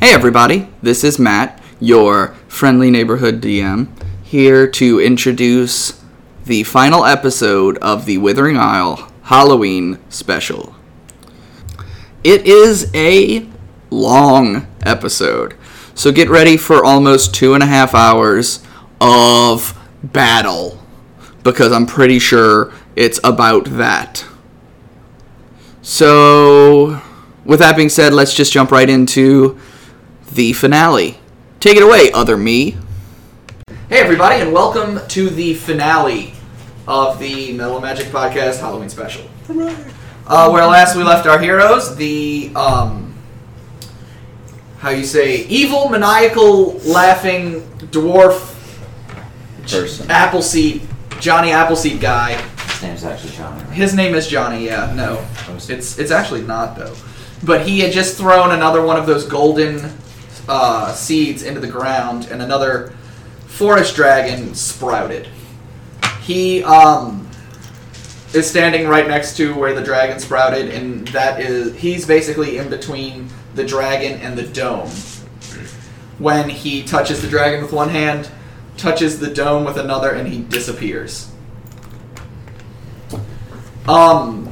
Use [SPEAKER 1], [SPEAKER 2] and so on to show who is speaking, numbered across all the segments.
[SPEAKER 1] Hey, everybody, this is Matt, your friendly neighborhood DM, here to introduce the final episode of the Withering Isle Halloween special. It is a long episode, so get ready for almost two and a half hours of battle, because I'm pretty sure it's about that. So, with that being said, let's just jump right into the finale. Take it away, other me. Hey, everybody, and welcome to the finale of the Metal Magic Podcast Halloween special. Uh, where last we left our heroes, the, um, how you say, evil, maniacal, laughing dwarf
[SPEAKER 2] Person.
[SPEAKER 1] Appleseed, Johnny Appleseed guy.
[SPEAKER 2] His name's actually John. right?
[SPEAKER 1] His name is Johnny. Yeah, no, it's it's actually not though. But he had just thrown another one of those golden uh, seeds into the ground, and another forest dragon sprouted. He um, is standing right next to where the dragon sprouted, and that is he's basically in between the dragon and the dome. When he touches the dragon with one hand, touches the dome with another, and he disappears. Um.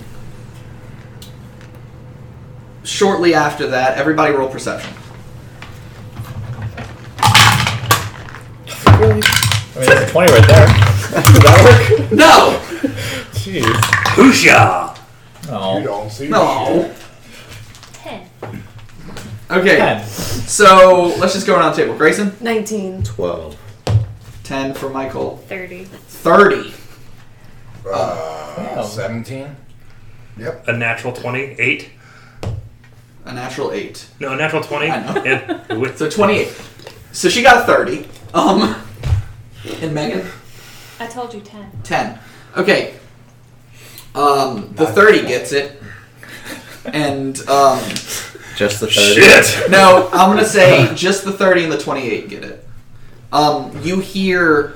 [SPEAKER 1] Shortly after that, everybody roll perception.
[SPEAKER 3] I mean, that's a 20 right there. Does that work?
[SPEAKER 1] No,
[SPEAKER 3] Jeez.
[SPEAKER 4] You
[SPEAKER 3] Oh.
[SPEAKER 4] don't see
[SPEAKER 1] no.
[SPEAKER 5] Ten.
[SPEAKER 1] Okay, so let's just go around the table. Grayson,
[SPEAKER 6] 19.
[SPEAKER 7] 12.
[SPEAKER 1] ten for Michael.
[SPEAKER 5] Thirty.
[SPEAKER 1] Thirty.
[SPEAKER 4] shit. Uh, 17? Yep.
[SPEAKER 8] a natural 28
[SPEAKER 1] A natural eight.
[SPEAKER 8] no a natural 20
[SPEAKER 1] I know.
[SPEAKER 8] and with
[SPEAKER 1] So twenty-eight. So she got a thirty. Um, and Megan.
[SPEAKER 5] I told you ten.
[SPEAKER 1] 10. Okay. Um, the 30 gets it. And, um,
[SPEAKER 7] Just the 30.
[SPEAKER 8] shit
[SPEAKER 1] no, I'm going to say just the 30 and the 28 get it. Um, you hear,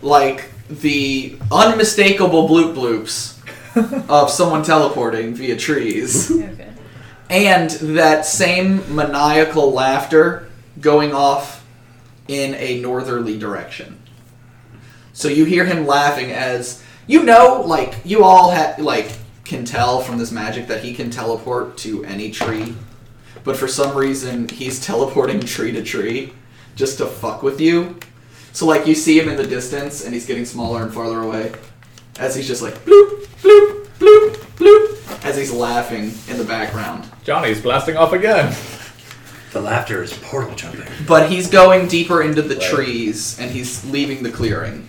[SPEAKER 1] like, the unmistakable bloop bloops of someone teleporting via trees.
[SPEAKER 5] Okay.
[SPEAKER 1] And that same maniacal laughter going off in a northerly direction. So you hear him laughing as you know, like you all ha- like can tell from this magic that he can teleport to any tree, but for some reason he's teleporting tree to tree just to fuck with you. So like you see him in the distance and he's getting smaller and farther away as he's just like bloop bloop bloop bloop as he's laughing in the background.
[SPEAKER 3] Johnny's blasting off again.
[SPEAKER 8] the laughter is portal jumping
[SPEAKER 1] But he's going deeper into the trees and he's leaving the clearing.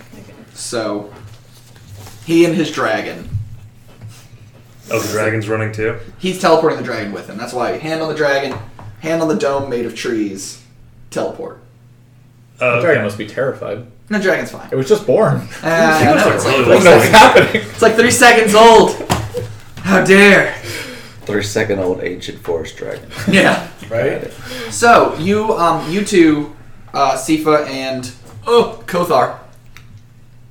[SPEAKER 1] So he and his dragon.
[SPEAKER 8] oh the dragon's running too
[SPEAKER 1] He's teleporting the dragon with him. That's why hand on the dragon, hand on the dome made of trees, teleport.
[SPEAKER 8] uh,
[SPEAKER 3] The dragon must be terrified.
[SPEAKER 1] No, dragon's fine.
[SPEAKER 3] It was just born.
[SPEAKER 1] Uh, I know, it's, like,
[SPEAKER 8] really
[SPEAKER 1] three
[SPEAKER 3] What knows
[SPEAKER 1] seconds,
[SPEAKER 3] happening?
[SPEAKER 1] it's like three seconds old. How dare?
[SPEAKER 7] Three second old ancient forest dragon.
[SPEAKER 1] Yeah.
[SPEAKER 4] Right?
[SPEAKER 1] So you, um, you two, uh, Sifa and oh Kothar,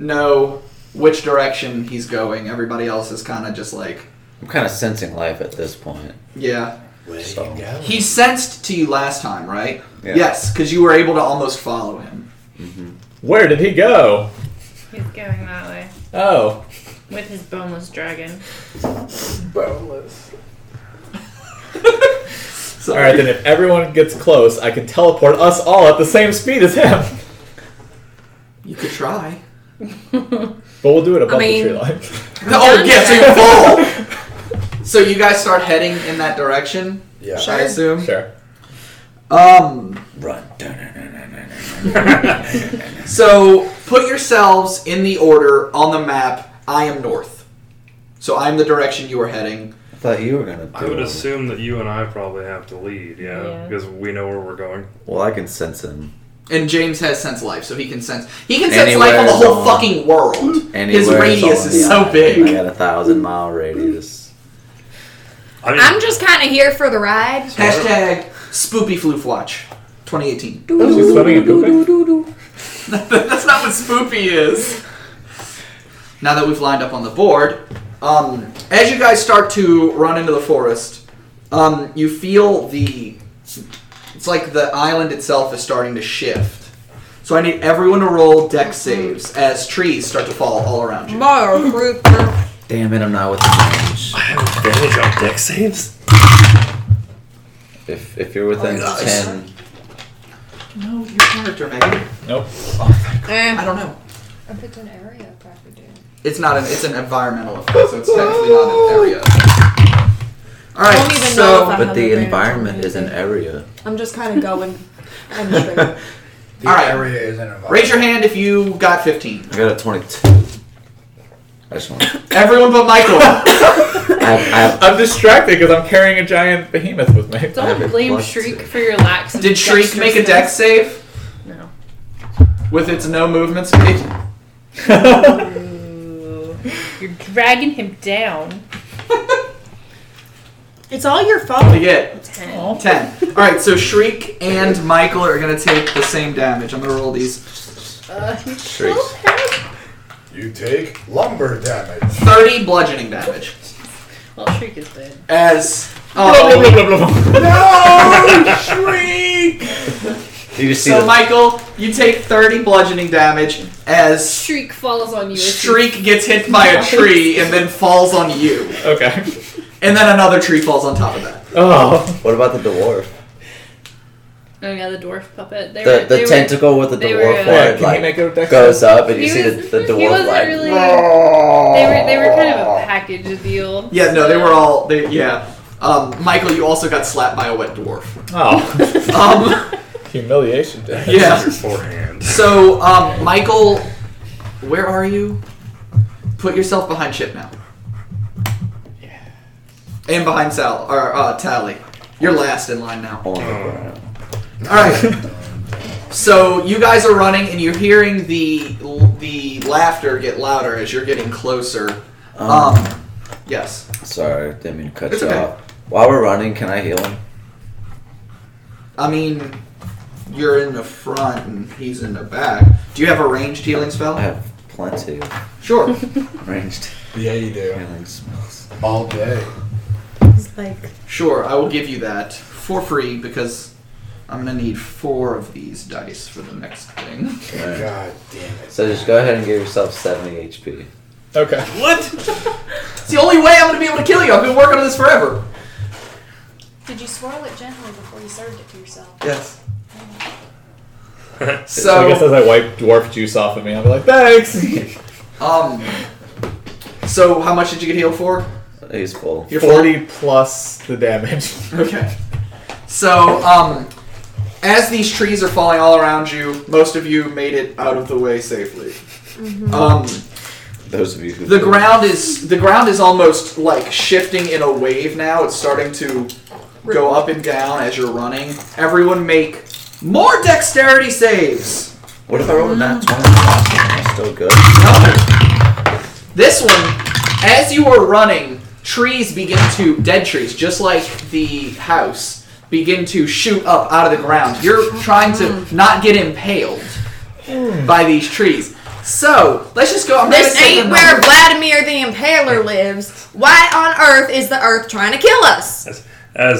[SPEAKER 1] know which direction he's going. Everybody else is kind of just like,
[SPEAKER 7] I'm kind of sensing life at this point.
[SPEAKER 1] yeah.
[SPEAKER 7] So.
[SPEAKER 1] He sensed to you last time, right?
[SPEAKER 7] Yeah.
[SPEAKER 1] Yes, because you were able to almost follow him.
[SPEAKER 3] Where did he go?
[SPEAKER 5] He's going that way
[SPEAKER 3] Oh.
[SPEAKER 5] with his boneless dragon.
[SPEAKER 4] Boneless.
[SPEAKER 1] Sorry.
[SPEAKER 3] Alright, then if everyone gets close, I can teleport us all at the same speed as him.
[SPEAKER 1] You could try.
[SPEAKER 3] But we'll do it above
[SPEAKER 6] mean-
[SPEAKER 3] the tree line.
[SPEAKER 1] oh, yes, you fall! so you guys start heading in that direction,
[SPEAKER 4] Yeah.
[SPEAKER 1] I assume?
[SPEAKER 3] Sure.
[SPEAKER 1] Um,
[SPEAKER 7] Run.
[SPEAKER 1] So put yourselves in the order on the map. I am north. So I'm the direction you are heading.
[SPEAKER 7] I thought you were going to do
[SPEAKER 8] i would
[SPEAKER 7] it.
[SPEAKER 8] assume that you and i probably have to lead yeah,
[SPEAKER 5] Yeah.
[SPEAKER 8] because we know where we're going
[SPEAKER 7] Well, I can sense him.
[SPEAKER 1] And James has sense life, so he can sense he can sense
[SPEAKER 7] Anywhere
[SPEAKER 1] life on the
[SPEAKER 7] is
[SPEAKER 1] whole
[SPEAKER 7] on.
[SPEAKER 1] fucking world. His
[SPEAKER 7] Anywhere
[SPEAKER 1] radius
[SPEAKER 7] on
[SPEAKER 1] is
[SPEAKER 7] the
[SPEAKER 1] so
[SPEAKER 7] island. I
[SPEAKER 1] big.
[SPEAKER 7] got a thousand mile radius.
[SPEAKER 8] i mean
[SPEAKER 6] I'm just kind of here for the ride.
[SPEAKER 1] Hashtag Spoopy Floof Watch 2018.
[SPEAKER 3] Is he swimming and pooping?
[SPEAKER 1] That's not what Spoopy is. Now that we've lined up on the board, um, as you guys start to run into the forest, um, you feel the It's like the island itself is starting to shift. So I need everyone to roll deck saves as trees start to fall all around you.
[SPEAKER 6] Mother Fruper.
[SPEAKER 7] Damn it, I'm not with the
[SPEAKER 8] I
[SPEAKER 7] range.
[SPEAKER 8] have advantage on deck saves?
[SPEAKER 7] If, if you're within
[SPEAKER 1] Oh, nice.
[SPEAKER 7] 10,
[SPEAKER 1] No, your character, Megan. Oh,
[SPEAKER 3] Nope.
[SPEAKER 1] I
[SPEAKER 6] Eh.
[SPEAKER 1] don't know.
[SPEAKER 6] If it's an area proper doing.
[SPEAKER 1] It's not an. It's an environmental effect, so it's technically not an area. All right.
[SPEAKER 6] don't even
[SPEAKER 1] so
[SPEAKER 6] know if I
[SPEAKER 7] but
[SPEAKER 6] have
[SPEAKER 7] the
[SPEAKER 6] advantage
[SPEAKER 7] environment
[SPEAKER 6] on
[SPEAKER 7] is an
[SPEAKER 6] anything.
[SPEAKER 7] area.
[SPEAKER 6] I'm just kind of going. I'm straight.
[SPEAKER 4] The
[SPEAKER 1] All right.
[SPEAKER 4] area is an environment.
[SPEAKER 1] raise your hand if you got 15.
[SPEAKER 7] I got a 22. I just want to.
[SPEAKER 1] Everyone but Michael.
[SPEAKER 7] I have, I have
[SPEAKER 3] I'm distracted because I'm carrying a giant behemoth with me.
[SPEAKER 7] I have a
[SPEAKER 5] Don't blame
[SPEAKER 7] plus
[SPEAKER 5] Shriek
[SPEAKER 7] two.
[SPEAKER 5] for your lax.
[SPEAKER 1] Did Shriek make a deck
[SPEAKER 5] dexterousness.
[SPEAKER 1] save
[SPEAKER 5] No.
[SPEAKER 1] with its no movement speed?
[SPEAKER 5] Ooh, you're dragging him down.
[SPEAKER 6] it's all your
[SPEAKER 1] What do
[SPEAKER 6] fault.
[SPEAKER 1] you get?
[SPEAKER 5] Ten.
[SPEAKER 3] Aw.
[SPEAKER 1] Ten. All right, so Shriek and Michael are gonna take the same damage. I'm gonna roll these
[SPEAKER 5] Uh, you
[SPEAKER 7] Shriek.
[SPEAKER 5] okay.
[SPEAKER 4] You take lumber damage.
[SPEAKER 1] 30 bludgeoning damage
[SPEAKER 5] Well, Shriek is dead.
[SPEAKER 1] as
[SPEAKER 3] Blah, blah,
[SPEAKER 1] oh,
[SPEAKER 3] blah, blah, blah.
[SPEAKER 4] No, shriek!
[SPEAKER 7] You just see
[SPEAKER 1] so
[SPEAKER 7] the
[SPEAKER 1] Michael, you take 30 bludgeoning damage as
[SPEAKER 5] Shriek falls on you. as he-
[SPEAKER 1] Shriek gets hit by a tree and then falls on you,
[SPEAKER 3] Okay.
[SPEAKER 1] and then another tree falls on top of that.
[SPEAKER 3] Oh.
[SPEAKER 7] What about the dwarf?
[SPEAKER 5] Oh yeah, the dwarf puppet. They
[SPEAKER 7] The,
[SPEAKER 5] were,
[SPEAKER 7] the
[SPEAKER 5] they were,
[SPEAKER 7] tentacle with the
[SPEAKER 5] they
[SPEAKER 7] dwarf
[SPEAKER 5] were, uh,
[SPEAKER 3] Yeah,
[SPEAKER 7] head
[SPEAKER 3] can he
[SPEAKER 7] like
[SPEAKER 3] make a deck
[SPEAKER 7] goes up, and you
[SPEAKER 5] He
[SPEAKER 7] see
[SPEAKER 5] was-
[SPEAKER 7] the, the
[SPEAKER 5] he
[SPEAKER 7] dwarf
[SPEAKER 5] wasn't
[SPEAKER 7] like
[SPEAKER 5] really- They were they were kind of a package deal.
[SPEAKER 1] Yeah, no, they were all they yeah. Um, Michael, you also got slapped by a wet dwarf.
[SPEAKER 3] Oh.
[SPEAKER 1] Um,
[SPEAKER 3] Humiliation damage.
[SPEAKER 1] Yeah.
[SPEAKER 8] Your forehand.
[SPEAKER 1] so um, Michael, where are you? Put yourself behind Chip now. And behind Sal or uh, Tally. You're last in line now.
[SPEAKER 7] on the
[SPEAKER 4] Oh.
[SPEAKER 7] ground.
[SPEAKER 1] All right. So you guys are running, and you're hearing the the laughter get louder as you're getting closer.
[SPEAKER 7] Um,
[SPEAKER 1] Um, yes.
[SPEAKER 7] sorry, didn't mean to cut
[SPEAKER 1] It's
[SPEAKER 7] you
[SPEAKER 1] okay.
[SPEAKER 7] off. While we're running, can I heal him?
[SPEAKER 1] I mean, you're in the front and he's in the back. Do you have a ranged healing spell?
[SPEAKER 7] I have plenty of
[SPEAKER 1] Sure.
[SPEAKER 7] ranged
[SPEAKER 4] Yeah, you do.
[SPEAKER 7] healing spells.
[SPEAKER 4] All day.
[SPEAKER 6] It's like
[SPEAKER 1] Sure, I will give you that for free because I'm gonna need four of these dice for the next thing.
[SPEAKER 7] Alright.
[SPEAKER 4] God damn it.
[SPEAKER 7] So just go ahead and give yourself 70 HP.
[SPEAKER 3] Okay.
[SPEAKER 1] It's the only way I'm gonna be able to kill you. I've been working on this forever.
[SPEAKER 6] Did you swirl it gently before you served it to yourself?
[SPEAKER 1] Yes.
[SPEAKER 3] So I guess
[SPEAKER 1] so,
[SPEAKER 3] as I wipe dwarf juice off of me, I'll be like, thanks.
[SPEAKER 1] um, so how much did you get healed for?
[SPEAKER 7] He's full.
[SPEAKER 1] You're full?
[SPEAKER 3] Forty plus the damage.
[SPEAKER 1] Okay. So, um, as these trees are falling all around you, most of you made it out of the way safely. Um,
[SPEAKER 7] Those of you who
[SPEAKER 1] the ground is the ground is almost like shifting in a wave now. It's starting to go up and down as you're running. Everyone make more dexterity saves.
[SPEAKER 7] What if I roll a nat 20? That's still good.
[SPEAKER 1] No. This one, as you are running, trees begin to dead trees, just like the house, begin to shoot up out of the ground. You're trying
[SPEAKER 6] Hmm.
[SPEAKER 1] to not get impaled
[SPEAKER 3] Hmm.
[SPEAKER 1] by these trees. So let's just go. I'm gonna
[SPEAKER 6] This
[SPEAKER 1] say the
[SPEAKER 6] ain't where
[SPEAKER 1] number-
[SPEAKER 6] Vladimir the Impaler lives. Why on earth is the Earth trying to kill us?
[SPEAKER 8] As,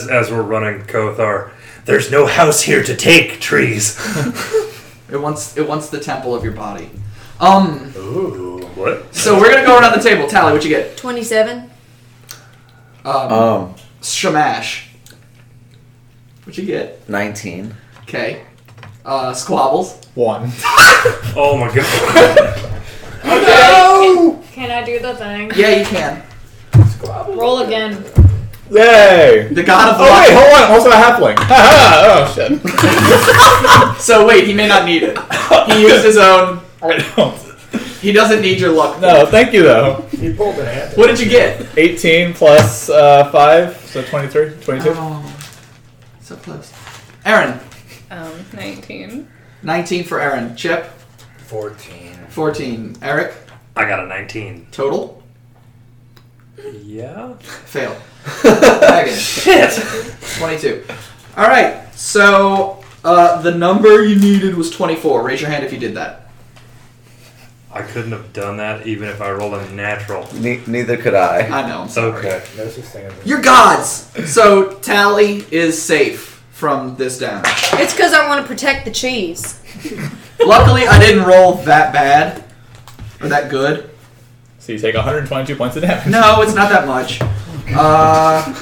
[SPEAKER 8] as as we're running, Kothar, there's no house here to take trees.
[SPEAKER 1] It wants it wants the temple of your body. Um.
[SPEAKER 4] Ooh.
[SPEAKER 8] what?
[SPEAKER 1] So we're gonna go around the table. Tally, what you get?
[SPEAKER 6] Twenty-seven.
[SPEAKER 1] Um,
[SPEAKER 3] Uh.
[SPEAKER 7] Um,
[SPEAKER 1] Shamash. What you get?
[SPEAKER 7] 19.
[SPEAKER 1] Okay. Uh, squabbles.
[SPEAKER 3] One.
[SPEAKER 8] Oh my god.
[SPEAKER 5] Can I do the thing?
[SPEAKER 1] Yeah, you can.
[SPEAKER 5] Roll again.
[SPEAKER 3] Yay!
[SPEAKER 1] The god of
[SPEAKER 3] Oh wait,
[SPEAKER 1] luck.
[SPEAKER 3] hold on. Also a halfling. Haha, oh shit.
[SPEAKER 1] So wait, he may not need it. He used his own.
[SPEAKER 3] I don't.
[SPEAKER 1] He doesn't need your luck.
[SPEAKER 3] No, thank you though.
[SPEAKER 4] He pulled a hand.
[SPEAKER 1] What did you get?
[SPEAKER 3] 18 plus uh, 5, so 23, 22.
[SPEAKER 1] Oh, so close. Aaron,
[SPEAKER 5] Um, nineteen.
[SPEAKER 1] 19 for Aaron. Chip,
[SPEAKER 4] 14.
[SPEAKER 1] 14. Eric,
[SPEAKER 8] I got a 19.
[SPEAKER 1] total,
[SPEAKER 8] Yeah.
[SPEAKER 1] fail. Megan,
[SPEAKER 8] Shit.
[SPEAKER 1] 22. All right, so uh, the number you needed was 24. Raise your hand if you did that.
[SPEAKER 8] I couldn't have done that even if I rolled a natural.
[SPEAKER 7] Ne- neither could I.
[SPEAKER 1] I know.
[SPEAKER 8] Okay.
[SPEAKER 4] No such thing as a
[SPEAKER 1] You're gods! So Tally is safe from this damage.
[SPEAKER 6] It's because I want to protect the cheese.
[SPEAKER 1] Luckily, I didn't roll that bad or that good.
[SPEAKER 3] So you take 122 points of damage.
[SPEAKER 1] No, it's not that much. Uh,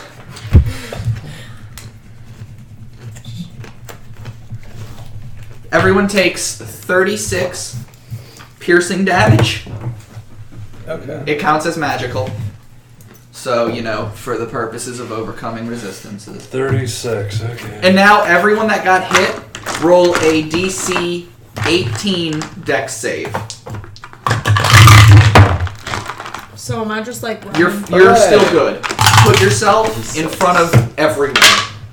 [SPEAKER 1] everyone takes 36 piercing damage.
[SPEAKER 3] Okay.
[SPEAKER 1] It counts as magical. So, you know, for the purposes of overcoming resistances.
[SPEAKER 8] 36, okay.
[SPEAKER 1] And now everyone that got hit, roll a DC 18 dex save.
[SPEAKER 6] So am I just like?
[SPEAKER 1] You're,
[SPEAKER 6] running?
[SPEAKER 1] you're
[SPEAKER 3] Hooray.
[SPEAKER 1] still good. Put yourself in front of everyone.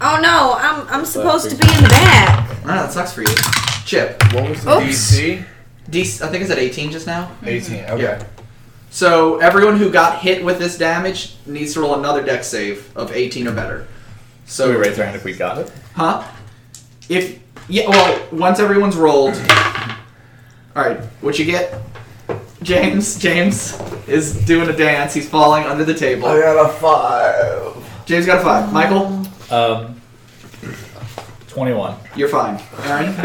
[SPEAKER 6] Oh no, I'm I'm supposed to be in the back.
[SPEAKER 1] Ah, that sucks for you. Chip,
[SPEAKER 4] What was
[SPEAKER 6] Oops.
[SPEAKER 4] DC?
[SPEAKER 1] DC, I think it's at 18 just now.
[SPEAKER 4] 18. Okay.
[SPEAKER 1] Yeah. So everyone who got hit with this damage needs to roll another dex save of 18 or better.
[SPEAKER 3] So we
[SPEAKER 1] So,
[SPEAKER 3] raise our hand if we got it.
[SPEAKER 1] huh? If yeah, well, once everyone's rolled. All right, what you get? James, James is doing a dance. He's falling under the table.
[SPEAKER 7] got a five.
[SPEAKER 1] James got a five. Michael,
[SPEAKER 3] Um, 21.
[SPEAKER 1] you're fine. Aaron,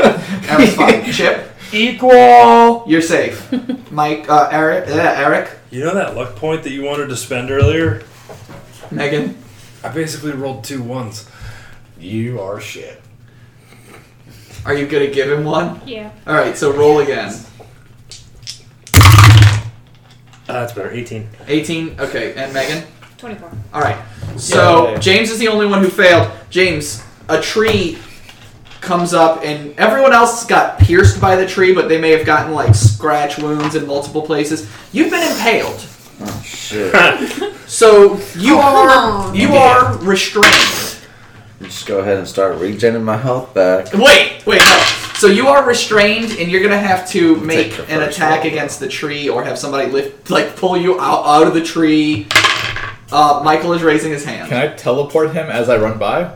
[SPEAKER 1] Aaron's fine. Chip,
[SPEAKER 3] Equal.
[SPEAKER 1] you're safe. Mike, uh, Eric, uh, Eric,
[SPEAKER 8] You know that luck point that you wanted to spend earlier?
[SPEAKER 1] Megan.
[SPEAKER 8] I basically rolled two ones.
[SPEAKER 4] You are shit.
[SPEAKER 1] Are you gonna give him one?
[SPEAKER 5] Yeah.
[SPEAKER 1] All right, so roll again.
[SPEAKER 8] Ah, that's better. 18.
[SPEAKER 1] 18. Okay, and Megan.
[SPEAKER 5] 24.
[SPEAKER 1] All right. So
[SPEAKER 3] Yeah.
[SPEAKER 1] James is the only one who failed. James, a tree comes up, and everyone else got pierced by the tree, but they may have gotten like scratch wounds in multiple places. You've been impaled,
[SPEAKER 7] Oh shit.
[SPEAKER 1] so you
[SPEAKER 6] Oh, come
[SPEAKER 1] are
[SPEAKER 6] on.
[SPEAKER 1] you are restrained.
[SPEAKER 7] Just go ahead and start regenerating my health back.
[SPEAKER 1] Wait, wait, no. So you are restrained, and you're gonna have to make
[SPEAKER 7] your
[SPEAKER 1] an
[SPEAKER 7] first
[SPEAKER 1] attack
[SPEAKER 7] roll.
[SPEAKER 1] against the tree, or have somebody lift, like pull you out, out of the tree. Uh, Michael is raising his hand.
[SPEAKER 3] Can I teleport him as I run by?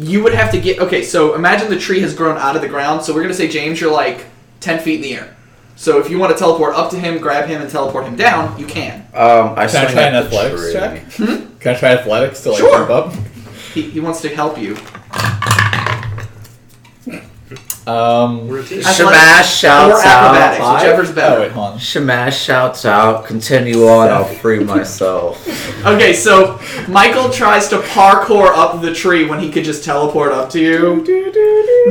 [SPEAKER 1] you would have to get okay so imagine the tree has grown out of the ground so we're going to say james you're like 10 feet in the air so if you want to teleport up to him grab him and teleport him down you can
[SPEAKER 7] Um,
[SPEAKER 3] Can I
[SPEAKER 7] I swing
[SPEAKER 3] try an
[SPEAKER 7] at the
[SPEAKER 3] athletics
[SPEAKER 7] tree.
[SPEAKER 3] check? Hmm? Can I try athletics to like
[SPEAKER 1] Sure.
[SPEAKER 3] jump up?
[SPEAKER 1] he, he wants to help you
[SPEAKER 3] Um,
[SPEAKER 7] Shamash
[SPEAKER 1] or
[SPEAKER 7] shouts
[SPEAKER 1] acrobatics
[SPEAKER 7] out.
[SPEAKER 3] five?
[SPEAKER 1] whichever's
[SPEAKER 3] Oh, wait,
[SPEAKER 1] better
[SPEAKER 3] hold on.
[SPEAKER 7] Shamash shouts out. Continue on. I'll free myself.
[SPEAKER 1] okay so michael tries to parkour up the tree when he could just teleport up to you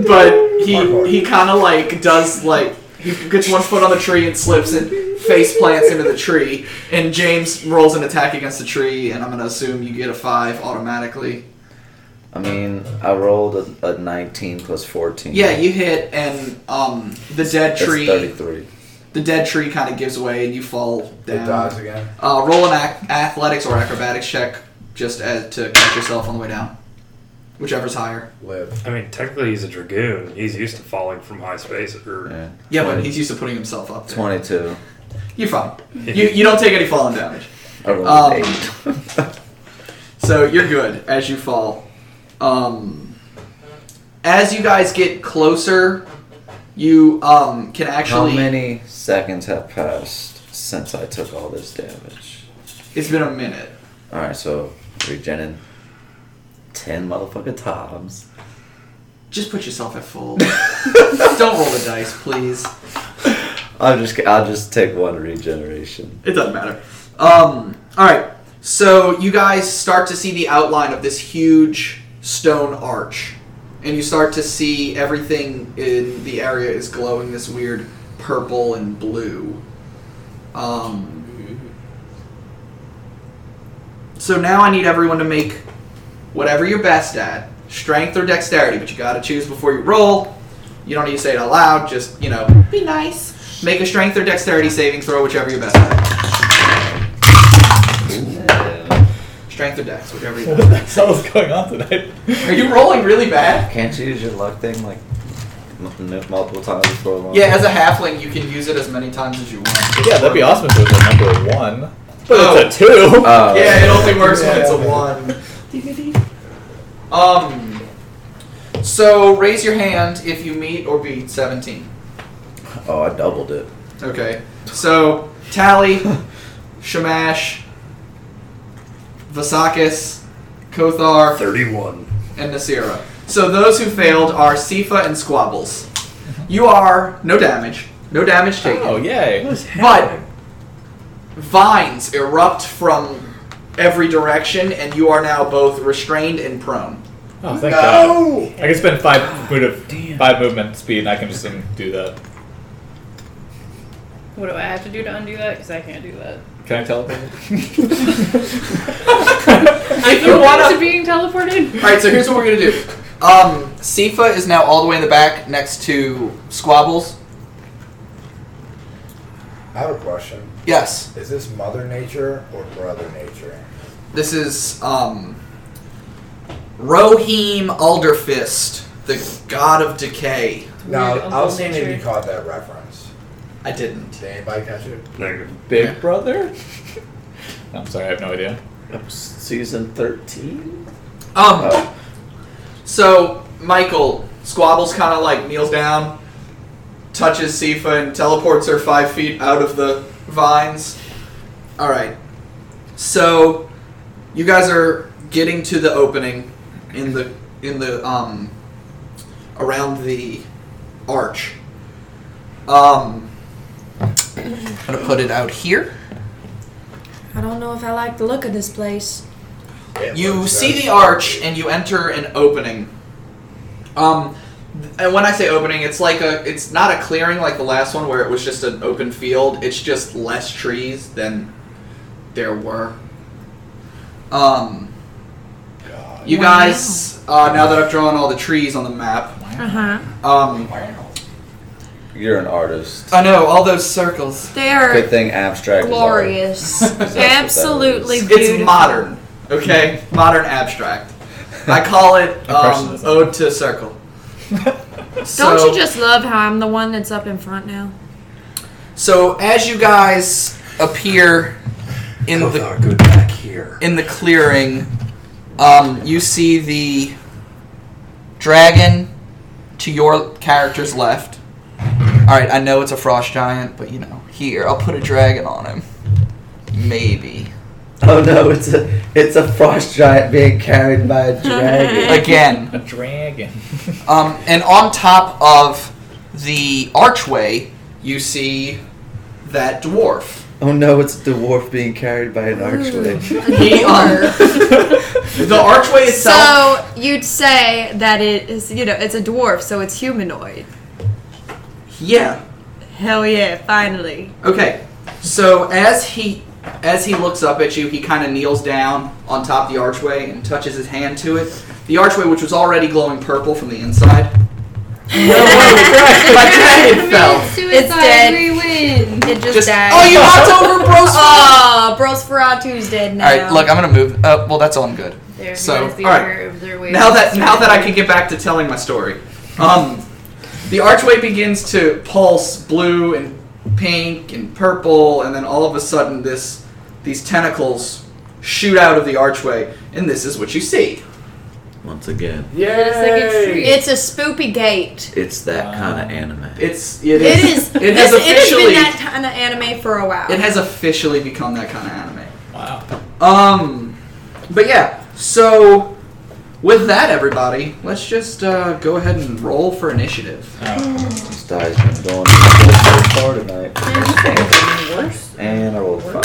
[SPEAKER 1] but he he kind of like does like he gets one foot on the tree and slips and face plants into the tree and james rolls an attack against the tree and i'm going to assume you get a five automatically
[SPEAKER 7] I mean, I rolled a, a 19 plus 14.
[SPEAKER 1] Yeah, you hit, and um, the dead
[SPEAKER 7] That's
[SPEAKER 1] tree,
[SPEAKER 7] 33.
[SPEAKER 1] the dead tree kind of gives way, and you fall down.
[SPEAKER 4] It dies again.
[SPEAKER 1] Uh, roll an ac- athletics or acrobatics check, just as to catch yourself on the way down, whichever's higher.
[SPEAKER 4] Live.
[SPEAKER 8] I mean, technically, he's a dragoon. He's used to falling from high space. Or
[SPEAKER 7] Yeah.
[SPEAKER 1] Yeah, but he's used to putting himself up. There.
[SPEAKER 7] 22.
[SPEAKER 1] You're fine. You you don't take any falling damage,
[SPEAKER 7] I rolled
[SPEAKER 1] Um,
[SPEAKER 7] an 8.
[SPEAKER 1] so you're good as you fall. Um, as you guys get closer, you um can
[SPEAKER 7] How
[SPEAKER 1] actually.
[SPEAKER 7] many seconds have passed since I took all this damage?
[SPEAKER 1] It's been a minute.
[SPEAKER 7] Alright, so regenin 10 motherfucking times.
[SPEAKER 1] Just put yourself at full. don't roll the dice, please.
[SPEAKER 7] I'll just I'll just take one regeneration.
[SPEAKER 1] It doesn't matter. Um, all right. So you guys start to see the outline of this huge stone arch, and you start to see everything in the area is glowing this weird purple and blue. Um, so now I need everyone to make whatever you're best at, strength or dexterity, but you got to choose before you roll. You don't need to say it out loud. Just you know,
[SPEAKER 6] Be nice.
[SPEAKER 1] make a strength or dexterity saving throw, whichever you're best at. Strength or dex, whichever you
[SPEAKER 3] What the hell is going on tonight?
[SPEAKER 1] Are you rolling really bad?
[SPEAKER 7] Can't you use your luck thing like m- multiple times for a long
[SPEAKER 1] Yeah, as a halfling, you can use it as many times as you want.
[SPEAKER 3] Yeah, that'd be awesome if it was a number one. But it's a two.
[SPEAKER 7] Oh.
[SPEAKER 1] Yeah, it only works when it's a one. Um. So raise your hand if you meet or beat seventeen.
[SPEAKER 7] oh, I doubled it.
[SPEAKER 1] Okay. So Tally, Shamash, Vasakis, Kothar,
[SPEAKER 8] 31.
[SPEAKER 1] and Nasira. So those who failed are Sifa and Squabbles. You are no damage. No damage taken.
[SPEAKER 3] Oh yay!
[SPEAKER 8] is
[SPEAKER 1] But vines erupt from every direction, and you are now both restrained and prone.
[SPEAKER 3] Oh, thank God. I can spend five move five movement speed, and I can just do that.
[SPEAKER 5] What do I have to do to undo that? Because I can't do that.
[SPEAKER 3] Can I teleport?
[SPEAKER 5] If
[SPEAKER 1] you
[SPEAKER 5] you
[SPEAKER 1] wanna-
[SPEAKER 5] want to being teleported,
[SPEAKER 1] All right, so here's what we're gonna do. Um, Sifa is now all the way in the back next to Squabbles.
[SPEAKER 4] I have a question.
[SPEAKER 1] Yes,
[SPEAKER 4] Is this Mother Nature or Brother Nature?
[SPEAKER 1] this is um, Rohim Alderfist, the god of decay.
[SPEAKER 4] No,
[SPEAKER 5] Weird
[SPEAKER 4] I was
[SPEAKER 5] uncle
[SPEAKER 4] seeing if you
[SPEAKER 5] nature.
[SPEAKER 4] caught that reference.
[SPEAKER 1] I didn't.
[SPEAKER 4] Did anybody catch it?
[SPEAKER 8] Negative.
[SPEAKER 3] Big Brother? I'm sorry, I have no idea.
[SPEAKER 7] Season 13?
[SPEAKER 1] Um, so Michael Squabbles kind of like kneels down, touches Sifa, and teleports her five feet out of the vines. All right. So you guys are getting to the opening in the in the um around the arch. Um, I'm gonna put it out here.
[SPEAKER 6] I don't know if I like the look of this place.
[SPEAKER 4] It
[SPEAKER 1] You
[SPEAKER 4] looks
[SPEAKER 1] see
[SPEAKER 4] very
[SPEAKER 1] the arch
[SPEAKER 4] creepy.
[SPEAKER 1] and you enter an opening. Um, th- and when I say opening, it's like a, it's not a clearing like the last one where it was just an open field. It's just less trees than there were. Um,
[SPEAKER 4] God.
[SPEAKER 1] you guys, uh, now that I've drawn all the trees on the map,
[SPEAKER 6] Uh huh.
[SPEAKER 1] um,
[SPEAKER 7] You're an artist.
[SPEAKER 1] I know all those circles.
[SPEAKER 6] They are
[SPEAKER 7] Good thing abstract is
[SPEAKER 6] glorious.
[SPEAKER 7] art. That's what that
[SPEAKER 6] Absolutely
[SPEAKER 7] is.
[SPEAKER 6] beautiful.
[SPEAKER 1] It's modern, okay? Modern abstract. I call it um,
[SPEAKER 3] Impressionism.
[SPEAKER 1] Ode to Circle.
[SPEAKER 6] Don't
[SPEAKER 1] So-
[SPEAKER 6] you just love how I'm the one that's up in front now?
[SPEAKER 1] So as you guys appear in the
[SPEAKER 8] Kothar, go back here.
[SPEAKER 1] in the clearing, um, you see the dragon to your character's left. All right, I know it's a frost giant, but you know, here I'll put a dragon on him. Maybe
[SPEAKER 7] Oh no, it's a it's a frost giant being carried by a dragon.
[SPEAKER 1] again.
[SPEAKER 3] A dragon.
[SPEAKER 1] Um, and on top of the archway, you see that dwarf.
[SPEAKER 7] oh no, it's a dwarf being carried by an archway.
[SPEAKER 1] He, um, the archway itself.
[SPEAKER 6] So you'd say that it is, you know, it's a dwarf, so it's humanoid.
[SPEAKER 1] yeah.
[SPEAKER 6] Hell yeah! Finally,
[SPEAKER 1] Okay. So as he as he looks up at you, he kind of kneels down on top of the archway and touches his hand to it. The archway, which was already glowing purple from the inside, my dragon fell.
[SPEAKER 6] It's dead.
[SPEAKER 5] we win.
[SPEAKER 6] it just,
[SPEAKER 1] Just
[SPEAKER 6] died.
[SPEAKER 1] oh, you knocked over Bros.
[SPEAKER 6] Oh, Brosferatu's dead
[SPEAKER 1] All
[SPEAKER 6] now.
[SPEAKER 1] right, look, I'm gonna move. Uh, well, that's all I'm good.
[SPEAKER 5] There,
[SPEAKER 1] So,
[SPEAKER 5] there's the
[SPEAKER 1] alright.
[SPEAKER 5] order of their way
[SPEAKER 1] Now
[SPEAKER 5] of
[SPEAKER 1] that now that I
[SPEAKER 5] surrender.
[SPEAKER 1] can get back to telling my story, um, the archway begins to pulse blue and pink and purple, and then all of a sudden, this these tentacles shoot out of the archway, and this is what you see.
[SPEAKER 7] Once again,
[SPEAKER 5] Yay!
[SPEAKER 6] It's a spoopy gate.
[SPEAKER 7] it's that kind of anime.
[SPEAKER 1] It's it
[SPEAKER 6] It
[SPEAKER 1] is
[SPEAKER 6] is.
[SPEAKER 1] it has
[SPEAKER 6] it's-
[SPEAKER 1] officially
[SPEAKER 6] It has been that kind of anime for a while.
[SPEAKER 1] it has officially become that kind of anime.
[SPEAKER 3] Wow.
[SPEAKER 1] Um, but yeah. So with that, everybody, let's just uh, go ahead and roll for initiative.
[SPEAKER 3] Oh.
[SPEAKER 7] This die's been going full so far tonight,
[SPEAKER 5] Worse.
[SPEAKER 7] and I rolled a five.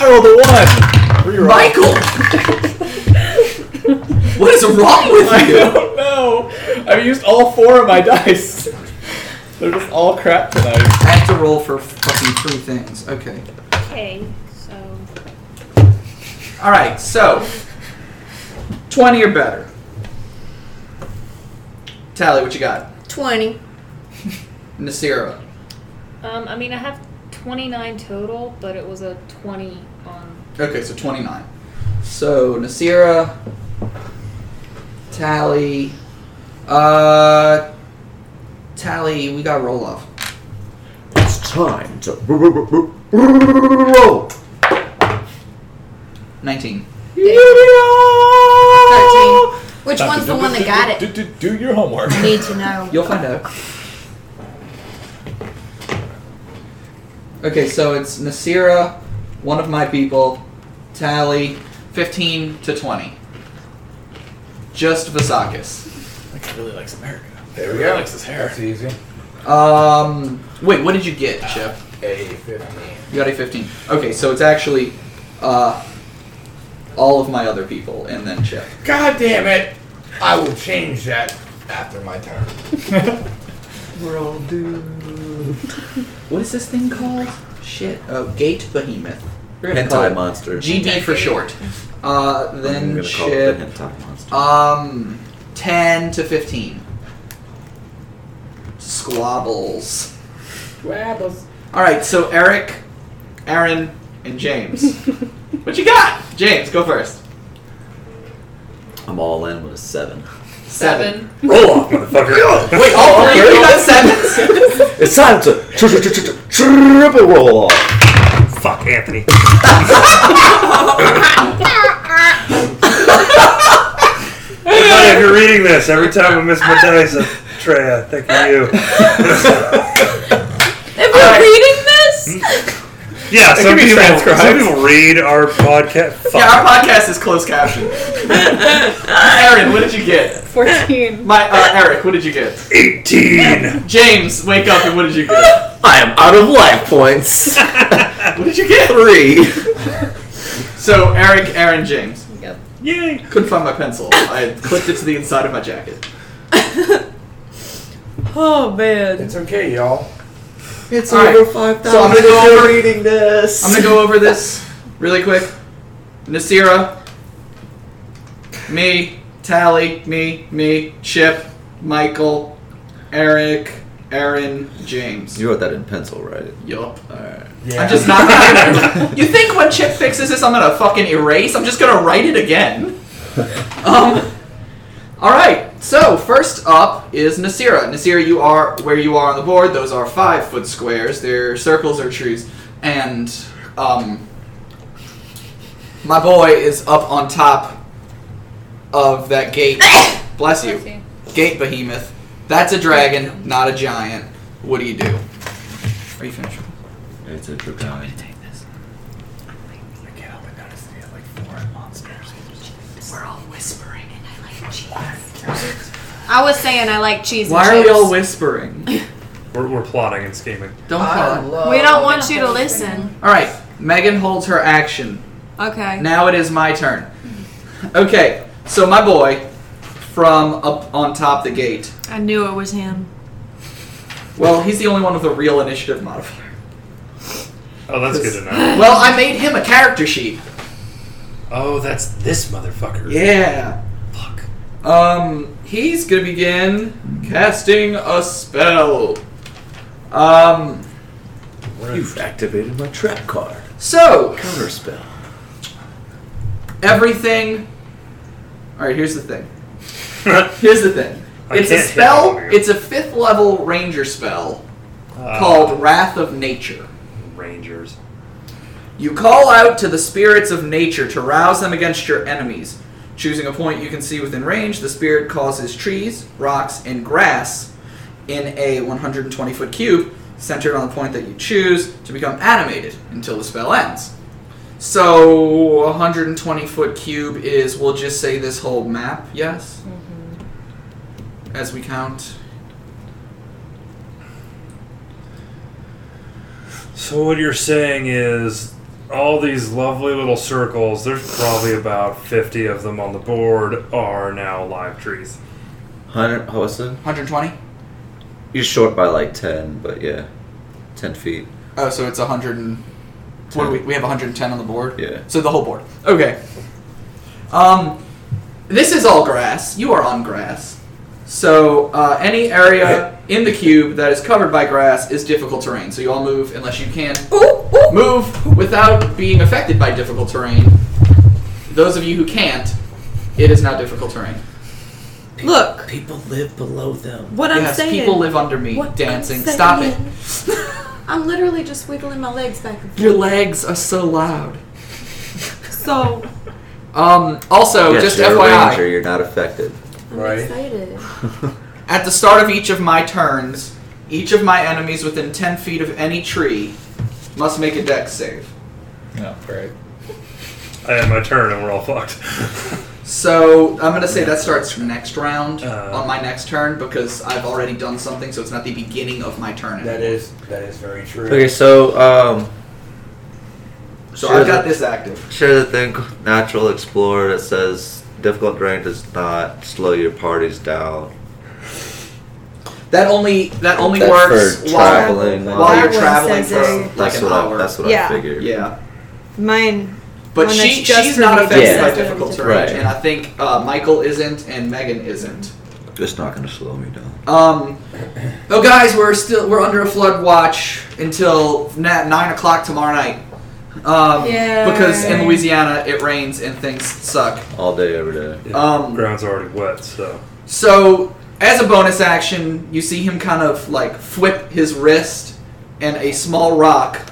[SPEAKER 3] I rolled a
[SPEAKER 1] Michael, what is wrong
[SPEAKER 3] one. I
[SPEAKER 1] with you?
[SPEAKER 3] don't know. I've used all four of my dice. They're just all crap tonight.
[SPEAKER 1] I have to roll for fucking three things. Okay.
[SPEAKER 5] Okay, so
[SPEAKER 1] All right. So twenty or better. Tally, what you got?
[SPEAKER 6] twenty.
[SPEAKER 1] Nasira.
[SPEAKER 5] Um, I mean, I have 29 total, but it was a 20 on.
[SPEAKER 1] Okay, so 29. So, Nasira, Tally, uh, Tally, we got roll off.
[SPEAKER 7] It's time to roll.
[SPEAKER 1] 19. Ah!
[SPEAKER 6] Thirteen. Which
[SPEAKER 3] Time to
[SPEAKER 6] one's the
[SPEAKER 3] do-
[SPEAKER 6] one
[SPEAKER 3] do-
[SPEAKER 6] that got
[SPEAKER 3] do-
[SPEAKER 6] it?
[SPEAKER 3] Do, do, do your homework.
[SPEAKER 6] Need to know.
[SPEAKER 1] You'll find out. Okay, so it's Nasira, one of my people, Tally, 15 to 20. Just Vasakis.
[SPEAKER 3] really likes America.
[SPEAKER 4] There we go.
[SPEAKER 3] Likes his hair.
[SPEAKER 4] That's easy.
[SPEAKER 1] Um, wait, what did you get, Chef?
[SPEAKER 4] A fifteen.
[SPEAKER 1] You got a 15. Okay, so it's actually uh, all of my other people and then Chef.
[SPEAKER 4] God damn it! I will change that after my turn.
[SPEAKER 1] What is this thing called? Shit. Oh, Gate Behemoth. We're gonna call it
[SPEAKER 7] Hentai monster.
[SPEAKER 1] GB for short. Uh,
[SPEAKER 7] I'm
[SPEAKER 1] then
[SPEAKER 7] gonna call it the
[SPEAKER 1] Chip.
[SPEAKER 7] hentai monster.
[SPEAKER 1] Um, 10 to 15. Squabbles.
[SPEAKER 4] Wabbles.
[SPEAKER 1] All right, so Eric, Aaron, and James. what you got? James, go first.
[SPEAKER 7] I'm all in with a seven.
[SPEAKER 5] Seven.
[SPEAKER 8] Roll off, motherfucker.
[SPEAKER 1] Wait, all three of you got sevens?
[SPEAKER 7] It's time to tri- tri- tri- tri- tri- triple roll off.
[SPEAKER 8] Fuck Anthony. Honey, if you're reading this, every time I miss my dice, I'm Treya, thank you.
[SPEAKER 6] If you're reading
[SPEAKER 1] Hmm.
[SPEAKER 6] this,
[SPEAKER 8] yeah, some
[SPEAKER 3] be
[SPEAKER 8] people, some
[SPEAKER 3] transcribed.
[SPEAKER 8] people read our podcast. Fuck.
[SPEAKER 1] yeah, our podcast is closed captioned. Aaron, what did you get?
[SPEAKER 5] Fourteen.
[SPEAKER 1] My uh, Eric, what did you get?
[SPEAKER 8] 18.
[SPEAKER 1] James, wake up and what did you get?
[SPEAKER 7] I am out of life points.
[SPEAKER 1] What did you get?
[SPEAKER 7] Three.
[SPEAKER 1] So Eric, Aaron, James.
[SPEAKER 5] Yep.
[SPEAKER 8] Yay.
[SPEAKER 1] Couldn't find my pencil. I clipped it to the inside of my jacket.
[SPEAKER 6] oh man,
[SPEAKER 4] It's okay, y'all.
[SPEAKER 7] It's
[SPEAKER 1] All right.
[SPEAKER 7] over five thousand.
[SPEAKER 1] So I'm gonna go over-
[SPEAKER 7] reading this.
[SPEAKER 1] I'm gonna go over this really quick. Nasira, me, Tally, me, me, Chip, Michael, Eric, Aaron, James.
[SPEAKER 7] You wrote that in pencil, right?
[SPEAKER 1] Yup.
[SPEAKER 7] Alright.
[SPEAKER 4] Yeah.
[SPEAKER 1] I'm just not. you think when Chip fixes this, I'm gonna fucking erase? I'm just gonna write it again. Um. All right. So first up is Nasira. Nasira, you are where you are on the board. Those are five foot squares. They're circles or trees, and um. My boy is up on top of that gate. Bless you.
[SPEAKER 5] Fourteen.
[SPEAKER 1] Gate behemoth. That's a dragon, not a giant. What do you do? Are you finished?
[SPEAKER 7] It's a dragon.
[SPEAKER 1] We're all whispering.
[SPEAKER 6] I was saying I like cheese.
[SPEAKER 1] Why
[SPEAKER 6] and
[SPEAKER 1] are we all
[SPEAKER 6] chips.
[SPEAKER 1] whispering?
[SPEAKER 8] We're, we're plotting and scheming.
[SPEAKER 1] Don't call.
[SPEAKER 6] We don't want you to listen.
[SPEAKER 1] All right, Megan holds her action.
[SPEAKER 6] Okay.
[SPEAKER 1] Now it is my turn. Okay, so my boy from up on top the gate.
[SPEAKER 6] I knew it was him.
[SPEAKER 1] Well, he's the only one with a real initiative modifier.
[SPEAKER 8] Oh, that's good enough.
[SPEAKER 1] Well, I made him a character sheet.
[SPEAKER 8] Oh, that's this motherfucker.
[SPEAKER 1] Yeah.
[SPEAKER 8] Fuck.
[SPEAKER 1] Um, he's gonna begin casting a spell. Um,
[SPEAKER 7] You've activated my trap card.
[SPEAKER 1] so
[SPEAKER 7] Counter spell.
[SPEAKER 1] everything. All right, here's the thing. Here's the thing.
[SPEAKER 8] I
[SPEAKER 1] it's a
[SPEAKER 8] can't hit all
[SPEAKER 1] spell.
[SPEAKER 8] of you.
[SPEAKER 1] It's a fifth level ranger spell
[SPEAKER 8] Uh,
[SPEAKER 1] called Wrath of Nature.
[SPEAKER 8] Rangers.
[SPEAKER 1] You call out to the spirits of nature to rouse them against your enemies. Choosing a point you can see within range, the spirit causes trees, rocks, and grass in a 120 foot cube centered on the point that you choose to become animated until the spell ends. So, 120 foot cube is, we'll just say this whole map, yes? As we count.
[SPEAKER 8] So what you're saying is all these lovely little circles, there's probably about 50 of them on the board, are now live trees.
[SPEAKER 7] Hundred. What's it?
[SPEAKER 1] 120?
[SPEAKER 7] You're short by like ten, but yeah, ten feet.
[SPEAKER 1] Oh, so it's 100 and... What do we, we have 110 on the board?
[SPEAKER 7] Yeah.
[SPEAKER 1] So the whole board. Okay. Um, this is all grass. You are on grass. So uh, any area in the cube that is covered by grass is difficult terrain. So you all move unless you can move without being affected by difficult terrain. Those of you who can't, it is now difficult terrain.
[SPEAKER 6] Look,
[SPEAKER 7] People live below them.
[SPEAKER 6] what I'm
[SPEAKER 1] yes,
[SPEAKER 6] saying.
[SPEAKER 1] people live under me
[SPEAKER 6] What I'm
[SPEAKER 1] dancing. Stop it.
[SPEAKER 6] saying. I'm literally just wiggling my legs back and forth.
[SPEAKER 1] Your legs are so loud.
[SPEAKER 6] So
[SPEAKER 1] Um, also,
[SPEAKER 7] yes,
[SPEAKER 1] just
[SPEAKER 7] you're
[SPEAKER 1] FYI.
[SPEAKER 7] a ranger. You're not affected.
[SPEAKER 6] I'm
[SPEAKER 4] Right.
[SPEAKER 6] excited.
[SPEAKER 1] At the start of each of my turns, each of my enemies within 10 feet of any tree must make a dex save.
[SPEAKER 3] Oh, great.
[SPEAKER 8] I had my turn and we're all fucked.
[SPEAKER 1] So I'm gonna say that starts next round
[SPEAKER 8] Uh.
[SPEAKER 1] on my next turn because I've already done something, so it's not the beginning of my turn.
[SPEAKER 4] That is that is very true.
[SPEAKER 9] Okay, so um,
[SPEAKER 1] so
[SPEAKER 9] sure
[SPEAKER 1] I've got
[SPEAKER 9] that-
[SPEAKER 1] this active.
[SPEAKER 9] share the thing, natural explorer that says difficult terrain does not slow your parties down.
[SPEAKER 1] That only that only
[SPEAKER 7] That's
[SPEAKER 1] works
[SPEAKER 7] for
[SPEAKER 1] while,
[SPEAKER 7] traveling.
[SPEAKER 1] while
[SPEAKER 6] That
[SPEAKER 1] you're
[SPEAKER 6] one
[SPEAKER 1] traveling
[SPEAKER 6] says
[SPEAKER 1] for
[SPEAKER 6] it.
[SPEAKER 1] like
[SPEAKER 7] That's
[SPEAKER 1] an
[SPEAKER 7] what I,
[SPEAKER 1] hour.
[SPEAKER 7] that's what
[SPEAKER 6] Yeah.
[SPEAKER 7] I figured.
[SPEAKER 1] yeah,
[SPEAKER 6] Mine.
[SPEAKER 1] but
[SPEAKER 6] One that's
[SPEAKER 1] she
[SPEAKER 6] just
[SPEAKER 1] she's
[SPEAKER 6] for
[SPEAKER 1] not
[SPEAKER 6] me,
[SPEAKER 1] affected
[SPEAKER 6] just
[SPEAKER 1] by
[SPEAKER 6] for me
[SPEAKER 1] difficult
[SPEAKER 6] to-
[SPEAKER 1] terrain,
[SPEAKER 7] Right.
[SPEAKER 1] and I think uh, Michael isn't and Megan isn't.
[SPEAKER 7] It's not gonna slow me down.
[SPEAKER 1] Um, oh, guys, we're still we're under a flood watch until na nine o'clock tomorrow night. Um,
[SPEAKER 6] Yay.
[SPEAKER 1] because in Louisiana it rains and things suck.
[SPEAKER 7] All day, every day.
[SPEAKER 8] Yeah,
[SPEAKER 1] Um,
[SPEAKER 8] ground's already wet, so
[SPEAKER 1] So, as a bonus action, you see him kind of like flip his wrist, and a small rock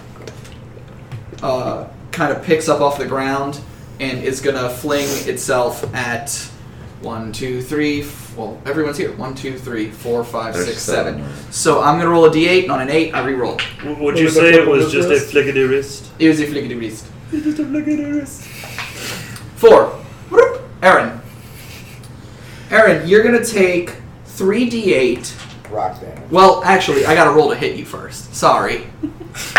[SPEAKER 1] uh, kind of picks up off the ground and is gonna fling itself at one, two, three. f- Well, everyone's here. One, two, three, four, five,
[SPEAKER 7] There's
[SPEAKER 1] six,
[SPEAKER 7] seven.
[SPEAKER 1] seven. So I'm gonna roll a d8. and On an eight, I reroll.
[SPEAKER 8] W- would
[SPEAKER 4] What
[SPEAKER 8] you
[SPEAKER 4] was the
[SPEAKER 8] say it
[SPEAKER 4] flip
[SPEAKER 8] was
[SPEAKER 4] of
[SPEAKER 8] just
[SPEAKER 4] the
[SPEAKER 8] a flickety wrist?
[SPEAKER 1] It was a flickety wrist. Four. Whoop. Aaron. Aaron, you're gonna take three d8
[SPEAKER 4] Rock that.
[SPEAKER 1] Well, actually, I gotta roll to hit you first. Sorry.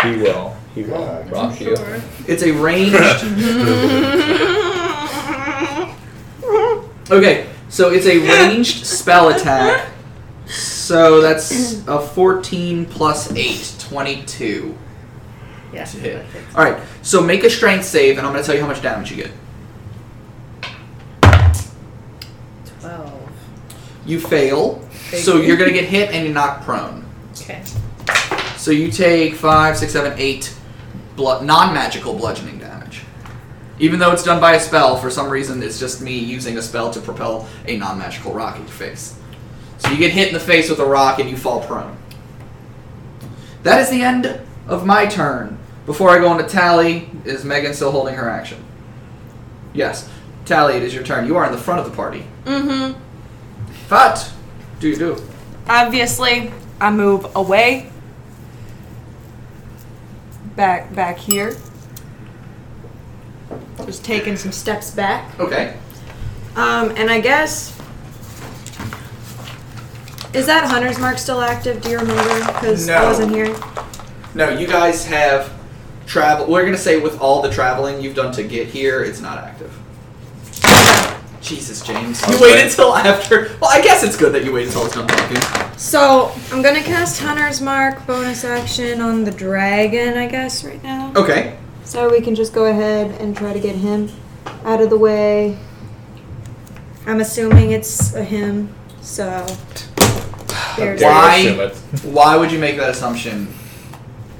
[SPEAKER 3] He will. He will
[SPEAKER 4] God.
[SPEAKER 3] rock you.
[SPEAKER 5] Sure.
[SPEAKER 1] It's a ranged.
[SPEAKER 6] Mm-hmm.
[SPEAKER 1] okay, so it's a ranged spell attack. So that's a 14 plus 8, 22.
[SPEAKER 5] Yeah.
[SPEAKER 1] to hit.
[SPEAKER 5] that's it.
[SPEAKER 1] Alright, so make a strength save, and I'm gonna tell you how much damage you get.
[SPEAKER 5] Twelve.
[SPEAKER 1] You fail, so you're gonna get hit and you're knocked prone.
[SPEAKER 5] Okay.
[SPEAKER 1] So you take five, six, seven, eight blo- non-magical bludgeoning damage. Even though it's done by a spell, for some reason it's just me using a spell to propel a non-magical rock at your face. So you get hit in the face with a rock and you fall prone. That is the end of my turn. Before I go into Tally, is Megan still holding her action? Yes. Tally, it is your turn. You are in the front of the party.
[SPEAKER 6] Mm-hmm.
[SPEAKER 1] But do you do?
[SPEAKER 6] Obviously, I move away. Back back here. Just taking some steps back.
[SPEAKER 1] Okay.
[SPEAKER 6] Um, and I guess is that Hunter's Mark still active? Do you remember? Because I
[SPEAKER 1] No.
[SPEAKER 6] wasn't here.
[SPEAKER 1] No, you guys have travel. We're gonna say with all the traveling you've done to get here, it's not active. Jesus, James, you
[SPEAKER 7] Okay.
[SPEAKER 1] waited till after. Well, I guess it's good that you waited till it's done talking.
[SPEAKER 6] So I'm gonna cast Hunter's Mark bonus action on the dragon, I guess, right now.
[SPEAKER 1] Okay.
[SPEAKER 6] So we can just go ahead and try to get him out of the way. I'm assuming it's a him, so there's
[SPEAKER 1] Why?
[SPEAKER 6] that.
[SPEAKER 3] Assume it.
[SPEAKER 1] Why would you make that assumption?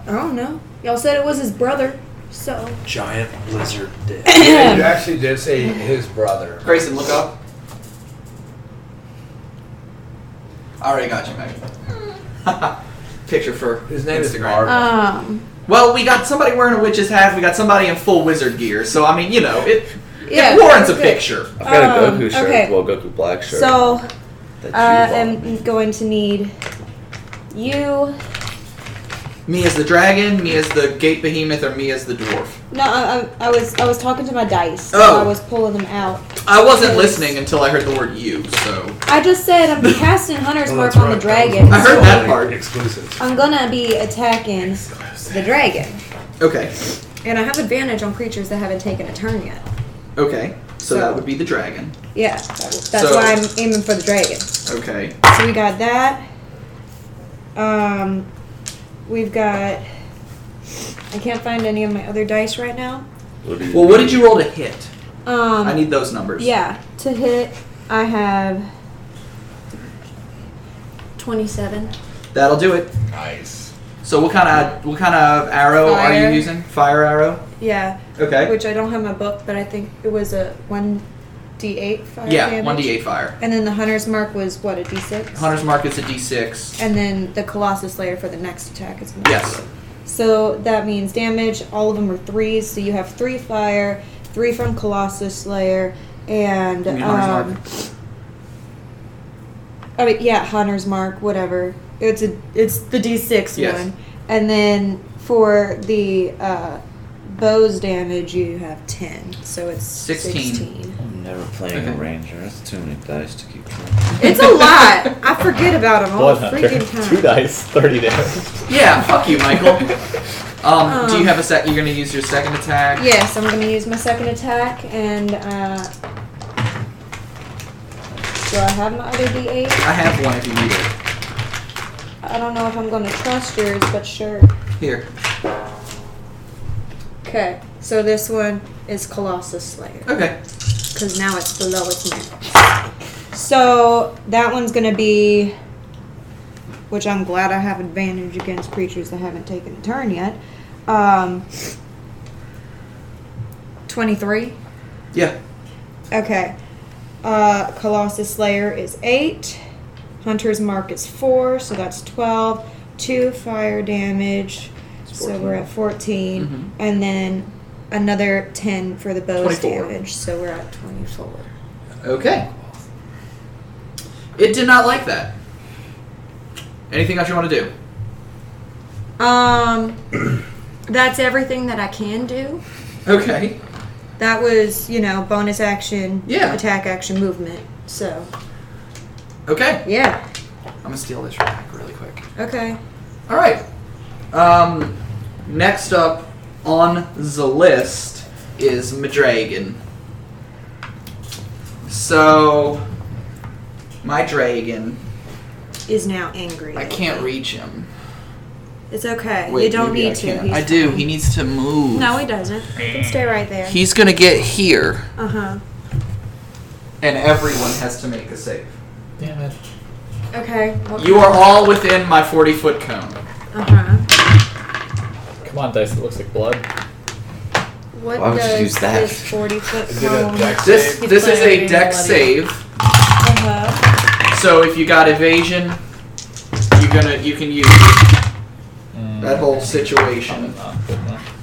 [SPEAKER 6] I don't know. Y'all said it was his brother, so
[SPEAKER 8] Giant lizard dick.
[SPEAKER 4] Yeah, you actually did say his brother.
[SPEAKER 1] Grayson, look up. I already got you, Megan. Picture for
[SPEAKER 4] His name is
[SPEAKER 1] Instagram.
[SPEAKER 4] Marvin.
[SPEAKER 6] um
[SPEAKER 1] well, we got somebody wearing a witch's hat. We got somebody in full wizard gear. So I mean, you know, it,
[SPEAKER 6] yeah,
[SPEAKER 1] it warrants a
[SPEAKER 6] okay.
[SPEAKER 1] picture.
[SPEAKER 7] I've got
[SPEAKER 6] Um,
[SPEAKER 7] a Goku shirt.
[SPEAKER 6] okay.
[SPEAKER 7] Well, Goku black shirt.
[SPEAKER 6] So
[SPEAKER 7] that you
[SPEAKER 6] I
[SPEAKER 7] bought
[SPEAKER 6] am
[SPEAKER 7] me.
[SPEAKER 6] going to need you.
[SPEAKER 1] Me as the dragon, me as the gate behemoth, or me as the dwarf.
[SPEAKER 6] No, I, I, I was I was talking to my dice. So
[SPEAKER 1] Oh.
[SPEAKER 6] I was pulling them out.
[SPEAKER 1] I wasn't listening until I heard the word you, so.
[SPEAKER 6] I just said I'm casting Hunter's
[SPEAKER 8] Oh,
[SPEAKER 6] Mark
[SPEAKER 8] that's
[SPEAKER 6] on the
[SPEAKER 8] right,
[SPEAKER 6] dragon.
[SPEAKER 1] I heard
[SPEAKER 6] so
[SPEAKER 1] that part.
[SPEAKER 8] Exclusive.
[SPEAKER 6] I'm gonna be attacking the dragon.
[SPEAKER 1] Okay,
[SPEAKER 6] And I have advantage on creatures that haven't taken a turn yet.
[SPEAKER 1] okay. So,
[SPEAKER 6] So-
[SPEAKER 1] that would be the dragon.
[SPEAKER 6] Yeah, that's
[SPEAKER 1] So-
[SPEAKER 6] why I'm aiming for the dragon.
[SPEAKER 1] Okay.
[SPEAKER 6] So we got that. Um, we've got. I can't find any of my other dice right now.
[SPEAKER 7] What do
[SPEAKER 1] Well, what did you roll to hit?
[SPEAKER 6] Um,
[SPEAKER 1] I need those numbers.
[SPEAKER 6] yeah, to hit, I have twenty-seven.
[SPEAKER 1] That'll do it.
[SPEAKER 4] Nice.
[SPEAKER 1] So what kind of what kind of arrow are
[SPEAKER 6] Fire.
[SPEAKER 1] you using? Fire arrow.
[SPEAKER 6] Yeah,
[SPEAKER 1] Okay.
[SPEAKER 6] which I don't have my book, but I think it was a one d eight fire
[SPEAKER 1] yeah,
[SPEAKER 6] damage.
[SPEAKER 1] one d8 fire.
[SPEAKER 6] And then the hunter's mark was what a d six.
[SPEAKER 1] Hunter's mark is a d6.
[SPEAKER 6] And then the Colossus Slayer for the next attack is gonna
[SPEAKER 1] Yes.
[SPEAKER 6] So that means damage. All of them are threes. So you have three fire, three from Colossus Slayer, and
[SPEAKER 1] You mean Hunter's
[SPEAKER 6] um, I mean, yeah, Hunter's Mark, whatever. It's a it's the D six
[SPEAKER 1] Yes.
[SPEAKER 6] one, and then for the uh, bow's damage you have ten. So it's
[SPEAKER 1] 16.
[SPEAKER 6] sixteen.
[SPEAKER 7] never playing a
[SPEAKER 1] Okay.
[SPEAKER 7] ranger. That's too many dice to keep track.
[SPEAKER 6] It's a lot. I forget about them all
[SPEAKER 3] Blood
[SPEAKER 6] the
[SPEAKER 3] Hunter.
[SPEAKER 6] Oh, freaking
[SPEAKER 3] Two
[SPEAKER 6] time.
[SPEAKER 3] dice, 30 damage.
[SPEAKER 1] Yeah, fuck you, Michael. Um, do you
[SPEAKER 6] Um.
[SPEAKER 1] have a sec? You're gonna use your second attack.
[SPEAKER 6] Yes, I'm gonna use my second attack, and uh, do I have my other D8?
[SPEAKER 1] I have one if you need it.
[SPEAKER 6] I don't know if I'm gonna trust yours, but sure.
[SPEAKER 1] Here.
[SPEAKER 6] Okay, so this one is Colossus Slayer
[SPEAKER 1] Okay.
[SPEAKER 6] because now it's the lowest net. So that one's gonna be, which I'm glad I have advantage against creatures that haven't taken a turn yet. Um, Twenty-three.
[SPEAKER 1] Yeah.
[SPEAKER 6] Okay. Uh, Colossus Slayer is 8. Hunter's Mark is 4, so that's 12. 2 fire damage, so we're at 14.
[SPEAKER 1] Mhm.
[SPEAKER 6] And then another 10 for the bow's
[SPEAKER 1] 24.
[SPEAKER 6] damage, so we're at 24.
[SPEAKER 1] Okay. It did not like that. Anything else you want to do? Mm-hmm.
[SPEAKER 6] Um, that's everything that I can do.
[SPEAKER 1] Okay.
[SPEAKER 6] That was, you know, bonus action,
[SPEAKER 1] Yeah.
[SPEAKER 6] attack action, movement. So,
[SPEAKER 1] Okay.
[SPEAKER 6] yeah.
[SPEAKER 1] I'm gonna steal this back really quick.
[SPEAKER 6] Okay.
[SPEAKER 1] All right. Um, next up on the list is Madragon. So, my dragon,
[SPEAKER 6] Is now angry.
[SPEAKER 1] I can't reach him.
[SPEAKER 6] It's okay.
[SPEAKER 1] Wait,
[SPEAKER 6] you don't
[SPEAKER 1] maybe
[SPEAKER 6] need
[SPEAKER 1] I
[SPEAKER 6] to.
[SPEAKER 1] can.
[SPEAKER 6] He's
[SPEAKER 1] I do.
[SPEAKER 6] fine.
[SPEAKER 1] He needs to move.
[SPEAKER 6] No, he doesn't. He can stay right there.
[SPEAKER 1] He's gonna get here,
[SPEAKER 6] Uh huh.
[SPEAKER 1] and everyone has to make a save.
[SPEAKER 3] Damn it.
[SPEAKER 6] Okay. what-
[SPEAKER 1] You are all within my 40 foot cone.
[SPEAKER 6] Uh huh.
[SPEAKER 3] Come on, dice that looks like blood.
[SPEAKER 5] What
[SPEAKER 7] Why would you
[SPEAKER 5] does
[SPEAKER 7] use that?
[SPEAKER 5] this 40 foot
[SPEAKER 4] Is it a
[SPEAKER 5] column?
[SPEAKER 4] dex
[SPEAKER 1] This
[SPEAKER 4] save?
[SPEAKER 1] this is a
[SPEAKER 5] Playing
[SPEAKER 1] dex
[SPEAKER 5] bloody.
[SPEAKER 1] save.
[SPEAKER 6] Uh huh.
[SPEAKER 1] So if you got evasion, you gonna you can use
[SPEAKER 3] Mm.
[SPEAKER 1] that whole situation.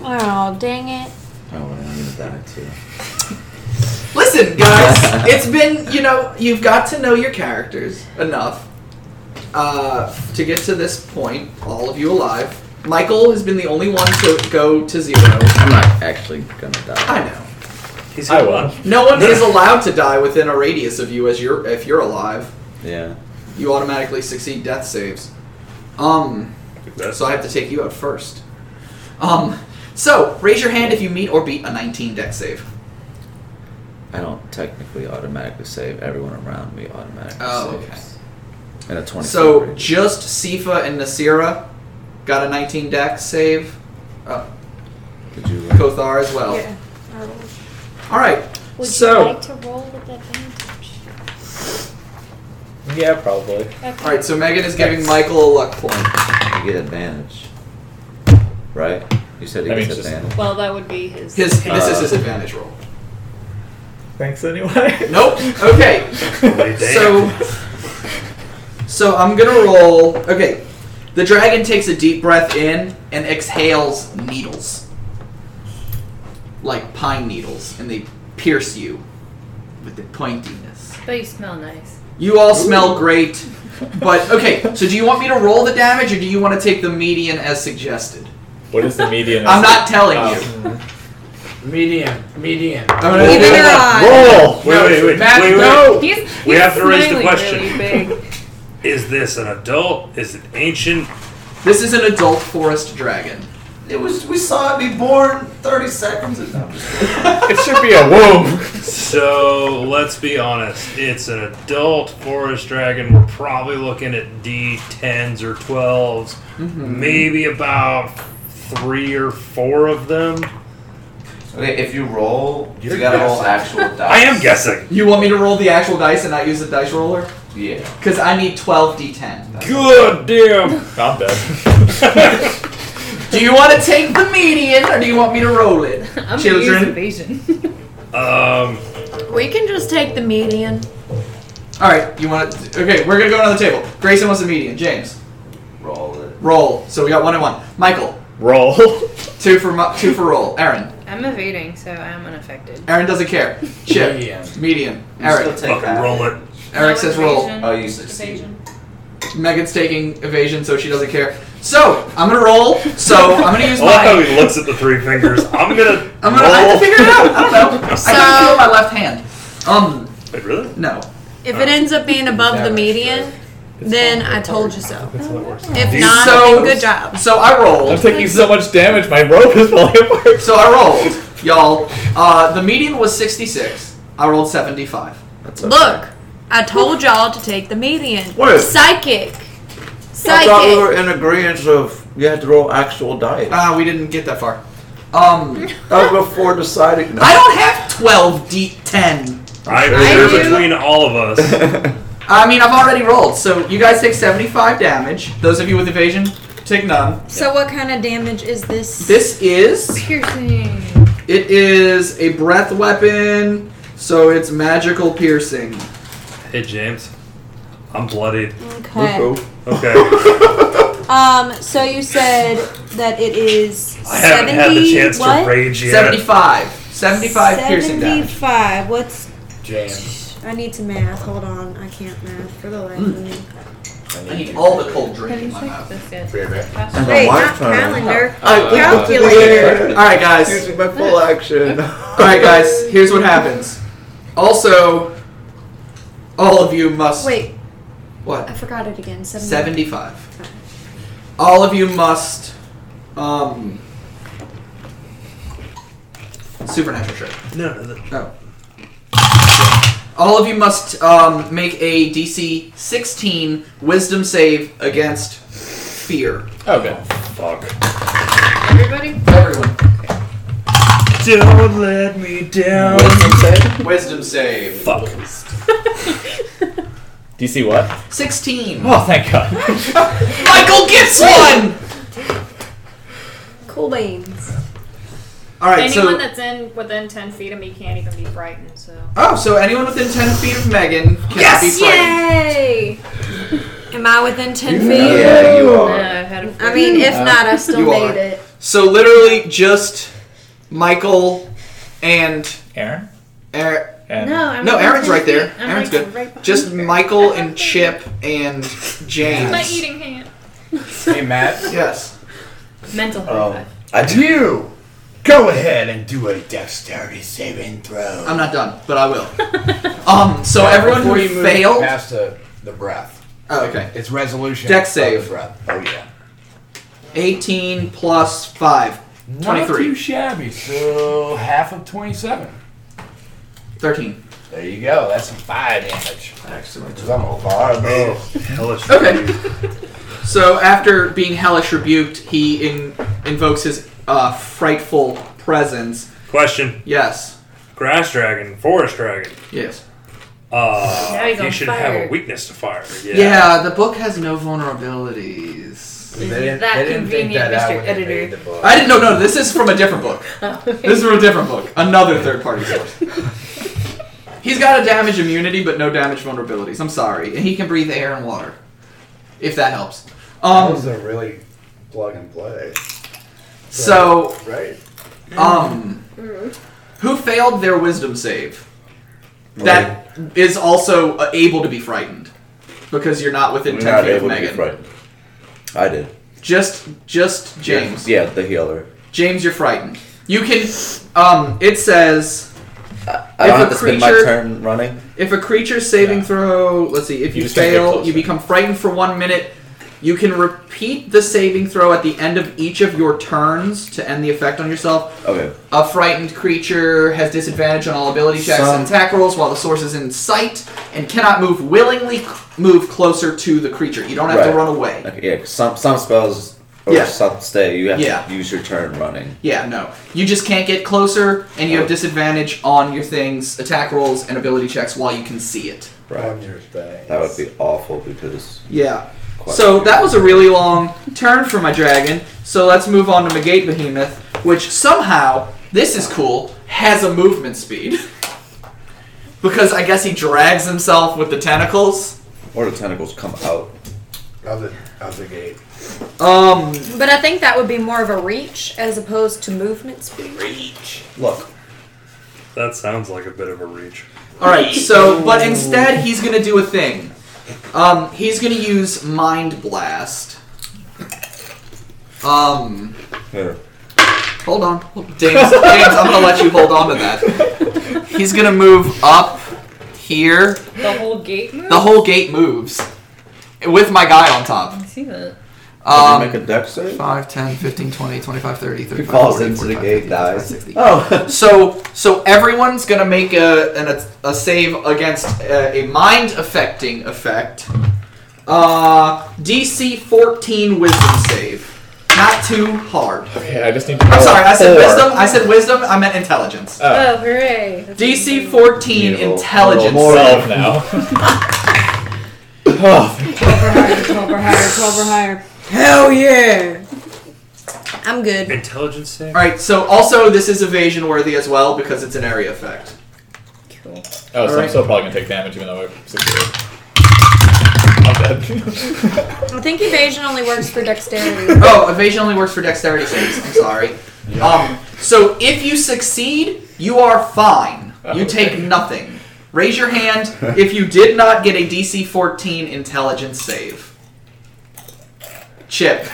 [SPEAKER 6] Oh dang it!
[SPEAKER 7] Oh, well, I'm gonna die too.
[SPEAKER 1] Listen, guys, it's been you know you've got to know your characters enough uh, to get to this point. All of you alive. Michael has been the only one to go to zero.
[SPEAKER 2] I'm not actually gonna die.
[SPEAKER 1] I know.
[SPEAKER 8] He's
[SPEAKER 3] I
[SPEAKER 8] got
[SPEAKER 3] won.
[SPEAKER 1] No one is allowed to die within a radius of you as you're if you're alive.
[SPEAKER 7] Yeah.
[SPEAKER 1] You automatically succeed death saves. Um.
[SPEAKER 8] That's
[SPEAKER 1] So I have to take you out first. Um, so raise your hand if you meet or beat a 19 dex save.
[SPEAKER 7] I don't technically automatically save. Everyone around me automatically
[SPEAKER 1] Oh,
[SPEAKER 7] saves. Okay. And a 20.
[SPEAKER 1] So just Sifa and Nasira got a 19 dex save. Uh,
[SPEAKER 7] Did you uh, roll?
[SPEAKER 1] Kothar as well.
[SPEAKER 6] Yeah. Oh.
[SPEAKER 1] All right.
[SPEAKER 5] Would
[SPEAKER 1] so
[SPEAKER 5] you like to roll with advantage?
[SPEAKER 3] Yeah, probably.
[SPEAKER 5] Okay.
[SPEAKER 1] all right. So Megan is giving Michael a luck point.
[SPEAKER 7] You get advantage. Right? You said he
[SPEAKER 3] I mean,
[SPEAKER 7] gets
[SPEAKER 3] just-
[SPEAKER 7] advantage.
[SPEAKER 5] Well, that would be his.
[SPEAKER 1] His this is his
[SPEAKER 7] Uh,
[SPEAKER 1] advantage roll.
[SPEAKER 3] Thanks anyway.
[SPEAKER 1] Nope. Okay.
[SPEAKER 8] Bloody
[SPEAKER 1] So,
[SPEAKER 8] damn.
[SPEAKER 1] so I'm gonna roll. Okay, the dragon takes a deep breath in and exhales needles, like pine needles, and they pierce you with the pointiness.
[SPEAKER 5] But you smell nice.
[SPEAKER 1] You all smell great, but okay. So, do you want me to roll the damage, or do you want to take the median as suggested?
[SPEAKER 3] What is the median?
[SPEAKER 1] I'm not telling
[SPEAKER 3] Oh.
[SPEAKER 1] you.
[SPEAKER 4] Median. Median.
[SPEAKER 1] I'm gonna
[SPEAKER 6] Even
[SPEAKER 1] roll-
[SPEAKER 6] I.
[SPEAKER 8] Roll! Wait, wait, wait.
[SPEAKER 1] Matt,
[SPEAKER 8] wait, wait.
[SPEAKER 1] no!
[SPEAKER 5] He's,
[SPEAKER 8] We
[SPEAKER 5] he's
[SPEAKER 8] have to raise
[SPEAKER 5] smiling
[SPEAKER 8] the question.
[SPEAKER 5] Really big.
[SPEAKER 8] Is this an adult? Is it ancient?
[SPEAKER 1] This is an adult forest dragon.
[SPEAKER 2] It was we saw it be born 30 seconds ago.
[SPEAKER 3] It should be a womb.
[SPEAKER 8] So let's be honest. It's an adult forest dragon. We're probably looking at D10s or 12s.
[SPEAKER 1] Mm-hmm.
[SPEAKER 8] Mm-hmm. Maybe about three or four of them.
[SPEAKER 2] Okay, if you roll,
[SPEAKER 8] You're
[SPEAKER 2] you gotta roll
[SPEAKER 8] guessing.
[SPEAKER 2] actual dice.
[SPEAKER 8] I am guessing.
[SPEAKER 1] You want me to roll the actual dice and not use the dice roller?
[SPEAKER 2] Yeah.
[SPEAKER 1] Because I need 12 d10.
[SPEAKER 8] Good damn.
[SPEAKER 3] I'm dead.
[SPEAKER 1] Do you want to take the median or do you want me to roll it?
[SPEAKER 5] I'm
[SPEAKER 1] Children.
[SPEAKER 5] Children. Invasion.
[SPEAKER 8] Um,
[SPEAKER 6] We can just take the median.
[SPEAKER 1] All right, you want to? Okay, we're gonna go another table. Grayson wants the median. James,
[SPEAKER 2] Roll it.
[SPEAKER 1] roll. So we got one and one. Michael,
[SPEAKER 3] Roll.
[SPEAKER 1] two for mo- two for roll. Aaron,
[SPEAKER 10] I'm evading, so I'm unaffected.
[SPEAKER 1] Aaron doesn't care. Chip,
[SPEAKER 4] Median.
[SPEAKER 1] median.
[SPEAKER 2] You
[SPEAKER 1] Eric,
[SPEAKER 2] still take
[SPEAKER 8] fucking
[SPEAKER 2] that.
[SPEAKER 8] roll it.
[SPEAKER 1] Eric says roll.
[SPEAKER 2] Oh, you succeed.
[SPEAKER 1] Megan's taking evasion, so she doesn't care. So I'm gonna roll. So I'm gonna use
[SPEAKER 8] I love how
[SPEAKER 1] my.
[SPEAKER 8] he looks at the three fingers. I'm gonna.
[SPEAKER 1] I'm gonna I have
[SPEAKER 8] Oh, roll.
[SPEAKER 1] to figure it out. I don't know. I
[SPEAKER 8] So-
[SPEAKER 1] can feel my left hand. Um,
[SPEAKER 8] Wait, really?
[SPEAKER 1] no.
[SPEAKER 6] If it ends up being above the median, then I told you so. If
[SPEAKER 3] Dude,
[SPEAKER 6] not,
[SPEAKER 1] so-
[SPEAKER 6] then good job.
[SPEAKER 1] So I rolled.
[SPEAKER 3] I'm taking so much damage. My rope is falling apart.
[SPEAKER 1] So I rolled, y'all. Uh, the median was 66. I rolled 75.
[SPEAKER 7] That's
[SPEAKER 6] Look, I told y'all to take the median.
[SPEAKER 7] What?
[SPEAKER 6] Psychic.
[SPEAKER 7] I thought we were
[SPEAKER 6] Psychic.
[SPEAKER 7] in agreement of you had to roll actual dice.
[SPEAKER 1] Ah, we didn't get that far. Um,
[SPEAKER 7] that was before deciding.
[SPEAKER 1] I don't have 12 d10.
[SPEAKER 8] I
[SPEAKER 7] I
[SPEAKER 8] figure
[SPEAKER 7] do.
[SPEAKER 8] between all of us.
[SPEAKER 1] I mean, I've already rolled. So you guys take 75 damage. Those of you with evasion, take none.
[SPEAKER 6] So what kind of damage is this?
[SPEAKER 1] This is
[SPEAKER 5] Piercing.
[SPEAKER 1] It is a breath weapon, so it's magical piercing.
[SPEAKER 8] Hey, James. I'm bloodied.
[SPEAKER 11] Okay.
[SPEAKER 8] Okay.
[SPEAKER 11] Um. So you said that it is
[SPEAKER 8] I haven't had the
[SPEAKER 11] 70
[SPEAKER 8] chance
[SPEAKER 11] what?
[SPEAKER 8] to rage yet.
[SPEAKER 1] 75. 75 piercing damage.
[SPEAKER 11] 75. What's
[SPEAKER 12] James.
[SPEAKER 6] I need to math. Hold on. I can't math for the life of me.
[SPEAKER 1] Hmm. I need all the cold drink in my
[SPEAKER 13] check
[SPEAKER 1] mouth.
[SPEAKER 13] this yet?
[SPEAKER 12] Be right back.
[SPEAKER 7] And the
[SPEAKER 13] Wait, not
[SPEAKER 7] wife turned around.
[SPEAKER 13] calendar.
[SPEAKER 7] Oh,
[SPEAKER 1] Uh,
[SPEAKER 7] I looked up to the
[SPEAKER 13] Calculator.
[SPEAKER 7] air.
[SPEAKER 1] Alright, guys.
[SPEAKER 7] Using my full action.
[SPEAKER 1] Alright, guys. Here's what happens. Also, all of you must.
[SPEAKER 6] Wait,
[SPEAKER 1] What?
[SPEAKER 6] I forgot it again. 70.
[SPEAKER 1] 75. All of you must. Um. Supernatural trick.
[SPEAKER 8] No, no, no.
[SPEAKER 1] Oh. All of you must um, make a DC 16 Wisdom save against fear.
[SPEAKER 3] Okay.
[SPEAKER 1] Oh,
[SPEAKER 8] Fuck.
[SPEAKER 13] Everybody?
[SPEAKER 1] Everyone,
[SPEAKER 8] Don't let me down.
[SPEAKER 1] Wisdom save.
[SPEAKER 8] Fuck.
[SPEAKER 3] DC what?
[SPEAKER 1] 16.
[SPEAKER 3] Oh, thank God.
[SPEAKER 1] Michael gets one.
[SPEAKER 6] Cool beans.
[SPEAKER 1] All right.
[SPEAKER 5] Anyone
[SPEAKER 1] So
[SPEAKER 5] that's in within ten feet of me can't even be frightened. So
[SPEAKER 1] oh, so anyone within 10 feet of Megan cannot be frightened.
[SPEAKER 6] Yay! Am I within 10 feet?
[SPEAKER 9] yeah, you
[SPEAKER 1] Oh.
[SPEAKER 13] No,
[SPEAKER 9] are.
[SPEAKER 13] I've had a
[SPEAKER 6] I mean, if not, I
[SPEAKER 1] You
[SPEAKER 6] still made
[SPEAKER 1] are.
[SPEAKER 6] it.
[SPEAKER 1] So literally just Michael and
[SPEAKER 3] Aaron.
[SPEAKER 1] Eric.
[SPEAKER 3] And
[SPEAKER 13] No, I'm
[SPEAKER 1] No,
[SPEAKER 13] not
[SPEAKER 1] Aaron's right there.
[SPEAKER 13] I'm
[SPEAKER 1] Aaron's
[SPEAKER 13] like
[SPEAKER 1] good.
[SPEAKER 13] right behind
[SPEAKER 1] Just
[SPEAKER 13] her.
[SPEAKER 1] Michael and Chip and James.
[SPEAKER 5] my eating hand.
[SPEAKER 12] Hey, Matt.
[SPEAKER 1] Yes.
[SPEAKER 13] Mental
[SPEAKER 12] Oh.
[SPEAKER 13] high five.
[SPEAKER 9] I do.
[SPEAKER 12] You go ahead and do a dexterity saving throw.
[SPEAKER 1] I'm not done, but I will. Um, so everyone
[SPEAKER 12] Before you
[SPEAKER 1] who
[SPEAKER 12] move
[SPEAKER 1] failed.
[SPEAKER 12] past the, the breath.
[SPEAKER 1] Oh, okay.
[SPEAKER 12] It's resolution.
[SPEAKER 1] Dex
[SPEAKER 12] of
[SPEAKER 1] save.
[SPEAKER 12] the breath. Oh yeah.
[SPEAKER 1] 18 plus 5.
[SPEAKER 12] Not
[SPEAKER 1] 23.
[SPEAKER 12] too shabby. So half of twenty-seven.
[SPEAKER 1] 13.
[SPEAKER 12] There you go. That's some fire damage.
[SPEAKER 1] Excellent.
[SPEAKER 12] Cause I'm on fire, bro.
[SPEAKER 8] Hellish.
[SPEAKER 1] Okay. So after being hellish rebuked, he in- invokes his uh, frightful presence.
[SPEAKER 8] Question:
[SPEAKER 1] Yes.
[SPEAKER 8] Grass dragon, forest dragon.
[SPEAKER 1] Yes.
[SPEAKER 8] Uh,
[SPEAKER 13] Now he's
[SPEAKER 8] he
[SPEAKER 13] on
[SPEAKER 8] should
[SPEAKER 13] fire.
[SPEAKER 8] have a weakness to fire. Yeah.
[SPEAKER 1] Yeah. the book has no vulnerabilities.
[SPEAKER 12] They didn't,
[SPEAKER 13] that
[SPEAKER 12] they didn't think
[SPEAKER 13] convenient,
[SPEAKER 12] that out
[SPEAKER 13] Mr.
[SPEAKER 12] when they
[SPEAKER 13] Editor.
[SPEAKER 12] made the book.
[SPEAKER 1] I didn't know. No, this is from a different book.
[SPEAKER 12] Oh.
[SPEAKER 1] This is from a different book. Another third party source. He's got a damage immunity, but no damage vulnerabilities. I'm sorry. And he can breathe air and water. If that helps.
[SPEAKER 12] That
[SPEAKER 1] Um,
[SPEAKER 12] was a really plug and play,
[SPEAKER 1] so
[SPEAKER 12] right?
[SPEAKER 1] Um, who failed their wisdom save? That is also uh, able to be frightened because you're not within
[SPEAKER 9] We're
[SPEAKER 1] ten
[SPEAKER 9] not
[SPEAKER 1] feet of
[SPEAKER 9] able to be
[SPEAKER 1] Megan.
[SPEAKER 9] frightened. I did.
[SPEAKER 1] just, just James.
[SPEAKER 9] Yeah, the healer.
[SPEAKER 1] James, you're frightened. You can. Um, it says
[SPEAKER 9] I
[SPEAKER 1] If
[SPEAKER 9] don't
[SPEAKER 1] a
[SPEAKER 9] have to spend my
[SPEAKER 1] creature-
[SPEAKER 9] turn running.
[SPEAKER 1] if a creature's saving
[SPEAKER 3] Yeah.
[SPEAKER 1] throw. Let's see. If
[SPEAKER 3] You
[SPEAKER 1] you,
[SPEAKER 3] just can't get
[SPEAKER 1] fail,
[SPEAKER 3] close,
[SPEAKER 1] you
[SPEAKER 3] right?
[SPEAKER 1] become frightened for one minute. You can repeat the saving throw at the end of each of your turns to end the effect on yourself.
[SPEAKER 9] Okay.
[SPEAKER 1] A frightened creature has disadvantage on all ability checks
[SPEAKER 9] Some-
[SPEAKER 1] and attack rolls while the source is in sight and cannot move willingly c- move closer to the creature. You don't have to
[SPEAKER 9] Right.
[SPEAKER 1] run away.
[SPEAKER 9] Okay. Yeah. 'cause Some some spells or
[SPEAKER 1] Yeah.
[SPEAKER 9] some stay. You have
[SPEAKER 1] Yeah.
[SPEAKER 9] to use your turn running.
[SPEAKER 1] Yeah, no. You just can't get closer and you have disadvantage on your things, attack rolls, and ability checks while you can see it.
[SPEAKER 12] On your thing.
[SPEAKER 9] That would be awful because.
[SPEAKER 1] Yeah.
[SPEAKER 9] quite
[SPEAKER 1] So that was a really long turn for my dragon. So let's move on to Megate Behemoth, which somehow, this is cool, has a movement speed. because I guess he drags himself with the tentacles.
[SPEAKER 9] Or the tentacles come out.
[SPEAKER 12] Of the, of the gate.
[SPEAKER 1] Um,
[SPEAKER 6] But I think that would be more of a reach as opposed to movement speed.
[SPEAKER 9] Look.
[SPEAKER 8] That sounds like a bit of a reach.
[SPEAKER 1] all right. So, but instead he's gonna do a thing. Um, he's gonna use Mind Blast. Um,
[SPEAKER 9] Here.
[SPEAKER 1] hold on, James. James, I'm gonna let you hold on to that. He's gonna move up here,
[SPEAKER 5] The whole gate moves?
[SPEAKER 1] the whole gate moves with my guy on top.
[SPEAKER 5] I see that.
[SPEAKER 1] Um,
[SPEAKER 14] make a dex save?
[SPEAKER 1] 5, 10, 15, 20, 25, 30, 35,
[SPEAKER 14] falls
[SPEAKER 1] 40,
[SPEAKER 14] into the
[SPEAKER 1] 45,
[SPEAKER 14] gate,
[SPEAKER 1] 50,
[SPEAKER 14] dies. Oh.
[SPEAKER 1] 60. so so everyone's gonna make a an, a, save against uh, a, a mind affecting effect. Uh, DC 14 Wisdom save. Not too hard.
[SPEAKER 3] Okay, I just need to.
[SPEAKER 1] I'm
[SPEAKER 3] roll
[SPEAKER 1] sorry, I said
[SPEAKER 3] four.
[SPEAKER 1] wisdom. I said wisdom. I meant intelligence.
[SPEAKER 3] Oh.
[SPEAKER 5] hooray.
[SPEAKER 1] DC 14
[SPEAKER 3] Beautiful.
[SPEAKER 1] intelligence.
[SPEAKER 3] Roll
[SPEAKER 1] save.
[SPEAKER 3] now. Oh,
[SPEAKER 15] Twelve or higher. Twelve or higher. Hell yeah!
[SPEAKER 6] I'm good.
[SPEAKER 8] Intelligence save?
[SPEAKER 1] All right. So also this is evasion worthy as well because it's an area effect.
[SPEAKER 5] Cool.
[SPEAKER 3] Oh, so I'm
[SPEAKER 1] Alright.
[SPEAKER 3] still probably gonna take damage even though I'm secure. I'm dead.
[SPEAKER 6] I think evasion only works for dexterity.
[SPEAKER 1] Oh, evasion only works for dexterity saves. I'm sorry. Um, so if you succeed, you are fine. You take nothing. Raise your hand if you did not get a DC 14 intelligence save. Chip.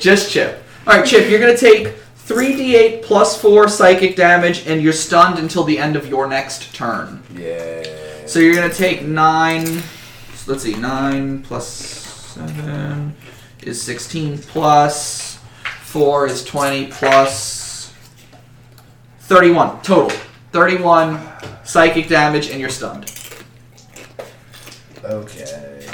[SPEAKER 1] Just Chip. Alright, Chip, you're going to take 3d8 plus 4 psychic damage, and you're stunned until the end of your next turn.
[SPEAKER 12] Yeah.
[SPEAKER 1] So you're going to take 9. Let's see, 9 plus 7 is 16 plus 4 is 20 plus 31 total 31 psychic damage and you're stunned
[SPEAKER 12] Okay.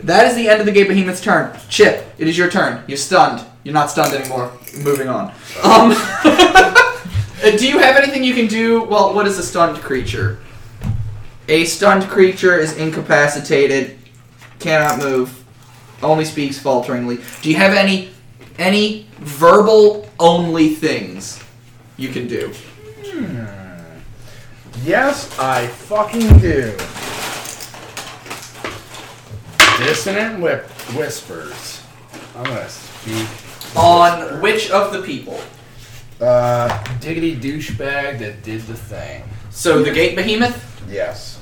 [SPEAKER 1] that is the end of the gate behemoth's turn chip it is your turn you're stunned you're not stunned anymore moving on um, uh, do you have anything you can do well what is a stunned creature a stunned creature is incapacitated cannot move only speaks falteringly do you have any any verbal only things you can do
[SPEAKER 12] Hmm. Yes, I fucking do. Dissonant whip- whispers. I'm gonna speak.
[SPEAKER 1] on which of the people
[SPEAKER 12] Uh, diggity douchebag that did the thing.
[SPEAKER 1] so the gate behemoth
[SPEAKER 12] Yes.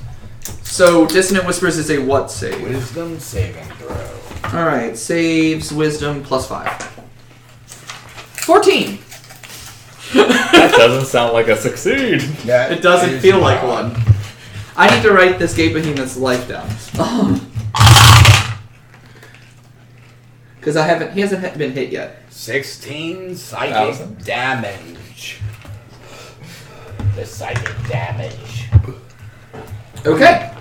[SPEAKER 1] so dissonant whispers is a what save
[SPEAKER 12] Wisdom saving throw.
[SPEAKER 1] all right saves wisdom plus five 14
[SPEAKER 3] that doesn't sound like a succeed.
[SPEAKER 12] That
[SPEAKER 1] it doesn't
[SPEAKER 12] is
[SPEAKER 1] feel like
[SPEAKER 12] not-
[SPEAKER 1] one i need to write this gate behemoth's life down because i haven't he hasn't ha- been hit yet
[SPEAKER 12] 16 psychic
[SPEAKER 3] Thousand.
[SPEAKER 12] damage. The psychic damage.
[SPEAKER 1] okay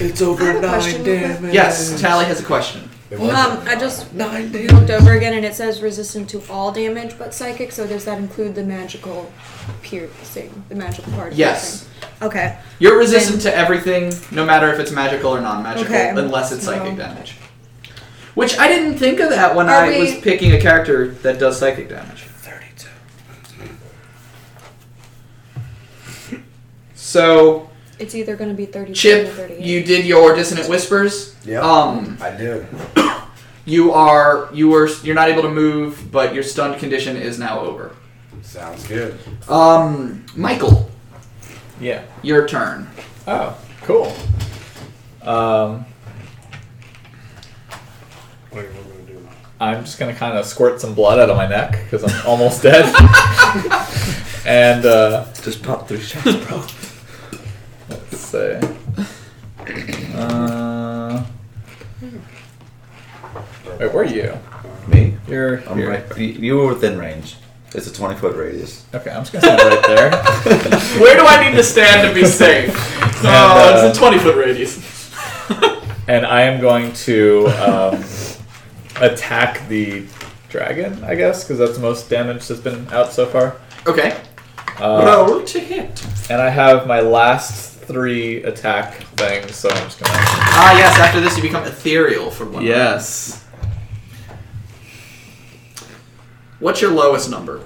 [SPEAKER 14] It's over nine damage.
[SPEAKER 1] yes tally has a question
[SPEAKER 12] It
[SPEAKER 6] Um, I just looked over again and it says resistant to all damage but psychic, so does that include the magical piercing? The magical part? of
[SPEAKER 1] Yes.
[SPEAKER 6] piercing? Okay.
[SPEAKER 1] You're resistant to everything, no matter if it's magical or non-magical,
[SPEAKER 6] Okay,
[SPEAKER 1] unless it's
[SPEAKER 6] so-
[SPEAKER 1] psychic damage. Which I didn't think of that when
[SPEAKER 6] Are
[SPEAKER 1] I
[SPEAKER 6] we-
[SPEAKER 1] was picking a character that does psychic damage. Thirty-two. So,
[SPEAKER 6] It's either going to be 32 or
[SPEAKER 1] Chip,
[SPEAKER 6] 38.
[SPEAKER 1] you did your dissonant whispers.
[SPEAKER 12] Yep.
[SPEAKER 1] Um,
[SPEAKER 12] I do.
[SPEAKER 1] you are you were you're not able to move, but your stunned condition is now over.
[SPEAKER 12] Sounds good.
[SPEAKER 1] Um, Michael,
[SPEAKER 3] Yeah.
[SPEAKER 1] your turn.
[SPEAKER 3] Oh, cool. Um,
[SPEAKER 8] Wait, we're gonna do
[SPEAKER 3] I'm just gonna kind of squirt some blood out of my neck because I'm almost dead. and uh,
[SPEAKER 7] Just pop three shots, bro.
[SPEAKER 3] let's see. Uh, wait, where are you?
[SPEAKER 7] Me?
[SPEAKER 3] You're
[SPEAKER 7] I'm
[SPEAKER 3] here.
[SPEAKER 7] right. You, you were within range. It's a 20 foot radius.
[SPEAKER 3] Okay, I'm just gonna stand right there.
[SPEAKER 1] Where do I need to stand to be safe?
[SPEAKER 3] And, uh,
[SPEAKER 1] twenty foot radius.
[SPEAKER 3] and I am going to um, attack the dragon, I guess, because that's the most damage that's been out so far.
[SPEAKER 1] Okay.
[SPEAKER 3] Uh,
[SPEAKER 1] to hit.
[SPEAKER 3] and I have my last three attack things, so I'm just gonna.
[SPEAKER 1] Ah, yes. After this, you become ethereal for one. round.
[SPEAKER 3] Yes.
[SPEAKER 1] What's your lowest number?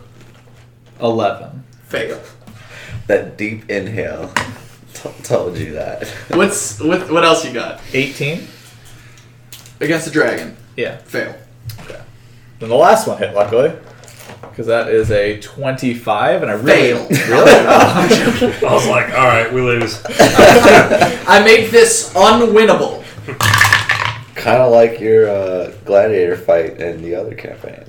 [SPEAKER 3] 11.
[SPEAKER 1] Fail.
[SPEAKER 7] That deep inhale t- told you that.
[SPEAKER 1] What's what? What else you got
[SPEAKER 3] 18?
[SPEAKER 1] against the dragon?
[SPEAKER 3] Yeah.
[SPEAKER 1] Fail.
[SPEAKER 3] Then the last one hit, luckily. Because that is a 25, and I really.
[SPEAKER 1] Fail.
[SPEAKER 8] I was like, all right, we lose.
[SPEAKER 1] I made this unwinnable.
[SPEAKER 7] Kind of like your uh, gladiator fight in the other campaign.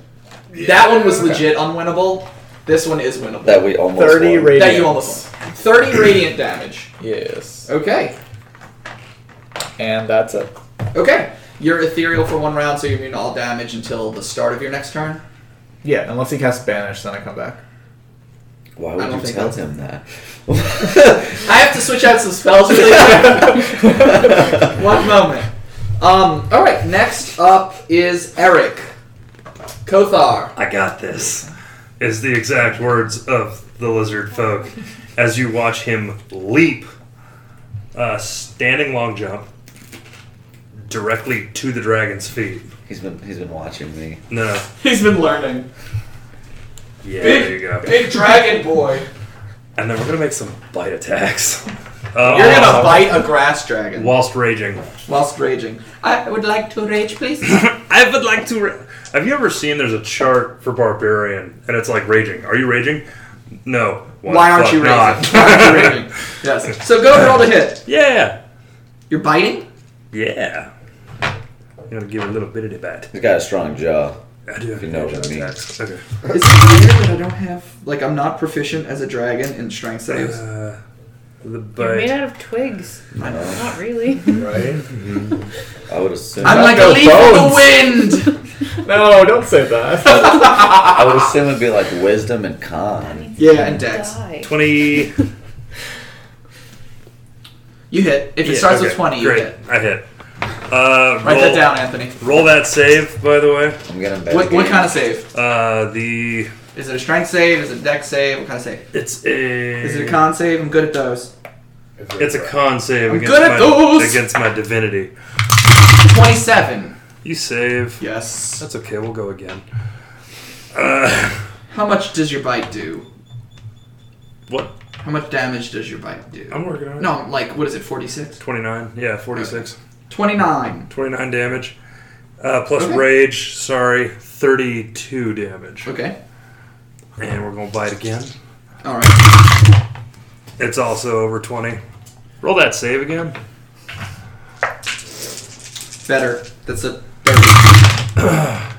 [SPEAKER 1] That one was legit unwinnable. This one is winnable.
[SPEAKER 7] That we almost
[SPEAKER 3] 30
[SPEAKER 7] won.
[SPEAKER 3] radiant.
[SPEAKER 1] That you almost won. 30 radiant damage.
[SPEAKER 3] Yes.
[SPEAKER 1] Okay.
[SPEAKER 3] And that's it.
[SPEAKER 1] Okay. You're ethereal for one round, so you're immune to all damage until the start of your next turn.
[SPEAKER 3] Yeah, unless he casts banish, then I come back.
[SPEAKER 7] Why
[SPEAKER 1] I
[SPEAKER 7] would
[SPEAKER 1] don't
[SPEAKER 7] you
[SPEAKER 1] think
[SPEAKER 7] tell
[SPEAKER 1] that's-
[SPEAKER 7] him that?
[SPEAKER 1] I have to switch out some spells really quick. One moment. Um, all right, next up is Eric. Kothar.
[SPEAKER 8] I got this. Is the exact words of the lizard folk as you watch him leap, uh, standing long jump, directly to the dragon's feet.
[SPEAKER 7] He's been he's been watching me.
[SPEAKER 8] No,
[SPEAKER 1] He's been learning.
[SPEAKER 8] yeah,
[SPEAKER 1] Big-
[SPEAKER 8] there you go.
[SPEAKER 1] Big dragon boy.
[SPEAKER 8] And then we're gonna make some bite attacks. Uh,
[SPEAKER 1] You're
[SPEAKER 8] Oh.
[SPEAKER 1] gonna bite a grass dragon
[SPEAKER 8] whilst raging.
[SPEAKER 1] whilst raging. I would like to rage, please.
[SPEAKER 8] I would like to. Ra- Have you ever seen? There's a chart for barbarian, and it's like raging. Are you raging? No.
[SPEAKER 1] Why aren't
[SPEAKER 8] fuck
[SPEAKER 1] you raging?
[SPEAKER 8] not?
[SPEAKER 1] Why aren't you raging? Yes. So go and roll the hit.
[SPEAKER 8] Yeah.
[SPEAKER 1] You're biting?
[SPEAKER 8] Yeah. I'm gonna give it a little bit of a bite.
[SPEAKER 7] He's got a strong jaw.
[SPEAKER 8] I do have
[SPEAKER 7] You know what I
[SPEAKER 8] advantage on
[SPEAKER 7] mean.
[SPEAKER 8] attacks. Okay.
[SPEAKER 1] Is it weird that I don't have like I'm not proficient as a dragon in strength saves?
[SPEAKER 8] Uh, the
[SPEAKER 5] You're made
[SPEAKER 8] bite.
[SPEAKER 5] out of twigs.
[SPEAKER 1] I know.
[SPEAKER 5] Not really.
[SPEAKER 3] Right?
[SPEAKER 7] I would assume.
[SPEAKER 1] I'm like a
[SPEAKER 3] No
[SPEAKER 1] leaf in the wind.
[SPEAKER 3] No, don't say that.
[SPEAKER 7] I would assume it'd be like wisdom and con.
[SPEAKER 1] Yeah, and dex.
[SPEAKER 5] Die.
[SPEAKER 8] Twenty.
[SPEAKER 1] You hit. If it
[SPEAKER 8] Yeah,
[SPEAKER 1] starts
[SPEAKER 8] okay,
[SPEAKER 1] with twenty, you
[SPEAKER 8] great.
[SPEAKER 1] hit.
[SPEAKER 8] I hit. Uh,
[SPEAKER 1] Write
[SPEAKER 8] roll,
[SPEAKER 1] that down, Anthony.
[SPEAKER 8] Roll that save, by the way.
[SPEAKER 7] I'm gonna bet.
[SPEAKER 1] What, what kind of save?
[SPEAKER 8] Uh, the
[SPEAKER 1] Is it a strength save? Is it a dex save? What kind of save?
[SPEAKER 8] it's a.
[SPEAKER 1] Is it a con save? I'm good at those.
[SPEAKER 8] It's a con save
[SPEAKER 1] I'm
[SPEAKER 8] against
[SPEAKER 1] good at
[SPEAKER 8] my,
[SPEAKER 1] those!
[SPEAKER 8] against my divinity.
[SPEAKER 1] Twenty-seven.
[SPEAKER 8] You save.
[SPEAKER 1] Yes.
[SPEAKER 8] That's okay. We'll go again. Uh,
[SPEAKER 1] How much does your bite do?
[SPEAKER 8] what?
[SPEAKER 1] How much damage does your bite do?
[SPEAKER 8] I'm working on it.
[SPEAKER 1] No, like what is it? Forty-six.
[SPEAKER 8] Twenty-nine. Yeah, forty-six.
[SPEAKER 1] Twenty-nine.
[SPEAKER 8] Twenty-nine damage. Uh, plus
[SPEAKER 1] Okay.
[SPEAKER 8] rage. Sorry, thirty-two damage.
[SPEAKER 1] Okay.
[SPEAKER 8] And we're gonna bite again.
[SPEAKER 1] All right.
[SPEAKER 8] It's also over twenty. Roll that save again.
[SPEAKER 1] Better. That's a. Better.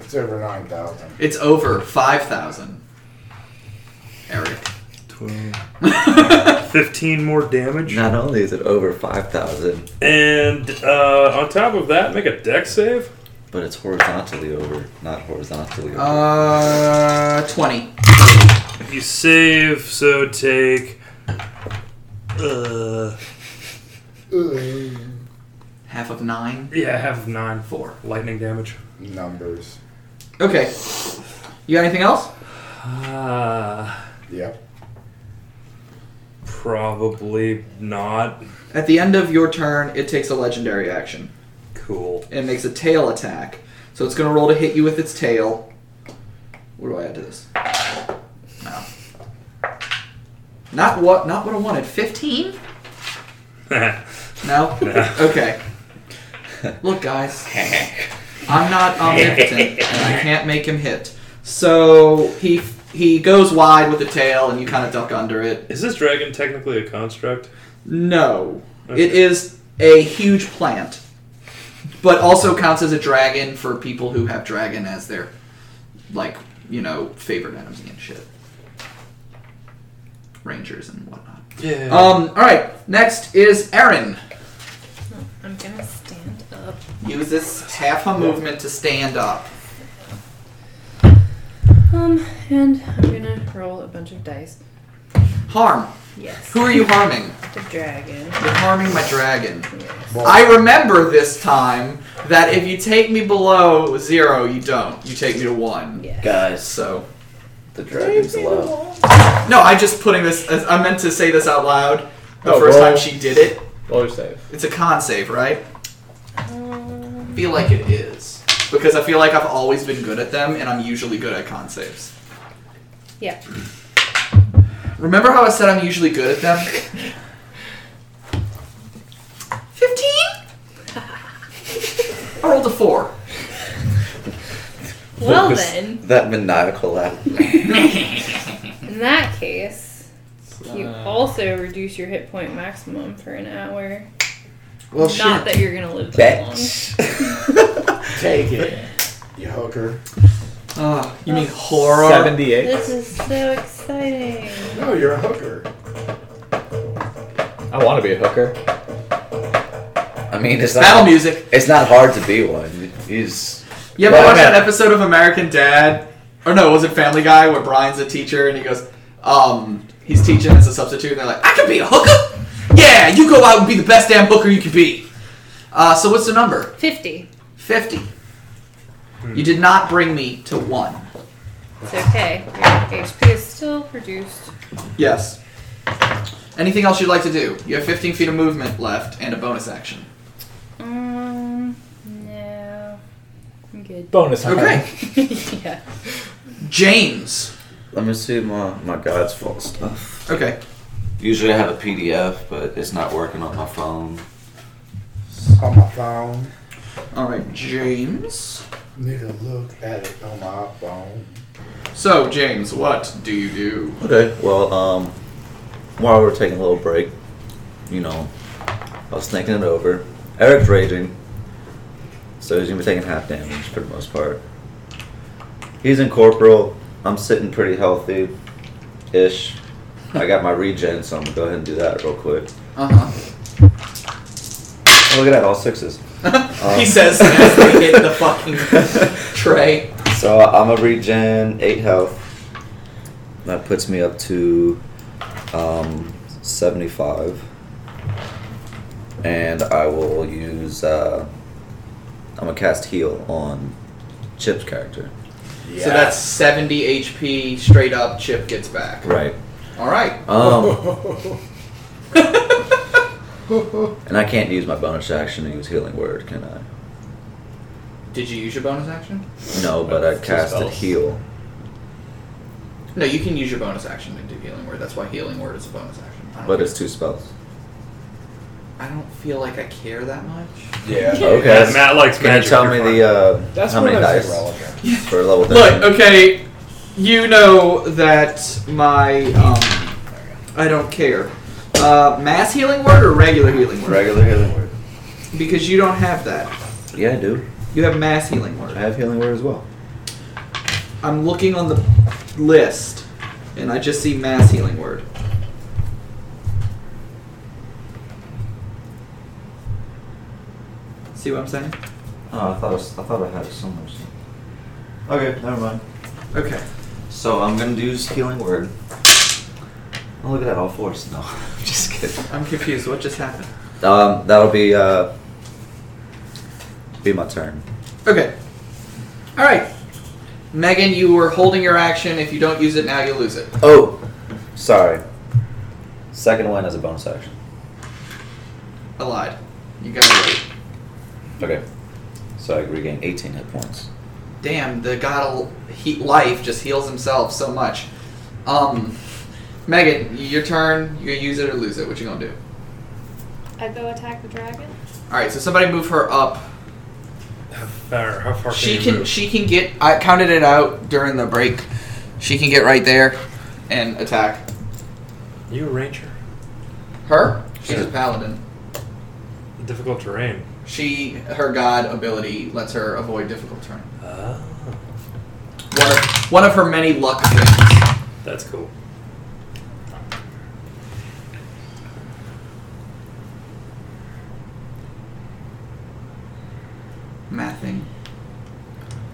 [SPEAKER 4] It's over 9,000.
[SPEAKER 1] It's over five thousand. Eric.
[SPEAKER 8] 12. 15 more damage.
[SPEAKER 7] Not only is it over five thousand,
[SPEAKER 8] And uh, on top of that, make a deck save.
[SPEAKER 7] but it's horizontally over, not horizontally over.
[SPEAKER 1] Uh, twenty.
[SPEAKER 8] You save, so take. Uh,
[SPEAKER 1] Half of nine.
[SPEAKER 8] yeah, I have 9 4 lightning damage.
[SPEAKER 4] Numbers.
[SPEAKER 1] Okay. You got anything else?
[SPEAKER 8] Uh,
[SPEAKER 4] Yep.
[SPEAKER 8] probably not.
[SPEAKER 1] At the end of your turn, it takes a legendary action.
[SPEAKER 8] Cool.
[SPEAKER 1] and makes a tail attack. So it's going to roll to hit you with its tail. What do I add to this? No. Not what not what I wanted. 15? No.
[SPEAKER 8] No.
[SPEAKER 1] Okay. Look guys, I'm not omnipotent and I can't make him hit. So he he goes wide with the tail and you kind of duck under it.
[SPEAKER 8] Is this dragon technically a construct?
[SPEAKER 1] No. It
[SPEAKER 8] Okay.
[SPEAKER 1] is a huge plant. But also counts as a dragon for people who have dragon as their like, you know, favorite enemy and shit. Rangers and whatnot.
[SPEAKER 8] Yeah.
[SPEAKER 1] Um, alright, next is Aaron.
[SPEAKER 10] I'm gonna stand up.
[SPEAKER 1] Uses half a movement to stand up.
[SPEAKER 10] Um, and I'm gonna roll a bunch of dice.
[SPEAKER 1] Harm.
[SPEAKER 10] Yes.
[SPEAKER 1] Who are you harming?
[SPEAKER 10] The dragon.
[SPEAKER 1] You're harming my dragon.
[SPEAKER 10] Yes.
[SPEAKER 1] I remember this time that if you take me below zero, you don't. You take me to one.
[SPEAKER 10] Yes.
[SPEAKER 7] Guys,
[SPEAKER 1] So
[SPEAKER 7] the dragon's low.
[SPEAKER 1] No, I'm just putting this. as- I meant to say this out loud the
[SPEAKER 3] Oh,
[SPEAKER 1] first
[SPEAKER 3] well.
[SPEAKER 1] time she did it.
[SPEAKER 3] Roll your save.
[SPEAKER 1] It's a con save, right?
[SPEAKER 10] Um,
[SPEAKER 1] I feel like it is. Because I feel like I've always been good at them, and I'm usually good at con saves.
[SPEAKER 10] yeah.
[SPEAKER 1] Remember how I said I'm usually good at them? 15? I rolled a 4.
[SPEAKER 10] Well
[SPEAKER 7] This-
[SPEAKER 10] then,
[SPEAKER 7] That maniacal laugh.
[SPEAKER 10] in that case, you
[SPEAKER 3] Uh,
[SPEAKER 10] also reduce your hit point maximum for an hour.
[SPEAKER 1] Well,
[SPEAKER 10] Not
[SPEAKER 1] shit.
[SPEAKER 10] that you're gonna live that long.
[SPEAKER 7] Bet.
[SPEAKER 4] Take it. You hooker.
[SPEAKER 1] Ah, you mean horror?
[SPEAKER 3] 78.
[SPEAKER 10] This is so exciting.
[SPEAKER 4] No, you're a hooker.
[SPEAKER 3] I want to be a hooker.
[SPEAKER 7] I mean, it's not,
[SPEAKER 1] Battle music.
[SPEAKER 7] It's not hard to be one. You just
[SPEAKER 1] You ever
[SPEAKER 7] Well,
[SPEAKER 1] watch
[SPEAKER 7] I
[SPEAKER 1] that
[SPEAKER 7] mean-
[SPEAKER 1] episode of American Dad? Or no, was it Family Guy where Brian's a teacher and he goes, um, he's teaching as a substitute and they're like, I can be a hooker? Yeah, you go out and be the best damn hooker you can be. Uh, so what's the number?
[SPEAKER 5] 50.
[SPEAKER 1] 50. You did not bring me to one.
[SPEAKER 10] It's okay. Your HP is still produced.
[SPEAKER 1] Yes. Anything else you'd like to do? You have 15 feet of movement left and a bonus action.
[SPEAKER 10] Um, no. I'm good.
[SPEAKER 3] Bonus
[SPEAKER 1] Okay.
[SPEAKER 10] yeah.
[SPEAKER 1] James.
[SPEAKER 7] let me see my my God's fault stuff.
[SPEAKER 1] Okay.
[SPEAKER 7] Usually I have a PDF, but it's not working on my phone.
[SPEAKER 4] On my phone.
[SPEAKER 1] All right, James.
[SPEAKER 4] Need to look at it on my phone.
[SPEAKER 1] So, James, what do you do?
[SPEAKER 9] Okay, well, um, while we're taking a little break, you know, I was thinking it over. Eric's raging, so he's gonna be taking half damage for the most part. He's in corporal. I'm sitting pretty healthy, ish. I got my regen, so I'm gonna go ahead and do that real quick.
[SPEAKER 1] Uh huh.
[SPEAKER 9] Oh, look at that, all sixes.
[SPEAKER 1] he
[SPEAKER 9] Um,
[SPEAKER 1] says as they hit the fucking tray.
[SPEAKER 9] So I'm a regen eight health. That puts me up to um, seventy five, and I will use. Uh, I'm gonna cast heal on Chip's character.
[SPEAKER 1] So that's 70 HP straight up. Chip gets back.
[SPEAKER 9] Right.
[SPEAKER 1] All right.
[SPEAKER 9] Um, and I can't use my bonus action to use healing word, can I?
[SPEAKER 1] Did you use your bonus action?
[SPEAKER 9] No, but I
[SPEAKER 3] That's two
[SPEAKER 9] casted
[SPEAKER 3] spells.
[SPEAKER 9] heal.
[SPEAKER 1] No, you can use your bonus action to do healing word. That's why healing word is a bonus action. I don't,
[SPEAKER 9] But it's two spells.
[SPEAKER 1] I don't feel like I care that much.
[SPEAKER 4] Yeah.
[SPEAKER 9] Okay.
[SPEAKER 8] Matt likes
[SPEAKER 9] Can
[SPEAKER 8] magic,
[SPEAKER 9] you tell
[SPEAKER 8] you're
[SPEAKER 9] me
[SPEAKER 8] fine. uh,
[SPEAKER 9] the uh,
[SPEAKER 4] That's
[SPEAKER 9] how many
[SPEAKER 4] when that's
[SPEAKER 9] dice
[SPEAKER 4] irrelevant.
[SPEAKER 9] for level? 13?
[SPEAKER 1] Look, okay, you know that my um, I don't care. Uh, mass healing word or regular healing word?
[SPEAKER 9] Regular healing word.
[SPEAKER 1] Because you don't have that.
[SPEAKER 9] Yeah, I do.
[SPEAKER 1] You have mass healing
[SPEAKER 9] I
[SPEAKER 1] word.
[SPEAKER 9] have healing word as well.
[SPEAKER 1] I'm looking on the list, and I just see mass healing word. See what I'm saying?
[SPEAKER 9] Oh, I thought I, was, I thought I had it somewhere. so- Okay, never mind.
[SPEAKER 1] Okay.
[SPEAKER 9] So I'm gonna use healing word. Oh, look at that, all fours. No, I'm just kidding.
[SPEAKER 1] I'm confused. What just happened?
[SPEAKER 9] Um, that'll be uh, be my turn.
[SPEAKER 1] Okay. All right. Megan, you were holding your action. If you don't use it now, you lose it.
[SPEAKER 9] Oh, sorry. Second one as a bonus action.
[SPEAKER 1] I lied. You got it. right.
[SPEAKER 9] Okay. So I regain 18 hit points.
[SPEAKER 1] Damn, the god of he- life just heals himself so much. Um, Megan, your turn. You gonna use it or lose it? What you gonna do?
[SPEAKER 5] I go attack the dragon.
[SPEAKER 1] All right. So somebody move her up. uh,
[SPEAKER 8] Or how far
[SPEAKER 1] She
[SPEAKER 8] you
[SPEAKER 1] can.
[SPEAKER 8] move?
[SPEAKER 1] She can get. I counted it out during the break. She can get right there and attack
[SPEAKER 8] you a ranger?
[SPEAKER 1] her. She's a
[SPEAKER 9] Sure.
[SPEAKER 1] paladin.
[SPEAKER 8] Difficult terrain.
[SPEAKER 1] She her god ability lets her avoid difficult terrain.
[SPEAKER 8] Oh,
[SPEAKER 1] One of, one of her many luck things.
[SPEAKER 8] that's cool.
[SPEAKER 1] Mathing.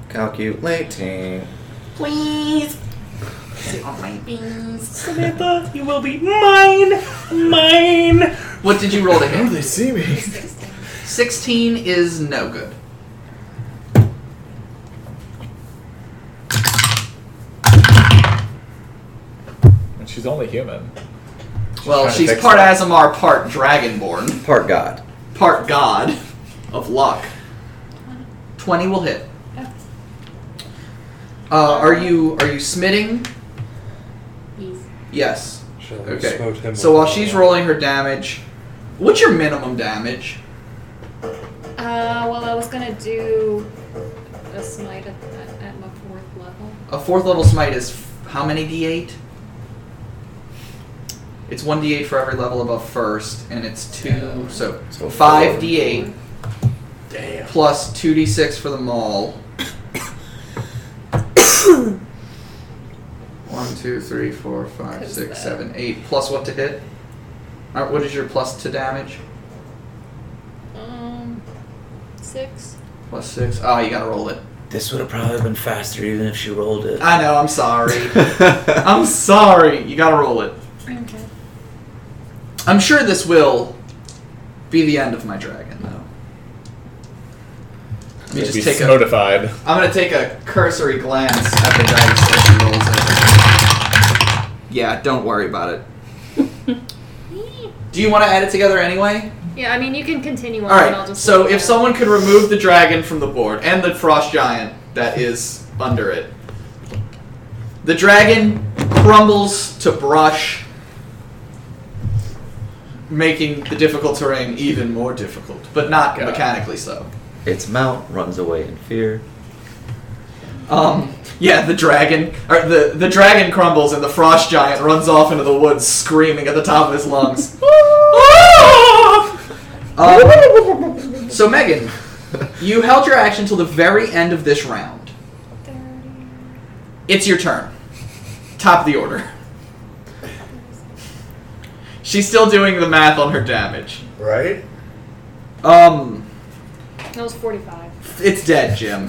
[SPEAKER 9] Calculating.
[SPEAKER 16] Please.
[SPEAKER 10] Mm.
[SPEAKER 8] Samantha, you will be mine, mine.
[SPEAKER 1] What did you roll to hit?
[SPEAKER 3] they see me.
[SPEAKER 1] Sixteen is no good.
[SPEAKER 3] And she's only human.
[SPEAKER 1] Well,
[SPEAKER 3] trying to
[SPEAKER 1] she's
[SPEAKER 3] fix
[SPEAKER 1] part
[SPEAKER 3] that.
[SPEAKER 1] Azamar, part Dragonborn,
[SPEAKER 9] Part God.
[SPEAKER 1] part God of luck. Twenty will hit.
[SPEAKER 5] Yeah.
[SPEAKER 1] Uh, are you are you smitting?
[SPEAKER 5] Yes.
[SPEAKER 1] Yes.
[SPEAKER 8] Should've smoked
[SPEAKER 1] Okay.
[SPEAKER 8] him
[SPEAKER 1] So
[SPEAKER 8] with
[SPEAKER 1] while
[SPEAKER 8] the uh,
[SPEAKER 1] she's
[SPEAKER 8] wall.
[SPEAKER 1] rolling her damage, what's your minimum damage?
[SPEAKER 5] Uh, well, I was gonna do a smite at, at, at my fourth level.
[SPEAKER 1] A fourth level smite is f- how many d8? It's one d8 for every level above first, and it's two, so,
[SPEAKER 9] So
[SPEAKER 1] five
[SPEAKER 9] four.
[SPEAKER 1] d8
[SPEAKER 8] Damn.
[SPEAKER 1] plus two d6 for the maul, One, two, three, four, five,
[SPEAKER 5] Cause
[SPEAKER 1] six,
[SPEAKER 5] that-
[SPEAKER 1] seven, eight. Plus what to hit? Uh, what is your plus to damage?
[SPEAKER 5] Um, six.
[SPEAKER 1] Plus six. Ah, you gotta roll it.
[SPEAKER 9] This would have probably been faster even if she rolled it.
[SPEAKER 1] I know. I'm sorry. I'm sorry. You gotta roll it.
[SPEAKER 5] Okay.
[SPEAKER 1] I'm sure this will be the end of my dragon, though. Let me
[SPEAKER 3] You'll
[SPEAKER 1] just
[SPEAKER 3] be
[SPEAKER 1] take a.
[SPEAKER 3] notified.
[SPEAKER 1] I'm gonna take a cursory glance at the dice that she rolls. It. Yeah, don't worry about it. Do you want to add it together anyway?
[SPEAKER 5] Yeah, I mean you can continue on.
[SPEAKER 1] All
[SPEAKER 5] and I'll
[SPEAKER 1] right.
[SPEAKER 5] just
[SPEAKER 1] So
[SPEAKER 5] look
[SPEAKER 1] if
[SPEAKER 5] at it.
[SPEAKER 1] someone could remove the dragon from the board and the frost giant that is under it, the dragon crumbles to brush, making the difficult terrain even more difficult, but not mechanically so.
[SPEAKER 9] Its mount runs away in fear.
[SPEAKER 1] Um, yeah, the dragon, or the the dragon crumbles, and the frost giant runs off into the woods, screaming at the top of his lungs. Ah! Um, so Megan, you held your action till the very end of this round. It's your turn. Top of the order. She's still doing the math on her damage.
[SPEAKER 4] Right?
[SPEAKER 1] Um,
[SPEAKER 5] That was forty-five,
[SPEAKER 1] it's dead, Jim.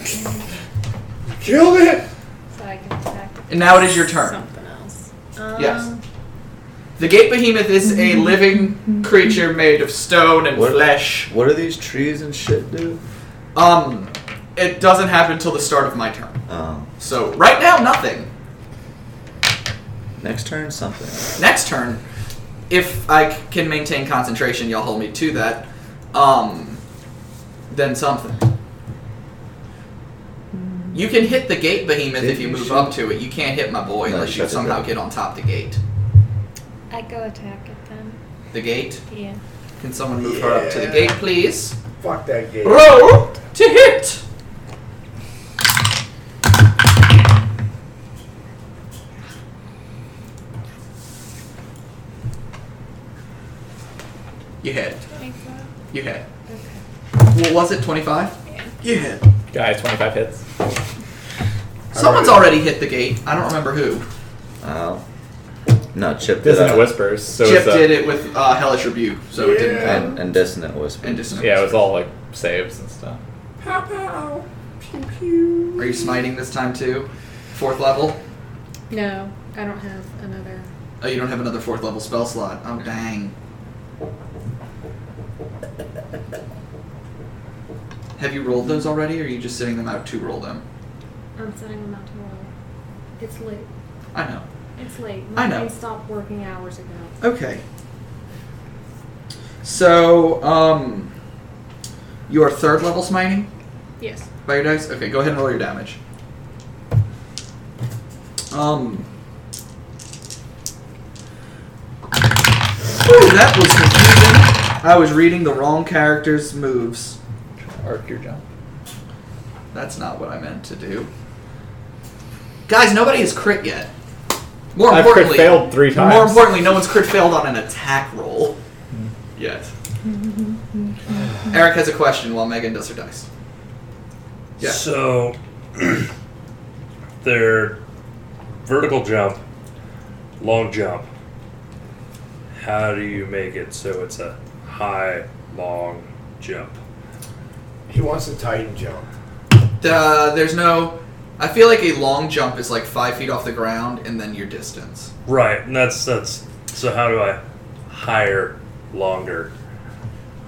[SPEAKER 4] Kill it!
[SPEAKER 5] so I can attack.
[SPEAKER 1] And now it is your turn.
[SPEAKER 5] Something else. Um,
[SPEAKER 1] Yes. The gate behemoth is a living creature made of stone and
[SPEAKER 9] What-
[SPEAKER 1] flesh.
[SPEAKER 9] What do these trees and shit do?
[SPEAKER 1] Um, it doesn't happen till the start of my turn.
[SPEAKER 9] Um,
[SPEAKER 1] So right now, nothing.
[SPEAKER 9] next turn, something.
[SPEAKER 1] Next turn, if I c- can maintain concentration, y'all hold me to that. Um, then something. You can hit the gate behemoth if you
[SPEAKER 9] Didn't you
[SPEAKER 1] move
[SPEAKER 9] shoot-
[SPEAKER 1] up to it. You can't hit my boy
[SPEAKER 9] No,
[SPEAKER 1] unless
[SPEAKER 9] you
[SPEAKER 1] you
[SPEAKER 9] shot the
[SPEAKER 1] somehow
[SPEAKER 9] dragon.
[SPEAKER 1] get on top the gate.
[SPEAKER 5] I go attack it then.
[SPEAKER 1] The gate.
[SPEAKER 5] Yeah.
[SPEAKER 1] Can someone move her up to the
[SPEAKER 4] Yeah.
[SPEAKER 1] gate, please?
[SPEAKER 4] Fuck that game.
[SPEAKER 1] Roll to hit. You hit.
[SPEAKER 5] Twenty-five.
[SPEAKER 1] You hit.
[SPEAKER 5] Okay.
[SPEAKER 1] What was it? Twenty-five. You hit.
[SPEAKER 3] Guys, 25 hits.
[SPEAKER 1] Someone's already hit the gate. I don't remember who.
[SPEAKER 9] Ow. No, Chip did
[SPEAKER 3] Dissonant
[SPEAKER 9] that.
[SPEAKER 3] Whispers. So
[SPEAKER 1] Chip
[SPEAKER 3] it's, uh,
[SPEAKER 1] did it with uh, Hellish Rebuke, so it didn't
[SPEAKER 4] Yeah.
[SPEAKER 1] count.
[SPEAKER 9] And, and Dissonant Whisper.
[SPEAKER 1] And dissonant.
[SPEAKER 3] Yeah, it was all like saves and stuff.
[SPEAKER 2] Pow pow. Pew pew.
[SPEAKER 1] Are you smiting this time too? Fourth level.
[SPEAKER 5] No, I don't have another.
[SPEAKER 1] Oh, you don't have another fourth level spell slot. Oh, dang. Have you rolled those already, or are you just sitting them out to roll them?
[SPEAKER 5] I'm setting them out to roll. It's late.
[SPEAKER 1] I know.
[SPEAKER 5] It's late.
[SPEAKER 1] I
[SPEAKER 5] My
[SPEAKER 1] know.
[SPEAKER 5] brain stopped working hours ago.
[SPEAKER 1] Okay. So, um, you are third level smiting
[SPEAKER 5] Yes.
[SPEAKER 1] by your dice. Okay, go ahead and roll your damage. Um. Ooh, that was confusing. I was reading the wrong character's moves.
[SPEAKER 3] Arc your jump.
[SPEAKER 1] That's not what I meant to do. Guys, nobody has crit yet. More
[SPEAKER 3] I've crit
[SPEAKER 1] importantly,
[SPEAKER 3] failed three times.
[SPEAKER 1] More importantly, no one's crit failed on an attack roll yet. Eric has a question while Megan does her dice. Yeah.
[SPEAKER 8] So their vertical jump, long jump. How do you make it so it's a high long jump?
[SPEAKER 4] He wants a Titan jump.
[SPEAKER 1] Uh, there's no. I feel like a long jump is like five feet off the ground and then your distance.
[SPEAKER 8] Right, and that's that's so how do I higher, longer,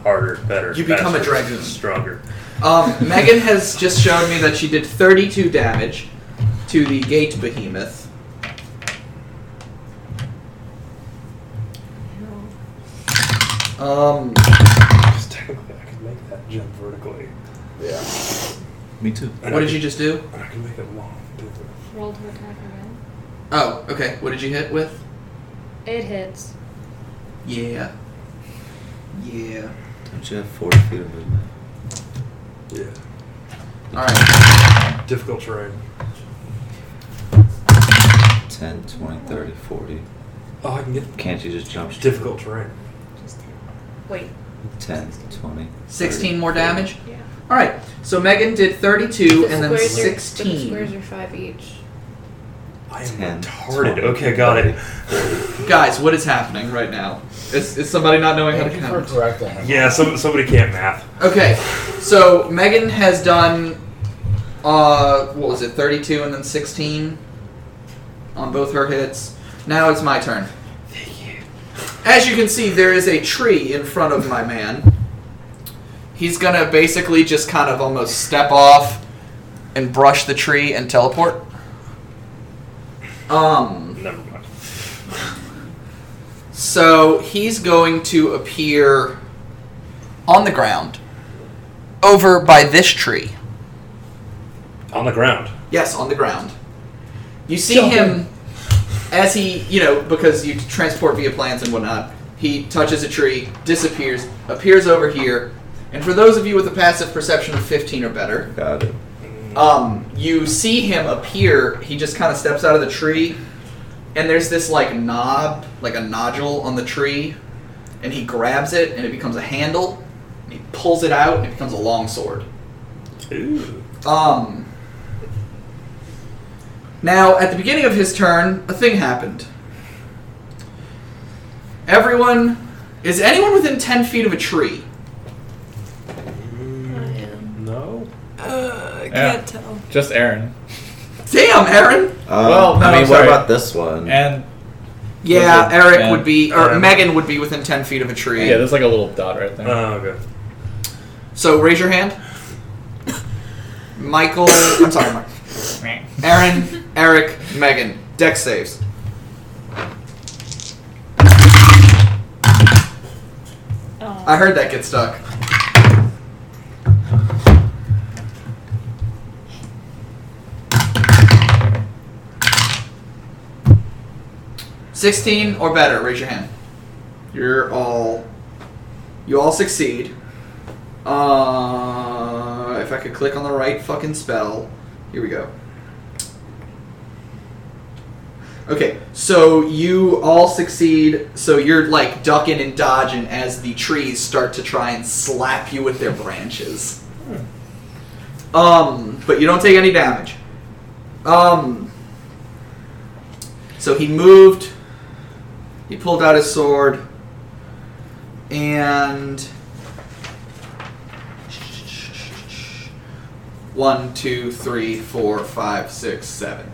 [SPEAKER 8] harder, better,
[SPEAKER 1] You become a
[SPEAKER 8] faster,
[SPEAKER 1] dragoon.
[SPEAKER 8] stronger.
[SPEAKER 1] Um, Megan has just shown me that she did 32 damage to the gate behemoth. Um,
[SPEAKER 8] Just technically I can make that jump vertically.
[SPEAKER 4] Yeah.
[SPEAKER 9] Me too.
[SPEAKER 8] And
[SPEAKER 1] what
[SPEAKER 8] I
[SPEAKER 1] did
[SPEAKER 8] can-
[SPEAKER 1] you just do?
[SPEAKER 8] and I can make it long.
[SPEAKER 5] Roll to attack again.
[SPEAKER 1] Oh, okay. What did you hit with?
[SPEAKER 5] It hits.
[SPEAKER 1] Yeah. Yeah.
[SPEAKER 9] Don't you have 40 feet of movement?
[SPEAKER 8] Yeah.
[SPEAKER 1] Alright.
[SPEAKER 8] Difficult terrain.
[SPEAKER 9] 10, 20, 30, 40.
[SPEAKER 8] Oh, I can get
[SPEAKER 9] Can't you just jump? straight?
[SPEAKER 8] difficult terrain.
[SPEAKER 5] Just hit. Wait.
[SPEAKER 9] 10, 20.
[SPEAKER 1] 16
[SPEAKER 9] 30,
[SPEAKER 1] more
[SPEAKER 9] 40.
[SPEAKER 1] damage?
[SPEAKER 5] Yeah.
[SPEAKER 1] Alright. So Megan did 32
[SPEAKER 10] The squares
[SPEAKER 1] and then
[SPEAKER 10] are- but the
[SPEAKER 1] 16.
[SPEAKER 10] squares are five each.
[SPEAKER 8] I
[SPEAKER 9] am
[SPEAKER 8] retarded. Okay, got it.
[SPEAKER 1] Guys, what is happening right now? Is, is somebody not knowing how to count?
[SPEAKER 8] Yeah, some, somebody can't math.
[SPEAKER 1] Okay, so Megan has done, uh, what was it, 32 and then 16 on both her hits. Now it's my turn. Thank you. As you can see, there is a tree in front of my man. He's gonna basically just kind of almost step off and brush the tree and teleport. Um.
[SPEAKER 8] Never mind.
[SPEAKER 1] So he's going to appear on the ground over by this tree.
[SPEAKER 8] On the ground.
[SPEAKER 1] Yes, on the ground. You see him as he, you know, because you transport via plants and whatnot. He touches a tree, disappears, appears over here, and for those of you with a passive perception of 15 or better,
[SPEAKER 9] Got it.
[SPEAKER 1] um, you see him appear. He just kind of steps out of the tree, and there's this like knob, like a nodule on the tree, and he grabs it, and it becomes a handle, and he pulls it out, and it becomes a long sword.
[SPEAKER 8] Ooh.
[SPEAKER 1] Um. Now, at the beginning of his turn, a thing happened. Everyone, is anyone within ten feet of a tree?
[SPEAKER 8] No.
[SPEAKER 16] Uh, I
[SPEAKER 3] Yeah.
[SPEAKER 16] can't tell.
[SPEAKER 3] Just Aaron.
[SPEAKER 1] Damn, Aaron.
[SPEAKER 3] Well, no,
[SPEAKER 9] Um, I mean, what
[SPEAKER 3] sorry.
[SPEAKER 9] about this one?
[SPEAKER 3] And
[SPEAKER 1] Yeah,
[SPEAKER 3] Lizard
[SPEAKER 1] Eric
[SPEAKER 3] man.
[SPEAKER 1] would be, or
[SPEAKER 8] Aaron.
[SPEAKER 1] Megan would be within ten feet of a tree.
[SPEAKER 3] yeah, there's like a little dot right there.
[SPEAKER 8] Oh, okay.
[SPEAKER 1] So raise your hand. Michael, I'm sorry, Mike. Aaron, Eric, Megan. Deck saves.
[SPEAKER 5] Oh,
[SPEAKER 1] I heard that get stuck. Sixteen or better, raise your hand. You're all you all succeed. Uh, if I could click on the right fucking spell. Here we go. Okay, so you all succeed. So you're like ducking and dodging as the trees start to try and slap you with their branches. Um, but you don't take any damage. Um, so he moved. He pulled out his sword, and one, two, three, four, five, six, seven.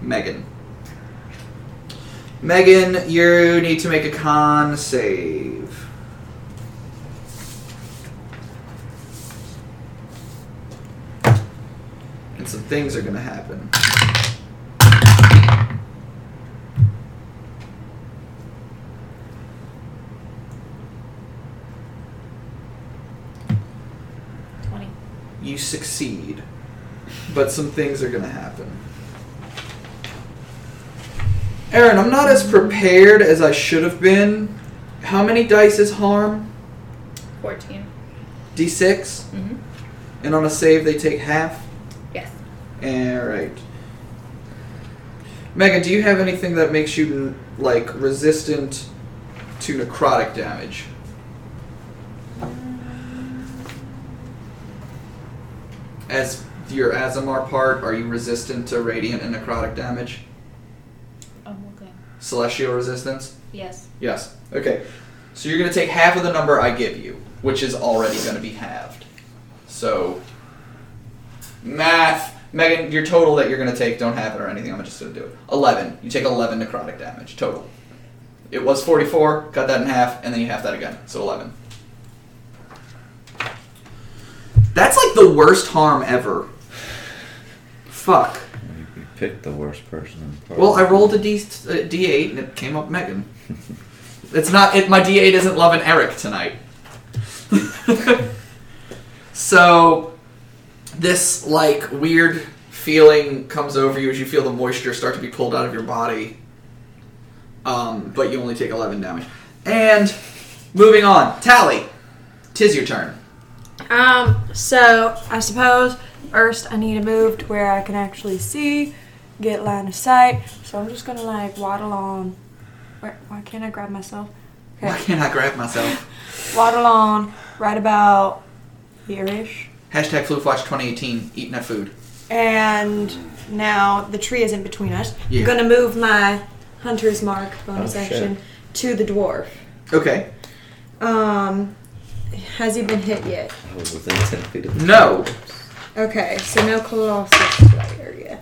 [SPEAKER 1] Megan. Megan, you need to make a con save. And some things are going to happen.
[SPEAKER 5] Twenty.
[SPEAKER 1] You succeed, but some things are going to happen. Aaron, I'm not as prepared as I should have been. How many dice is harm?
[SPEAKER 10] 14.
[SPEAKER 1] D6?
[SPEAKER 10] Mm-hmm.
[SPEAKER 1] And on a save, they take half?
[SPEAKER 10] Yes.
[SPEAKER 1] Alright. Eh, Megan, do you have anything that makes you, like, resistant to necrotic damage? As your Azamar part, are you resistant to radiant and necrotic damage?
[SPEAKER 5] I'm looking.
[SPEAKER 1] Celestial resistance?
[SPEAKER 5] Yes.
[SPEAKER 1] Yes. Okay. So you're going to take half of the number I give you, which is already going to be halved. So, math. Megan, your total that you're going to take, don't have it or anything. I'm just going to do it. 11. You take 11 necrotic damage total. It was 44, cut that in half, and then you half that again. So 11. That's like the worst harm ever. Fuck.
[SPEAKER 7] You you picked the worst person in the party.
[SPEAKER 1] Well, I rolled a D, a D8 and it came up Megan. It's not, it, my D8 isn't loving Eric tonight. so, this, like, weird feeling comes over you as you feel the moisture start to be pulled out of your body. Um, but you only take 11 damage. And, moving on. Tally, tis your turn.
[SPEAKER 16] Um, so I suppose first I need to move to where I can actually see, get line of sight. So I'm just gonna like waddle on. Where, why can't I grab myself?
[SPEAKER 1] Why
[SPEAKER 16] Okay,
[SPEAKER 1] can't I grab myself?
[SPEAKER 16] waddle on right about here ish.
[SPEAKER 1] Hashtag FluFlash 2018, eating that food.
[SPEAKER 6] and now the tree is in between us.
[SPEAKER 1] Yeah.
[SPEAKER 6] I'm gonna move my hunter's mark bonus
[SPEAKER 1] Oh, shit.
[SPEAKER 6] action to the dwarf.
[SPEAKER 1] Okay.
[SPEAKER 6] Um, has he been hit yet?
[SPEAKER 7] I was Oh, within 10 feet of the
[SPEAKER 1] No.
[SPEAKER 6] Okay, so no Colossus Slayer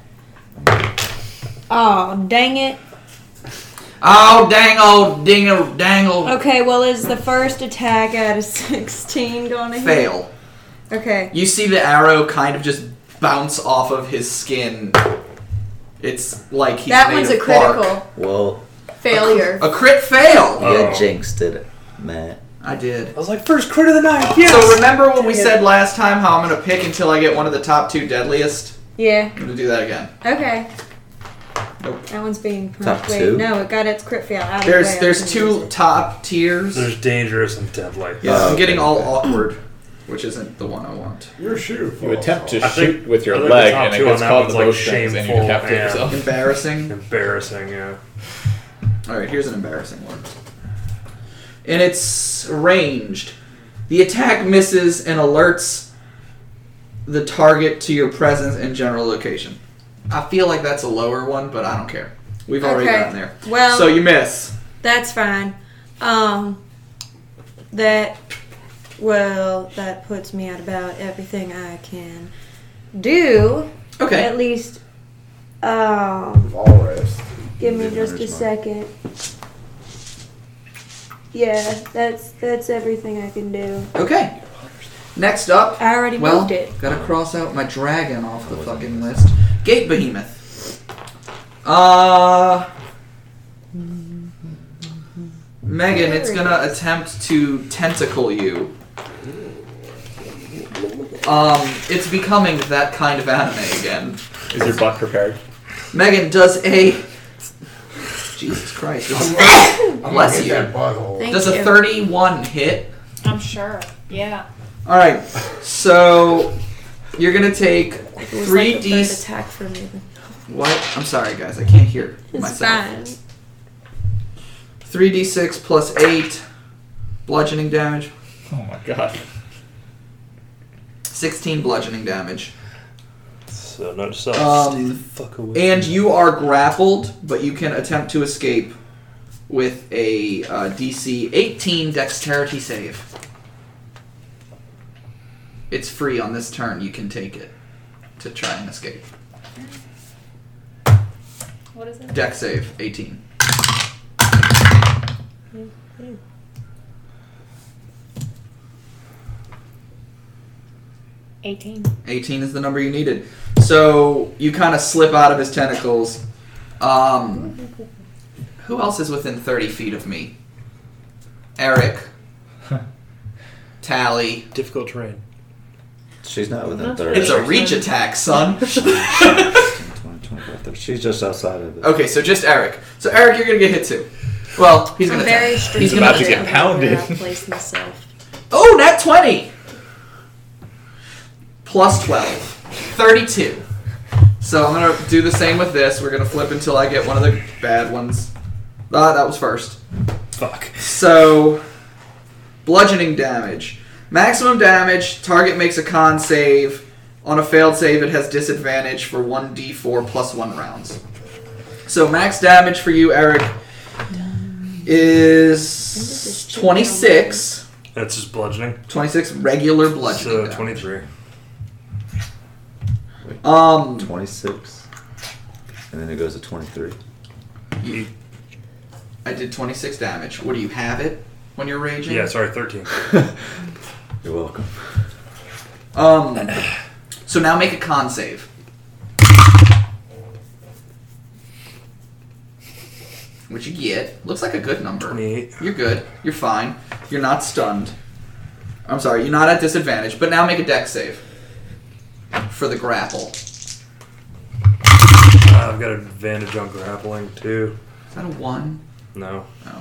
[SPEAKER 6] yet. Oh, dang it.
[SPEAKER 1] Oh, dang old dingle dangle.
[SPEAKER 6] Okay, well, is the first attack at a 16 going to hit?
[SPEAKER 1] Fail.
[SPEAKER 6] Okay.
[SPEAKER 1] You see the arrow kind of just bounce off of his skin. It's like he's
[SPEAKER 5] That
[SPEAKER 1] made
[SPEAKER 5] one's
[SPEAKER 1] of
[SPEAKER 5] a critical
[SPEAKER 1] bark.
[SPEAKER 7] Well,
[SPEAKER 5] failure.
[SPEAKER 1] A crit fail.
[SPEAKER 7] yeah, Jinx did it, Matt.
[SPEAKER 1] I did.
[SPEAKER 12] I was like, first crit of the night.
[SPEAKER 1] So remember what we said last time? How I'm gonna pick until I get one of the top two deadliest.
[SPEAKER 6] Yeah.
[SPEAKER 1] I'm gonna do that again.
[SPEAKER 6] Okay.
[SPEAKER 1] Nope.
[SPEAKER 6] That one's being punched.
[SPEAKER 1] Top
[SPEAKER 6] Wait,
[SPEAKER 1] two?
[SPEAKER 6] no, it got its crit fail out of the
[SPEAKER 1] There's
[SPEAKER 6] way.
[SPEAKER 1] there's two top tiers.
[SPEAKER 8] There's dangerous and deadly.
[SPEAKER 1] Yeah, I'm getting all awkward, which isn't the one I want.
[SPEAKER 12] Your shoe.
[SPEAKER 3] You attempt to
[SPEAKER 8] I think-
[SPEAKER 3] shoot with
[SPEAKER 8] I
[SPEAKER 3] your
[SPEAKER 8] think the
[SPEAKER 3] leg,
[SPEAKER 8] top
[SPEAKER 3] and it
[SPEAKER 8] two
[SPEAKER 3] gets
[SPEAKER 8] on that
[SPEAKER 3] called
[SPEAKER 8] one's,
[SPEAKER 3] the
[SPEAKER 8] like,
[SPEAKER 3] most things, and you
[SPEAKER 8] shameful,
[SPEAKER 3] decapitate
[SPEAKER 8] yeah.
[SPEAKER 3] yourself.
[SPEAKER 1] Embarrassing.
[SPEAKER 8] Embarrassing, yeah.
[SPEAKER 1] All right, here's an embarrassing one. And it's ranged. The attack misses and alerts the target to your presence and general location. I feel like that's a lower one, but I don't care. We've already
[SPEAKER 6] Okay. Um,
[SPEAKER 1] gotten there.
[SPEAKER 6] Well-
[SPEAKER 1] so you miss.
[SPEAKER 6] That's fine. Um, that, well, that puts me at about everything I can do.
[SPEAKER 1] Okay.
[SPEAKER 6] At least, um,
[SPEAKER 12] All rest.
[SPEAKER 6] give me just a second. Yeah, that's that's everything I can do.
[SPEAKER 1] Okay. Next up.
[SPEAKER 6] I already
[SPEAKER 1] well,
[SPEAKER 6] moved it.
[SPEAKER 1] Gotta cross out my dragon off the fucking list. Gate behemoth. Uh. Megan, it's gonna attempt to tentacle you. Um, it's becoming that kind of anime again.
[SPEAKER 3] Is your butt prepared?
[SPEAKER 1] Megan does a. Jesus Christ. this is- Bless
[SPEAKER 12] get
[SPEAKER 1] you.
[SPEAKER 12] that butthole.
[SPEAKER 5] Thank
[SPEAKER 1] Does
[SPEAKER 5] you.
[SPEAKER 1] a 31 hit?
[SPEAKER 5] I'm sure. Yeah.
[SPEAKER 1] All right, so you're gonna take
[SPEAKER 5] It was
[SPEAKER 1] three
[SPEAKER 5] like the
[SPEAKER 1] d.
[SPEAKER 5] third attack for me.
[SPEAKER 1] What? I'm sorry, guys. I can't hear
[SPEAKER 6] It's
[SPEAKER 1] myself.
[SPEAKER 6] fine.
[SPEAKER 1] Three d six plus eight, bludgeoning damage.
[SPEAKER 3] Oh my god.
[SPEAKER 1] Sixteen bludgeoning damage.
[SPEAKER 8] So note yourself. Stay the
[SPEAKER 1] Um,
[SPEAKER 8] fuck away.
[SPEAKER 1] and you are grappled, but you can attempt to escape with a uh, DC 18 dexterity save. It's free on this turn. You can take it to try and escape.
[SPEAKER 17] What is it?
[SPEAKER 1] Deck save 18.
[SPEAKER 17] Eighteen.
[SPEAKER 1] 18 is the number you needed. So you kind of slip out of his tentacles. Um, who else is within 30 feet of me? Eric. Tally.
[SPEAKER 8] Difficult terrain.
[SPEAKER 7] She's not within
[SPEAKER 5] That's
[SPEAKER 7] 30.
[SPEAKER 1] It's a reach attack, son.
[SPEAKER 7] 20, 25, 30. She's just outside of it.
[SPEAKER 1] okay, so just Eric. So Eric, you're gonna get hit too. Well, he's
[SPEAKER 5] I'm
[SPEAKER 1] gonna.
[SPEAKER 5] very
[SPEAKER 1] attack.
[SPEAKER 5] strict
[SPEAKER 1] He's gonna.
[SPEAKER 5] about
[SPEAKER 3] about to get
[SPEAKER 5] it. I'm gonna
[SPEAKER 3] pounded.
[SPEAKER 5] Place myself.
[SPEAKER 1] Oh, nat 20. Plus 12. 32. So I'm gonna do the same with this. We're gonna flip until I get one of the bad ones. Ah, that was first.
[SPEAKER 8] Fuck.
[SPEAKER 1] So, bludgeoning damage. Maximum damage. Target makes a con save. On a failed save, it has disadvantage for 1d4 plus 1 rounds. So, max damage for you, Eric, is 26.
[SPEAKER 8] That's just bludgeoning.
[SPEAKER 1] 26 regular
[SPEAKER 8] So
[SPEAKER 1] bludgeoning. damage.
[SPEAKER 8] 23.
[SPEAKER 1] Um,
[SPEAKER 7] 26. And then it goes to 23.
[SPEAKER 1] you, I did 26 damage. What do you have it when you're raging?
[SPEAKER 8] Yeah, sorry, 13.
[SPEAKER 7] You're welcome.
[SPEAKER 1] Um, so now make a con save. Which you get. Looks like a good number.
[SPEAKER 8] 28.
[SPEAKER 1] You're good. You're fine. You're not stunned. I'm sorry, you're not at disadvantage, but now make a deck save. For the grapple. Is
[SPEAKER 8] Uh, I've got advantage on grappling, too.
[SPEAKER 1] that a one?
[SPEAKER 8] No.
[SPEAKER 1] No.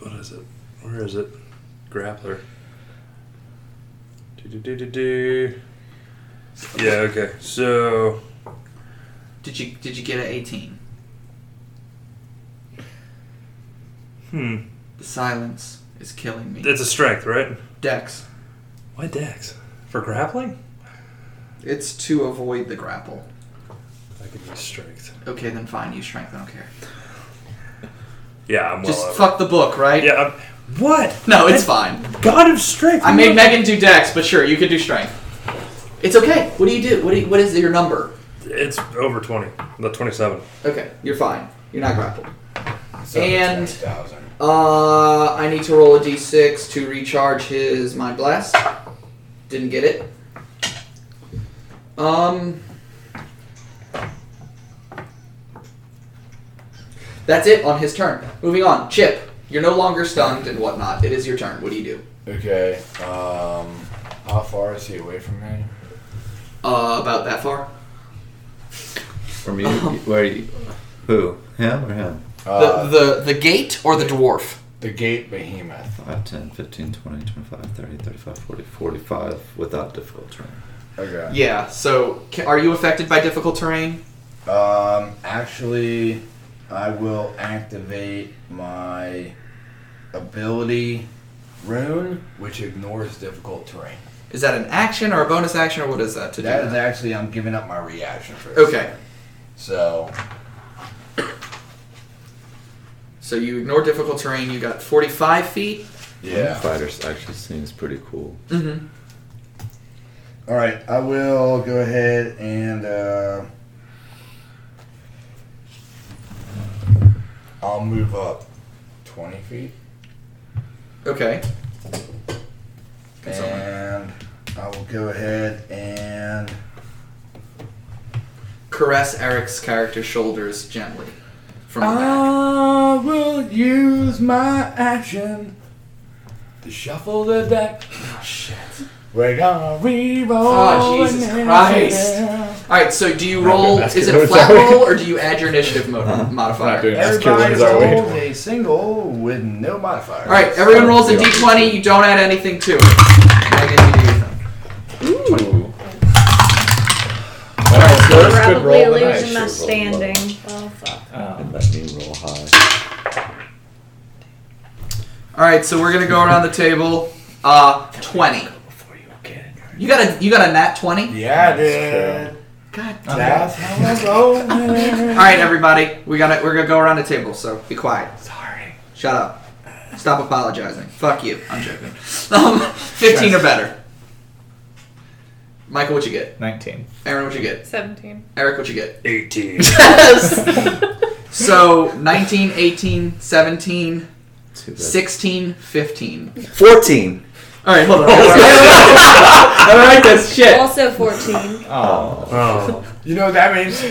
[SPEAKER 8] What is it? Where is it? Grappler. Do, do, do, do, do. Yeah, okay. So,
[SPEAKER 1] Did you did you get an eighteen?
[SPEAKER 8] hmm.
[SPEAKER 1] The silence is killing me.
[SPEAKER 8] That's a strength, right?
[SPEAKER 1] Dex.
[SPEAKER 8] Why Dex? For grappling?
[SPEAKER 1] It's to avoid the grapple.
[SPEAKER 8] I can use strength.
[SPEAKER 1] Okay, then fine. Use strength. I don't care.
[SPEAKER 8] Yeah, I'm well
[SPEAKER 1] Just
[SPEAKER 8] over.
[SPEAKER 1] fuck the book, right?
[SPEAKER 8] Yeah. I'm, what?
[SPEAKER 1] No, it's fine.
[SPEAKER 8] God of strength.
[SPEAKER 1] I made Megan do dex, but sure, you could do strength. It's okay. What do you do? What do you, What is your number?
[SPEAKER 8] It's over 20. The 27.
[SPEAKER 1] Okay, you're fine. You're not grappled. and uh, I need to roll a d6 to recharge his mind blast. Didn't get it. Um, that's it on his turn. Moving on, Chip. You're no longer stunned and whatnot. It is your turn. What do you do?
[SPEAKER 12] Okay. Um, how far is he away from me?
[SPEAKER 1] Uh, about that far.
[SPEAKER 7] From you, where you, who? Him or him?
[SPEAKER 12] Uh,
[SPEAKER 1] the the gate or the dwarf?
[SPEAKER 12] The gate behemoth.
[SPEAKER 7] 5, 10, 15, 20, 25, 30, 35, 40, 45 without difficult terrain.
[SPEAKER 12] Okay.
[SPEAKER 1] Yeah. So, ca are you affected by difficult terrain?
[SPEAKER 12] Um, actually, I will activate my ability rune, which ignores difficult terrain.
[SPEAKER 1] Is that an action or a bonus action or what is that? To do
[SPEAKER 12] That is
[SPEAKER 1] that?
[SPEAKER 12] actually, I'm giving up my reaction for this.
[SPEAKER 1] Okay.
[SPEAKER 12] So,
[SPEAKER 1] So you ignore difficult terrain. You got 45 feet.
[SPEAKER 12] yeah.
[SPEAKER 7] Fighter actually seems pretty cool.
[SPEAKER 1] Mm-hmm.
[SPEAKER 12] All right, I will go ahead and uh, I'll move up twenty feet,
[SPEAKER 1] Okay.
[SPEAKER 12] and I will go ahead and
[SPEAKER 1] Caress Eric's character's shoulders gently. From the back.
[SPEAKER 12] Oh. I will use my action to shuffle the deck.
[SPEAKER 1] Oh, shit.
[SPEAKER 12] We're gonna reroll. Ah,
[SPEAKER 1] Oh, Jesus
[SPEAKER 12] an
[SPEAKER 1] Christ.
[SPEAKER 12] initiative.
[SPEAKER 1] All right. So do you
[SPEAKER 3] Not
[SPEAKER 1] roll?
[SPEAKER 3] good
[SPEAKER 1] Is it
[SPEAKER 3] basketball,
[SPEAKER 1] a flat
[SPEAKER 3] sorry. Uh-huh.
[SPEAKER 1] roll or do you add your initiative mo- modifier?
[SPEAKER 3] Not doing that.
[SPEAKER 12] Everybody
[SPEAKER 3] Killings are
[SPEAKER 12] rolls a single with no modifier.
[SPEAKER 1] All right. Everyone rolls a d20. You don't add anything to it. Megan, you do your thing.
[SPEAKER 3] Ooh.
[SPEAKER 6] Probably illusion my standing.
[SPEAKER 18] Oh, fuck.
[SPEAKER 3] Um,
[SPEAKER 7] And let me roll high.
[SPEAKER 1] All right. So we're gonna go around the table. Uh, 20. You got a you got a nat 20.
[SPEAKER 12] Yeah,
[SPEAKER 3] That's
[SPEAKER 12] dude.
[SPEAKER 1] God
[SPEAKER 12] That's how I roll. man.
[SPEAKER 1] All right, everybody, we gotta we're gonna go around the table, so be quiet. Sorry. Shut up. Stop apologizing. Fuck you. I'm joking. Um, Fifteen or better. Michael, what you get?
[SPEAKER 3] 19.
[SPEAKER 1] Aaron, what you get?
[SPEAKER 5] 17.
[SPEAKER 1] Eric, what you get?
[SPEAKER 8] 18.
[SPEAKER 1] So 19, 18, 17,
[SPEAKER 7] Too bad.
[SPEAKER 1] 16, 15.
[SPEAKER 7] 14!
[SPEAKER 1] All right, hold on. I don't like this shit.
[SPEAKER 6] Also 14.
[SPEAKER 3] Oh.
[SPEAKER 8] Oh.
[SPEAKER 12] You know what that means?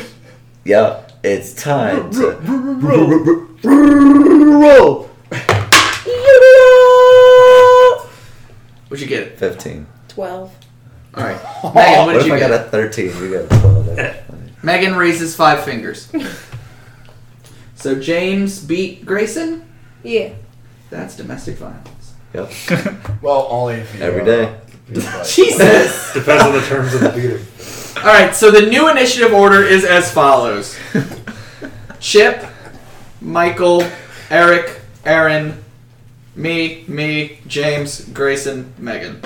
[SPEAKER 7] Yep, it's time to roll!
[SPEAKER 1] What you get?
[SPEAKER 7] 15.
[SPEAKER 5] 12.
[SPEAKER 1] All right. Megan, what
[SPEAKER 7] What
[SPEAKER 1] did
[SPEAKER 7] if
[SPEAKER 1] you
[SPEAKER 7] I got
[SPEAKER 1] get?
[SPEAKER 7] a 13? You got a 12. That'd be funny.
[SPEAKER 1] Megan raises five fingers. So James beat Grayson.
[SPEAKER 6] Yeah.
[SPEAKER 1] That's domestic violence.
[SPEAKER 7] Yep.
[SPEAKER 12] Well, only if you
[SPEAKER 7] Every
[SPEAKER 12] uh,
[SPEAKER 7] day.
[SPEAKER 12] you fight.
[SPEAKER 1] Jesus!
[SPEAKER 8] Depends on the terms of the beating.
[SPEAKER 1] Alright, so the new initiative order is as follows Chip, Michael, Eric, Aaron, me, me, James, Grayson, Megan.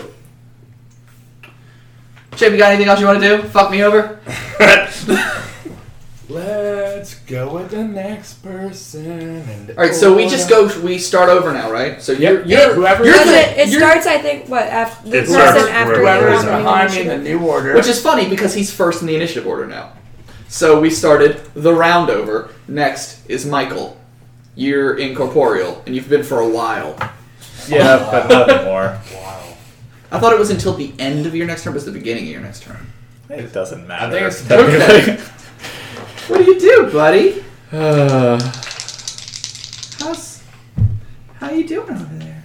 [SPEAKER 1] Chip, you got anything else you want to do? Fuck me over?
[SPEAKER 12] Let's go with the next person. And
[SPEAKER 1] Alright, so we just go, we start over now, right? So you're, you're,
[SPEAKER 12] whoever
[SPEAKER 1] you're
[SPEAKER 19] Does
[SPEAKER 1] the-
[SPEAKER 19] it, it
[SPEAKER 1] you're-
[SPEAKER 19] starts, I think, what, after the
[SPEAKER 8] It
[SPEAKER 19] person
[SPEAKER 8] starts
[SPEAKER 19] after
[SPEAKER 8] wherever
[SPEAKER 19] you
[SPEAKER 8] it
[SPEAKER 12] whoever's
[SPEAKER 8] is
[SPEAKER 19] roll
[SPEAKER 12] behind me in
[SPEAKER 19] initiative.
[SPEAKER 12] the new order.
[SPEAKER 1] Which is funny because he's first in the initiative order now. So we started the round over. Next is Michael. You're incorporeal, and you've been for a while.
[SPEAKER 3] Yeah, but nothing more.
[SPEAKER 12] wow.
[SPEAKER 1] I thought it was until the end of your next turn, but it's the beginning of your next turn.
[SPEAKER 3] It doesn't matter.
[SPEAKER 12] I think it's-
[SPEAKER 3] Technically.
[SPEAKER 1] What do you do, buddy?
[SPEAKER 3] Uh,
[SPEAKER 1] How's how you doing over there?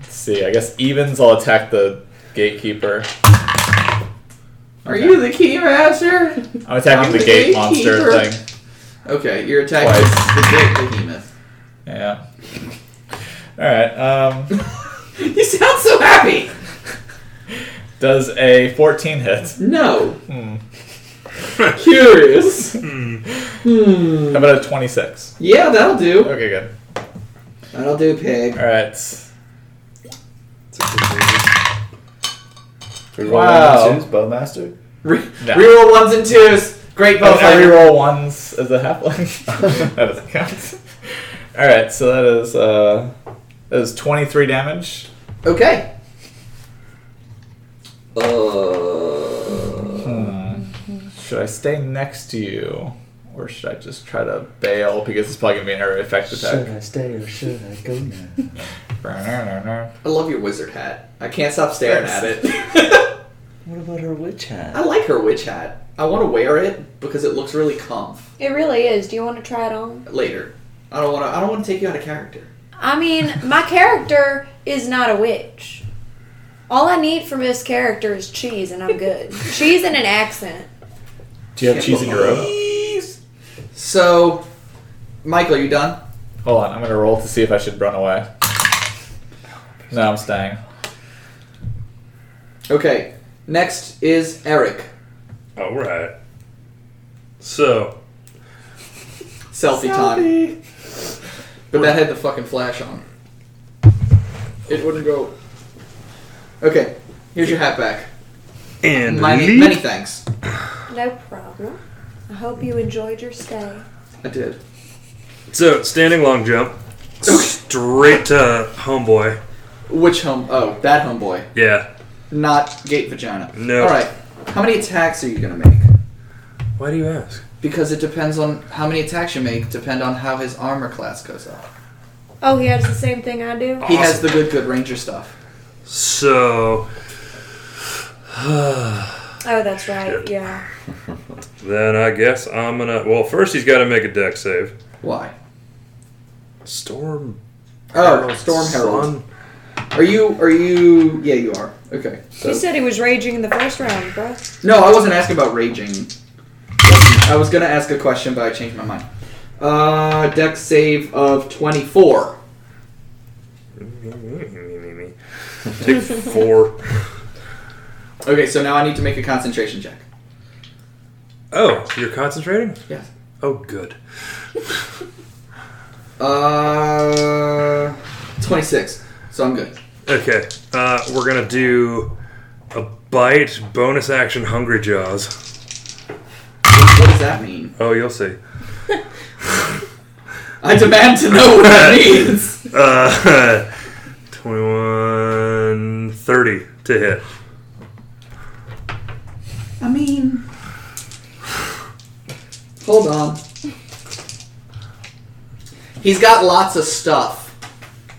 [SPEAKER 3] let's see, I guess evens, I'll attack the gatekeeper.
[SPEAKER 1] Are you the keymaster?
[SPEAKER 3] I'm attacking
[SPEAKER 1] I'm
[SPEAKER 3] the
[SPEAKER 1] the
[SPEAKER 3] gate monster
[SPEAKER 1] gatekeeper.
[SPEAKER 3] thing.
[SPEAKER 1] Okay, you're attacking
[SPEAKER 3] Twice.
[SPEAKER 1] the big behemoth.
[SPEAKER 3] Yeah. Alright, um,
[SPEAKER 1] You sound so happy.
[SPEAKER 3] does a 14 hit?
[SPEAKER 1] No,
[SPEAKER 3] Hmm.
[SPEAKER 1] curious.
[SPEAKER 3] How
[SPEAKER 1] Hmm.
[SPEAKER 3] about a 26?
[SPEAKER 1] Yeah, that'll do.
[SPEAKER 3] Okay, good.
[SPEAKER 1] That'll do, pig.
[SPEAKER 3] Alright. Should we roll one and twos, Bowmaster?
[SPEAKER 1] Re- Reroll ones and twos. Great bow
[SPEAKER 3] Oh, I
[SPEAKER 1] fighter.
[SPEAKER 3] reroll ones as a halfling. that doesn't count. All right, so that is uh, that is twenty three damage.
[SPEAKER 1] Okay.
[SPEAKER 3] Uh, Should I stay next to you, or should I just try to bail because it's probably gonna be an area effect
[SPEAKER 7] Should
[SPEAKER 3] attack?
[SPEAKER 7] I stay or should I go now?
[SPEAKER 1] I love your wizard hat. I can't stop staring at it.
[SPEAKER 7] What about her witch hat?
[SPEAKER 1] I like her witch hat. I want to wear it because it looks really comf.
[SPEAKER 16] It really is. Do you want to try it on?
[SPEAKER 1] Later, I don't want to. I don't want to take you out of character.
[SPEAKER 16] I mean, my character is not a witch. All I need from this character is cheese, and I'm good. cheese and an accent.
[SPEAKER 3] Do you have cheese in your robe?
[SPEAKER 1] Please. So, Michael, you done?
[SPEAKER 3] Hold on, I'm gonna roll to see if I should run away. No, I'm staying.
[SPEAKER 1] Okay. Next is Eric.
[SPEAKER 8] All right. So
[SPEAKER 1] Selfie, time. But that had the fucking flash on. It wouldn't go. Okay. Here's your hat back.
[SPEAKER 8] and
[SPEAKER 1] Many, many thanks.
[SPEAKER 16] No problem. I hope you enjoyed your stay.
[SPEAKER 1] I did.
[SPEAKER 8] so standing long jump straight to homeboy.
[SPEAKER 1] Which home? Oh, that homeboy.
[SPEAKER 8] Yeah.
[SPEAKER 1] Not gate vagina.
[SPEAKER 8] No.
[SPEAKER 1] All right. How many attacks are you gonna make?
[SPEAKER 8] Why do you ask?
[SPEAKER 1] Because it depends on how many attacks you make. Depend on how his armor class goes up.
[SPEAKER 16] Oh, he has the same thing I do?
[SPEAKER 1] He has the good, good ranger stuff.
[SPEAKER 8] So
[SPEAKER 16] Oh, that's right. Yeah.
[SPEAKER 8] then I guess I'm gonna. Well, first he's got to make a deck save.
[SPEAKER 1] Why?
[SPEAKER 8] Storm.
[SPEAKER 1] Oh, storm herald.
[SPEAKER 8] Sun.
[SPEAKER 1] Are you? Are you? Yeah, you are. Okay. So
[SPEAKER 6] He said he was raging in the first round, bruh.
[SPEAKER 1] no, I wasn't asking about raging. I was gonna ask a question, but I changed my mind. Uh, deck save of twenty-four.
[SPEAKER 8] Take four.
[SPEAKER 1] Okay, so now I need to make a concentration check.
[SPEAKER 8] Oh, you're concentrating?
[SPEAKER 1] Yes.
[SPEAKER 8] Oh, good.
[SPEAKER 1] Uh, twenty-six. So I'm good.
[SPEAKER 8] Okay, uh, we're gonna do a bite bonus action hungry jaws.
[SPEAKER 1] What does that mean?
[SPEAKER 8] Oh, you'll see.
[SPEAKER 1] I demand to know what that means.
[SPEAKER 8] Uh, 21 30 to hit.
[SPEAKER 1] I mean, hold on. He's got lots of stuff.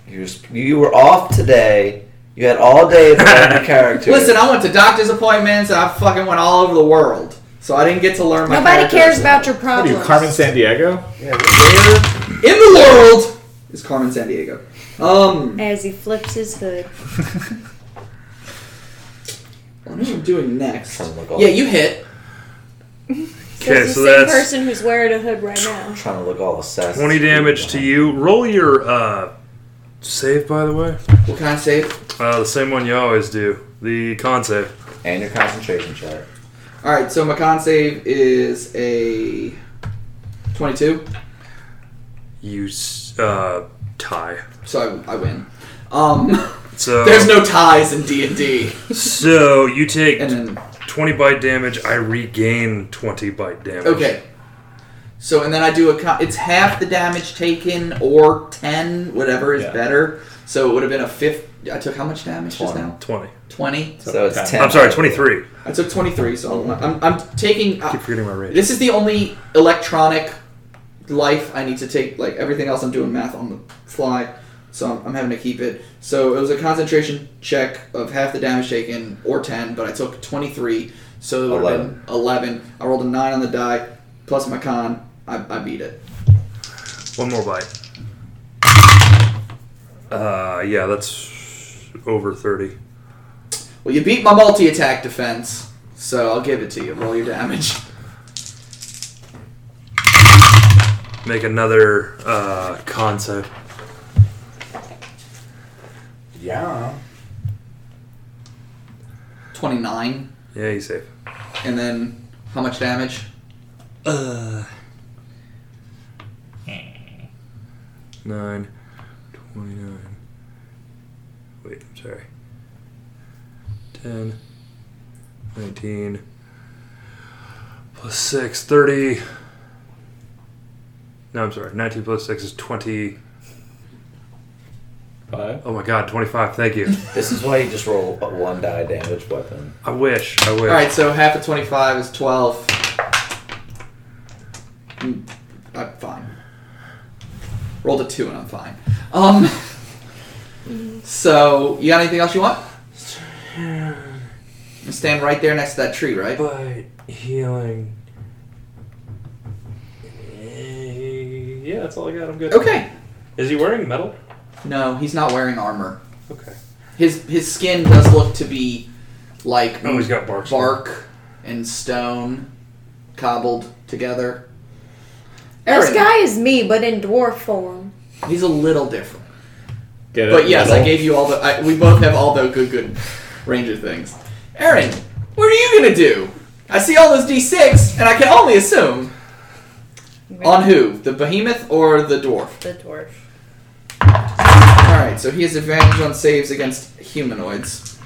[SPEAKER 7] You were, sp- you were off today. You had all day to learn your character.
[SPEAKER 1] Listen, I went to doctor's appointments and I fucking went all over the world. So I didn't get to learn my
[SPEAKER 6] Nobody
[SPEAKER 1] character.
[SPEAKER 6] cares about your
[SPEAKER 3] What are you,
[SPEAKER 6] problems.
[SPEAKER 3] Carmen San Diego?
[SPEAKER 1] Where in the world is Carmen San Diego? Um,
[SPEAKER 6] As he flips his hood.
[SPEAKER 1] what am I doing next?
[SPEAKER 7] Trying to look all,
[SPEAKER 1] Yeah, you hit.
[SPEAKER 16] So
[SPEAKER 8] Okay,
[SPEAKER 16] it's
[SPEAKER 8] so
[SPEAKER 16] the same
[SPEAKER 8] that's
[SPEAKER 16] person who's wearing a hood right now.
[SPEAKER 7] trying to look all assassin.
[SPEAKER 8] 20 damage to you. Roll your uh, save, by the way.
[SPEAKER 1] What can I say?
[SPEAKER 8] Uh, the same one you always do the con save.
[SPEAKER 7] And your concentration check.
[SPEAKER 1] All right, so my con save is a twenty-two,
[SPEAKER 8] You s- uh, tie.
[SPEAKER 1] so I, I win. Um,
[SPEAKER 8] So,
[SPEAKER 1] there's no ties in D and D,
[SPEAKER 8] so you take
[SPEAKER 1] and then
[SPEAKER 8] 20 bite damage. I regain 20 bite damage.
[SPEAKER 1] okay. So and then I do a con- it's half the damage taken or ten, whatever is
[SPEAKER 3] Yeah.
[SPEAKER 1] better. So it would have been a fifth. I took how much damage just now?
[SPEAKER 8] 20.
[SPEAKER 1] Twenty.
[SPEAKER 7] So it's
[SPEAKER 3] Okay.
[SPEAKER 7] 10.
[SPEAKER 8] I'm sorry, 23.
[SPEAKER 1] I took twenty-three. So I'm, I'm, I'm taking. uh,
[SPEAKER 8] keep forgetting my rate.
[SPEAKER 1] This is the only electronic life I need to take. Like everything else, I'm doing math on the fly, so I'm, I'm having to keep it. So it was a concentration check of half the damage taken, or ten, but I took 23, so it would've been 11. I rolled a nine on the die, plus my con. I, I beat it.
[SPEAKER 8] One more bite. Uh, yeah, that's over 30.
[SPEAKER 1] Well, you beat my multi-attack defense, so I'll give it to you. Roll your damage.
[SPEAKER 8] Make another uh, con save.
[SPEAKER 4] Yeah.
[SPEAKER 1] 29,
[SPEAKER 8] Yeah, you save.
[SPEAKER 1] and then how much damage?
[SPEAKER 8] Uh. 9, 29. Wait, I'm sorry. 10, 19. Plus 6, 30. No, I'm sorry. 19 plus 6 is 20.
[SPEAKER 3] Five?
[SPEAKER 8] Oh my god, 25. Thank you.
[SPEAKER 9] This is why you just roll a one die damage weapon.
[SPEAKER 8] I wish. I wish.
[SPEAKER 1] All right, so half of 25 is 12. Mm, I'm fine. Rolled a 2 and I'm fine. Um, so, you got anything else you want? You stand right there next to that tree, right?
[SPEAKER 8] But healing. Eh, Yeah, that's all I got. I'm good.
[SPEAKER 1] Okay.
[SPEAKER 8] Is he wearing metal?
[SPEAKER 1] No, he's not wearing armor.
[SPEAKER 8] Okay.
[SPEAKER 1] His his skin does look to be like
[SPEAKER 8] Oh, he's got bark.
[SPEAKER 1] bark and stone cobbled together.
[SPEAKER 20] This
[SPEAKER 1] Aaron,
[SPEAKER 20] guy is me, but in dwarf form.
[SPEAKER 1] he's a little different.
[SPEAKER 3] Get it,
[SPEAKER 1] But yes, I
[SPEAKER 3] metal?
[SPEAKER 1] gave you all the. I, we both have all the good, good range of things. Aaron, what are you gonna do? I see all those d6, and I can only assume on who the behemoth or the dwarf.
[SPEAKER 10] The dwarf.
[SPEAKER 1] All right, so he has advantage on saves against humanoids.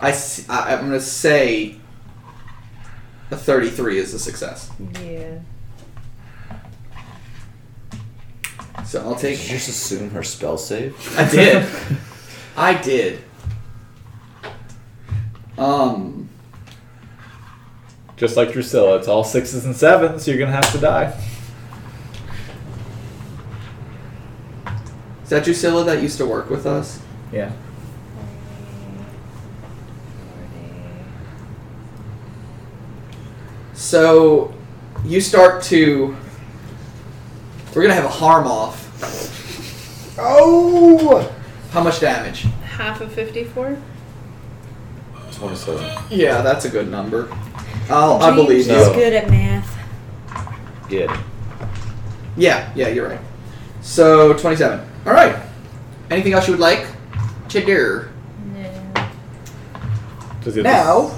[SPEAKER 1] I s- I, am gonna say a 33 is a success.
[SPEAKER 10] Yeah.
[SPEAKER 1] So I'll take.
[SPEAKER 9] Did you just assume her spell save?
[SPEAKER 1] I did. I did. Um.
[SPEAKER 3] Just like Drusilla, it's all sixes and sevens, so you're gonna have to die.
[SPEAKER 1] Is that Drusilla that used to work with us?
[SPEAKER 3] Yeah.
[SPEAKER 1] So you start to. We're gonna have a harm off. Oh! How much damage?
[SPEAKER 10] Half of 54?
[SPEAKER 9] 27.
[SPEAKER 1] Yeah, that's a good number. I'll, I believe
[SPEAKER 20] He's
[SPEAKER 1] you.
[SPEAKER 20] good at math.
[SPEAKER 9] Yeah.
[SPEAKER 1] Yeah, yeah, you're right. So twenty-seven. All right. Anything else you would like to do?
[SPEAKER 3] Does he have to-
[SPEAKER 1] No.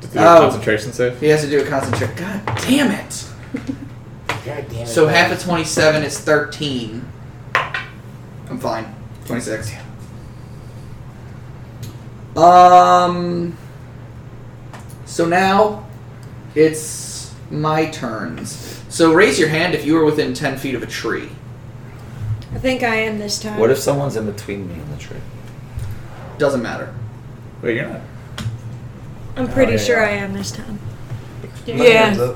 [SPEAKER 3] does he have
[SPEAKER 1] Oh.
[SPEAKER 3] concentration save?
[SPEAKER 1] He has to do a concentration. God damn it!
[SPEAKER 2] God damn it.
[SPEAKER 1] So half of twenty-seven is thirteen. I'm fine. Twenty-six. Um. So now, it's my turns. So raise your hand if you were within ten feet of a tree.
[SPEAKER 6] I think I am this time.
[SPEAKER 9] What if someone's in between me and the tree?
[SPEAKER 1] Doesn't matter.
[SPEAKER 3] Wait, you're not.
[SPEAKER 6] I'm pretty
[SPEAKER 9] Oh, yeah,
[SPEAKER 6] sure
[SPEAKER 9] yeah.
[SPEAKER 6] I am this time.
[SPEAKER 16] Yeah.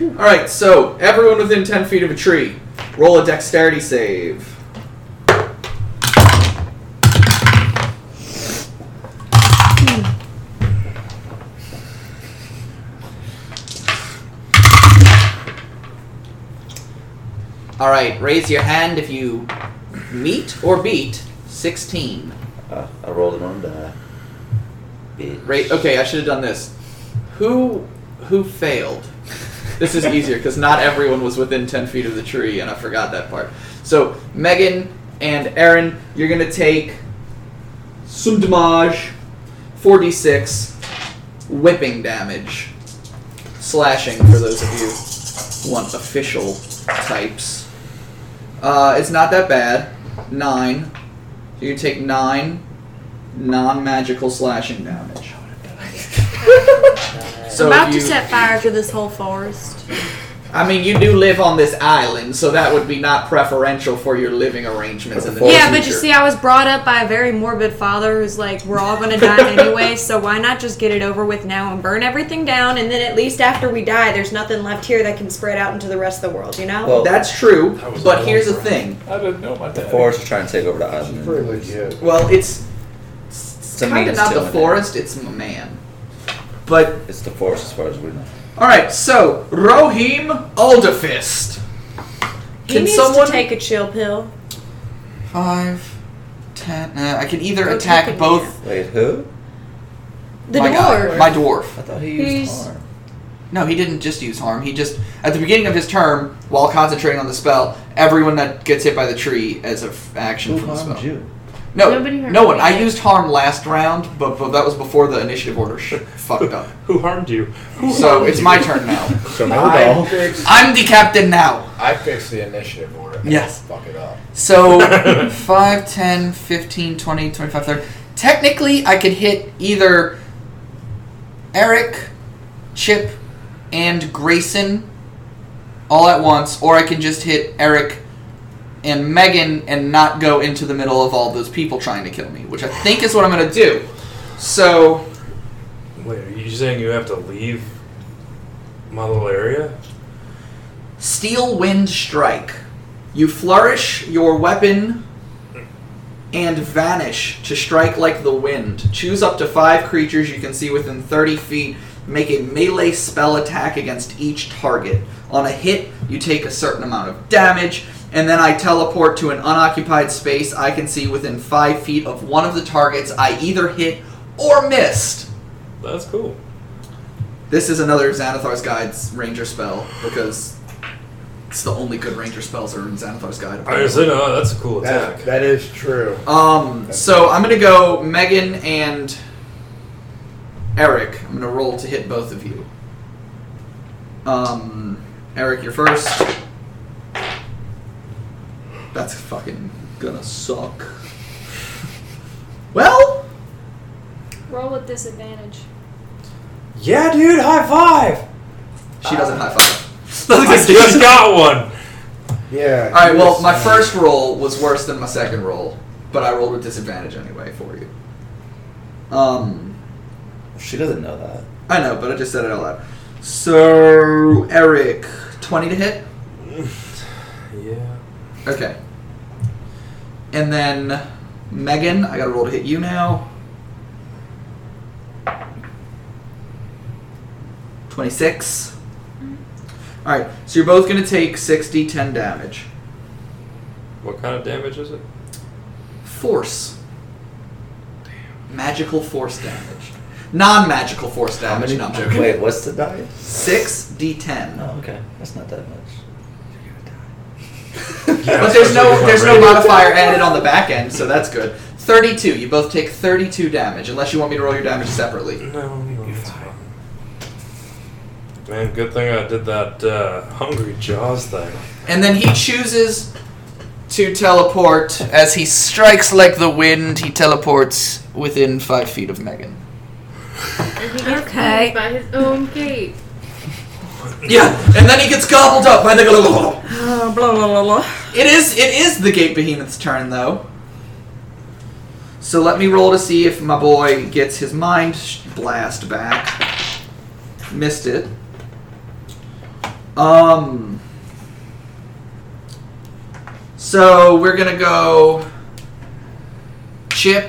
[SPEAKER 1] All right, so everyone within ten feet of a tree, roll a dexterity save. All right, raise your hand if you meet or beat sixteen.
[SPEAKER 9] Uh, I rolled an on die. Bitch.
[SPEAKER 1] Right. Okay, I should have done this. Who who failed? This is easier because not everyone was within ten feet of the tree, and I forgot that part. So Megan and Aaron, you're gonna take some damage, four d six, whipping damage, slashing for those of you who want official types. Uh, it's not that bad. Nine. So you take nine non-magical slashing damage. so
[SPEAKER 16] I'm about
[SPEAKER 1] you,
[SPEAKER 16] to set fire to this whole forest.
[SPEAKER 1] I mean, you do live on this island, so that would be not preferential for your living arrangements in the
[SPEAKER 16] Yeah,
[SPEAKER 1] near
[SPEAKER 16] but you
[SPEAKER 1] future.
[SPEAKER 16] see, I was brought up by a very morbid father who's like, we're all gonna die anyway, so why not just get it over with now and burn everything down, and then at least after we die, there's nothing left here that can spread out into the rest of the world, you know?
[SPEAKER 9] Well,
[SPEAKER 1] that's true.
[SPEAKER 2] was a
[SPEAKER 1] But
[SPEAKER 2] long
[SPEAKER 1] here's the
[SPEAKER 2] drive.
[SPEAKER 1] thing.
[SPEAKER 3] I didn't know my
[SPEAKER 9] The
[SPEAKER 3] dad.
[SPEAKER 9] forest is trying to take over the island.
[SPEAKER 2] Pretty legit.
[SPEAKER 1] Well, it's, it's
[SPEAKER 9] To me,
[SPEAKER 1] kind of
[SPEAKER 9] it's
[SPEAKER 1] not
[SPEAKER 9] still
[SPEAKER 1] the
[SPEAKER 9] an
[SPEAKER 1] forest; it's man. But
[SPEAKER 9] It's the forest as far as we know.
[SPEAKER 1] all right, so Rohim Alderfist.
[SPEAKER 16] he
[SPEAKER 1] Can
[SPEAKER 16] needs
[SPEAKER 1] someone
[SPEAKER 16] to take a chill pill.
[SPEAKER 1] five, ten? Uh, I can either
[SPEAKER 16] Go take
[SPEAKER 1] attack
[SPEAKER 16] a
[SPEAKER 1] both.
[SPEAKER 9] Wait, who?
[SPEAKER 16] The
[SPEAKER 1] my guy-
[SPEAKER 16] dwarf.
[SPEAKER 1] my dwarf.
[SPEAKER 9] I thought he used
[SPEAKER 16] He's-
[SPEAKER 9] harm.
[SPEAKER 1] No, he didn't just use harm. He just at the beginning of his term, while concentrating on the spell, everyone that gets hit by the tree as an action
[SPEAKER 9] Who
[SPEAKER 1] from the
[SPEAKER 9] harmed
[SPEAKER 1] spell.
[SPEAKER 9] you?
[SPEAKER 1] No,
[SPEAKER 10] Nobody harmed
[SPEAKER 1] no one.
[SPEAKER 10] me.
[SPEAKER 1] I used harm last round, but, but that was before the initiative order sh- fucked up.
[SPEAKER 8] Who harmed you? Who
[SPEAKER 1] So
[SPEAKER 8] harmed
[SPEAKER 1] it's
[SPEAKER 8] you?
[SPEAKER 1] my turn now.
[SPEAKER 3] So
[SPEAKER 2] I
[SPEAKER 3] now
[SPEAKER 2] fixed,
[SPEAKER 1] I'm the captain now.
[SPEAKER 2] I fixed the initiative order.
[SPEAKER 1] Yes.
[SPEAKER 2] Fuck it up.
[SPEAKER 1] So 5, 10, 15, 20, 25, 30. Technically, I could hit either Eric, Chip, and Grayson all at once, or I can just hit Eric and Megan and not go into the middle of all those people trying to kill me, which I think is what I'm going to do. So,
[SPEAKER 8] Wait, are you saying you have to leave my little area?
[SPEAKER 1] Steel Wind Strike. You flourish your weapon and vanish to strike like the wind. Choose up to five creatures you can see within 30 feet. Make a melee spell attack against each target. On a hit, you take a certain amount of damage, and then I teleport to an unoccupied space I can see within five feet of one of the targets I either hit or missed.
[SPEAKER 8] That's cool.
[SPEAKER 1] This is another Xanathar's Guide's ranger spell because it's the only good ranger spells are in Xanathar's Guide.
[SPEAKER 8] I just said, oh, that's a cool attack.
[SPEAKER 12] that is true.
[SPEAKER 1] Um, so I'm gonna go Megan and Eric. I'm gonna roll to hit both of you. Um, Eric, you're first. That's fucking gonna suck. Well,
[SPEAKER 5] Roll with disadvantage.
[SPEAKER 8] Yeah, dude, high five!
[SPEAKER 1] she doesn't high five.
[SPEAKER 8] I just got one!
[SPEAKER 12] Yeah.
[SPEAKER 1] All right. Well, my first roll was worse than my second roll, but I rolled with disadvantage anyway for you. Um,
[SPEAKER 9] She doesn't know that.
[SPEAKER 1] I know, but I just said it out loud. So Eric, twenty to hit.
[SPEAKER 8] Yeah.
[SPEAKER 1] Okay. And then Megan, I got to roll to hit you now. Twenty-six. All right. So you're both going to take 60, 10 damage.
[SPEAKER 8] What kind of damage is it?
[SPEAKER 1] Force. Magical force damage. Non magical force damage. No, I'm joking.
[SPEAKER 9] Wait, what's the die?
[SPEAKER 1] 6d10.
[SPEAKER 9] Oh, okay. That's not that much.
[SPEAKER 1] but there's no there's no modifier added on the back end, so that's good. 32. You both take 32 damage, unless you want me to roll your damage separately.
[SPEAKER 8] No, no, it's fine. Man, good thing I did that uh, Hungry Jaws thing.
[SPEAKER 1] And then he chooses to teleport. As he strikes like the wind, he teleports within five feet of Megan.
[SPEAKER 10] And he
[SPEAKER 20] gets Okay.
[SPEAKER 10] by his own gate.
[SPEAKER 1] Yeah, and then he gets gobbled up by the
[SPEAKER 6] Oh, blah, blah, blah, blah.
[SPEAKER 1] It is it is the gate behemoth's turn though. So let me roll to see if my boy gets his mind sh- blast back. Missed it. Um So we're going to go Chip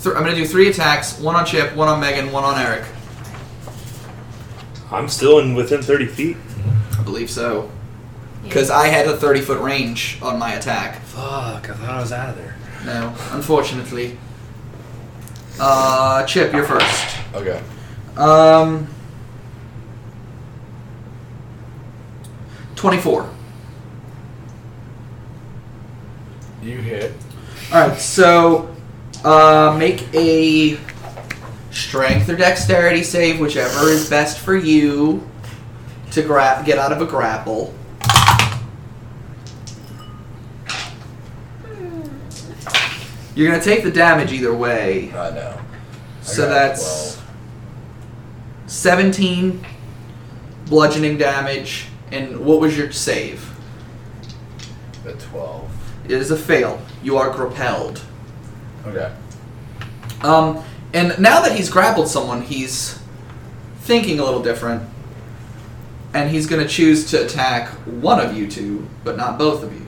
[SPEAKER 1] th- I'm going to do 3 attacks, one on Chip, one on Megan, one on Eric.
[SPEAKER 8] I'm still in within 30 feet.
[SPEAKER 1] I believe so. Cuz I had a 30 foot range on my attack.
[SPEAKER 8] Fuck, I thought I was out of there.
[SPEAKER 1] No, unfortunately. Uh, Chip, you're first.
[SPEAKER 4] Okay.
[SPEAKER 1] Um, 24.
[SPEAKER 4] You hit.
[SPEAKER 1] Alright, so uh, make a strength or dexterity save, whichever is best for you, to gra- get out of a grapple. You're going to take the damage either way.
[SPEAKER 12] I know.
[SPEAKER 1] So that's 17 bludgeoning damage. And what was your save?
[SPEAKER 12] The 12.
[SPEAKER 1] It is a fail. You are grappled.
[SPEAKER 12] Okay.
[SPEAKER 1] Um, and now that he's grappled someone, he's thinking a little different. And he's going to choose to attack one of you two, but not both of you.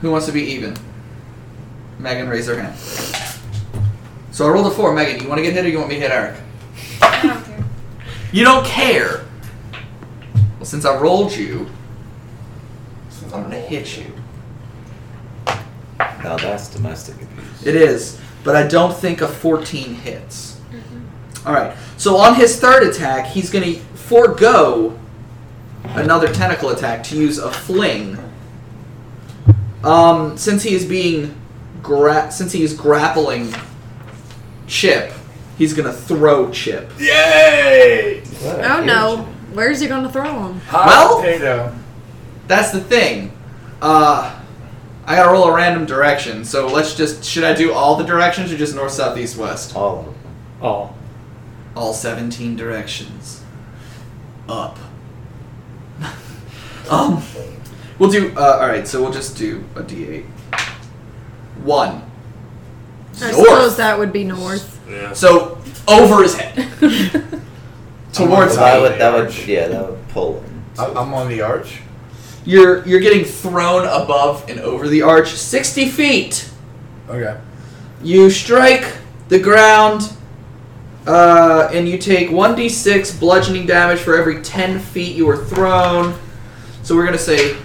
[SPEAKER 1] Who wants to be even? Megan, raise her hand. So I rolled a four. Megan, you want to get hit or you want me to hit Eric?
[SPEAKER 5] I don't care.
[SPEAKER 1] You don't care. Well, since I rolled you, I'm gonna hit you.
[SPEAKER 9] Now that's domestic abuse.
[SPEAKER 1] It is, but I don't think a 14 hits. All right. So on his third attack, he's gonna forego another tentacle attack to use a fling. Um, since he is being gra- since he is grappling Chip, he's gonna throw Chip.
[SPEAKER 4] Yay!
[SPEAKER 20] Oh no. Where's
[SPEAKER 1] Oh!
[SPEAKER 20] he gonna throw him?
[SPEAKER 4] Hot
[SPEAKER 1] Well-
[SPEAKER 4] potato.
[SPEAKER 1] That's the thing. Uh, I gotta roll a random direction, so let's just. Should I do all the directions or just north, south, east, west?
[SPEAKER 9] All of them.
[SPEAKER 3] All.
[SPEAKER 1] All 17 directions. Up. um. We'll do. Uh, Alright, so we'll just do a d8. One.
[SPEAKER 20] I suppose that would be north.
[SPEAKER 1] So, over his head. Towards
[SPEAKER 9] that
[SPEAKER 1] me.
[SPEAKER 9] would, that would yeah that would pull him.
[SPEAKER 12] I'm I'm on the arch.
[SPEAKER 1] You're you're getting thrown above and over the arch, sixty feet.
[SPEAKER 12] Okay.
[SPEAKER 1] You strike the ground, uh, and you take one d six bludgeoning damage for every ten feet you are thrown. So we're gonna say,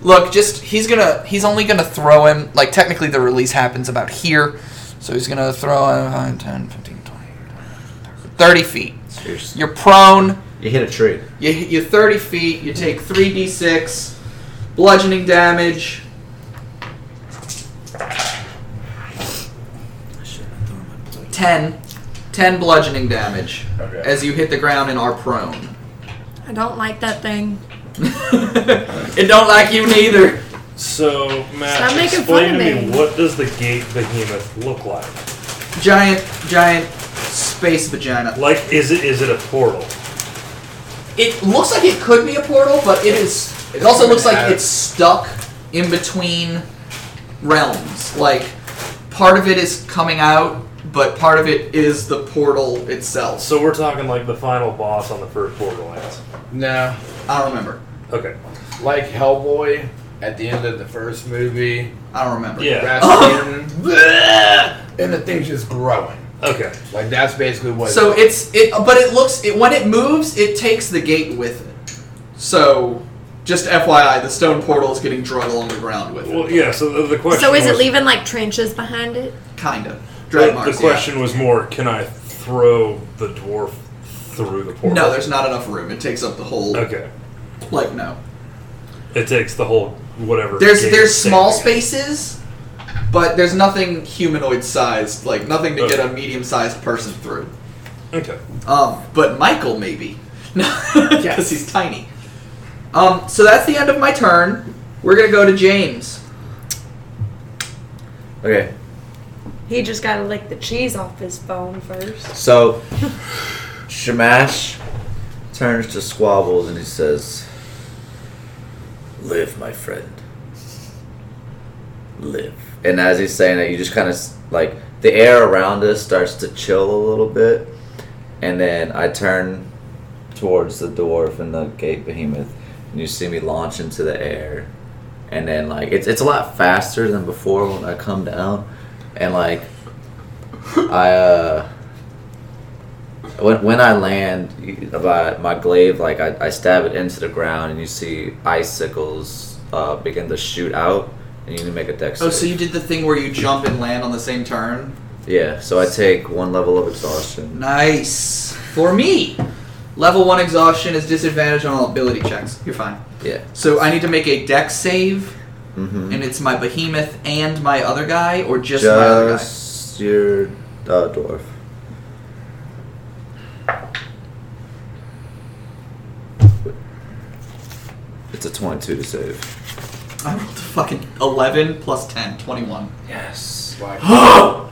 [SPEAKER 1] look, just he's gonna he's only gonna throw him like technically the release happens about here, so he's gonna throw him uh, 5, 10, 15, 20, 30 feet.
[SPEAKER 9] Seriously.
[SPEAKER 1] You're prone.
[SPEAKER 9] You hit a tree.
[SPEAKER 1] You, you're 30 feet. You take 3d6 bludgeoning damage. Ten. Ten bludgeoning damage
[SPEAKER 12] Okay.
[SPEAKER 1] as you hit the ground and are prone.
[SPEAKER 20] I don't like that thing.
[SPEAKER 1] It don't like you neither.
[SPEAKER 8] So, Matt,
[SPEAKER 20] Stop making
[SPEAKER 8] explain
[SPEAKER 20] fun
[SPEAKER 8] to
[SPEAKER 20] of
[SPEAKER 8] me,
[SPEAKER 20] me.
[SPEAKER 8] what does the gate behemoth look like?
[SPEAKER 1] Giant, giant space vagina.
[SPEAKER 8] Like, is it is it a portal?
[SPEAKER 1] It looks like it could be a portal, but it is. It also looks like it's stuck in between realms. Like part of it is coming out, but part of it is the portal itself.
[SPEAKER 8] So we're talking like the final boss on the first Borderlands.
[SPEAKER 12] No.
[SPEAKER 1] I don't remember.
[SPEAKER 8] Okay.
[SPEAKER 12] Like Hellboy at the end of the first movie.
[SPEAKER 1] I don't remember.
[SPEAKER 8] Yeah.
[SPEAKER 12] Rasputin. bleh, and the thing's just growing.
[SPEAKER 8] Okay.
[SPEAKER 12] Like that's basically what.
[SPEAKER 1] So it's it, but it looks it when it moves, it takes the gate with it. So, just FYI, the stone portal is getting drawn along the ground with it.
[SPEAKER 8] Well, yeah. So the, the question.
[SPEAKER 20] So is
[SPEAKER 8] was,
[SPEAKER 20] it leaving like trenches behind it?
[SPEAKER 1] Kind of. Drag
[SPEAKER 8] The, the
[SPEAKER 1] marks, yeah.
[SPEAKER 8] question was more: Can I throw the dwarf through the portal?
[SPEAKER 1] No, there's not enough room. It takes up the whole.
[SPEAKER 8] Okay.
[SPEAKER 1] Like no.
[SPEAKER 8] It takes the whole whatever.
[SPEAKER 1] There's
[SPEAKER 8] gate
[SPEAKER 1] there's
[SPEAKER 8] thing.
[SPEAKER 1] small spaces, but there's nothing humanoid sized, like nothing to get a medium sized person through.
[SPEAKER 8] Okay.
[SPEAKER 1] Um, but Michael maybe, because he's tiny. Um, so that's the end of my turn. We're gonna go to James.
[SPEAKER 9] Okay.
[SPEAKER 16] He just gotta lick the cheese off his bone first.
[SPEAKER 9] So Shamash turns to Squabbles and he says, "Live, my friend. Live." And as he's saying that, you just kind of like the air around us starts to chill a little bit, and then I turn towards the dwarf and the gate behemoth, and you see me launch into the air, and then like it's it's a lot faster than before when I come down, and like I uh when, when I land you- about my glaive, like I, I stab it into the ground, and you see icicles uh, begin to shoot out, and you need to make a dex.
[SPEAKER 1] Oh,
[SPEAKER 9] save.
[SPEAKER 1] so you did the thing where you jump and land on the same turn.
[SPEAKER 9] yeah. So I take one level of exhaustion.
[SPEAKER 1] Nice for me. Level one exhaustion is disadvantage on all ability checks. You're fine.
[SPEAKER 9] Yeah.
[SPEAKER 1] So I need to make a dex save,
[SPEAKER 9] Mm-hmm.
[SPEAKER 1] and it's my behemoth and my other guy, or just, my other guy.
[SPEAKER 9] Just your uh, dwarf. It's a twenty-two to save.
[SPEAKER 1] I rolled a fucking 11 plus 10, 21.
[SPEAKER 9] Yes.
[SPEAKER 12] yes.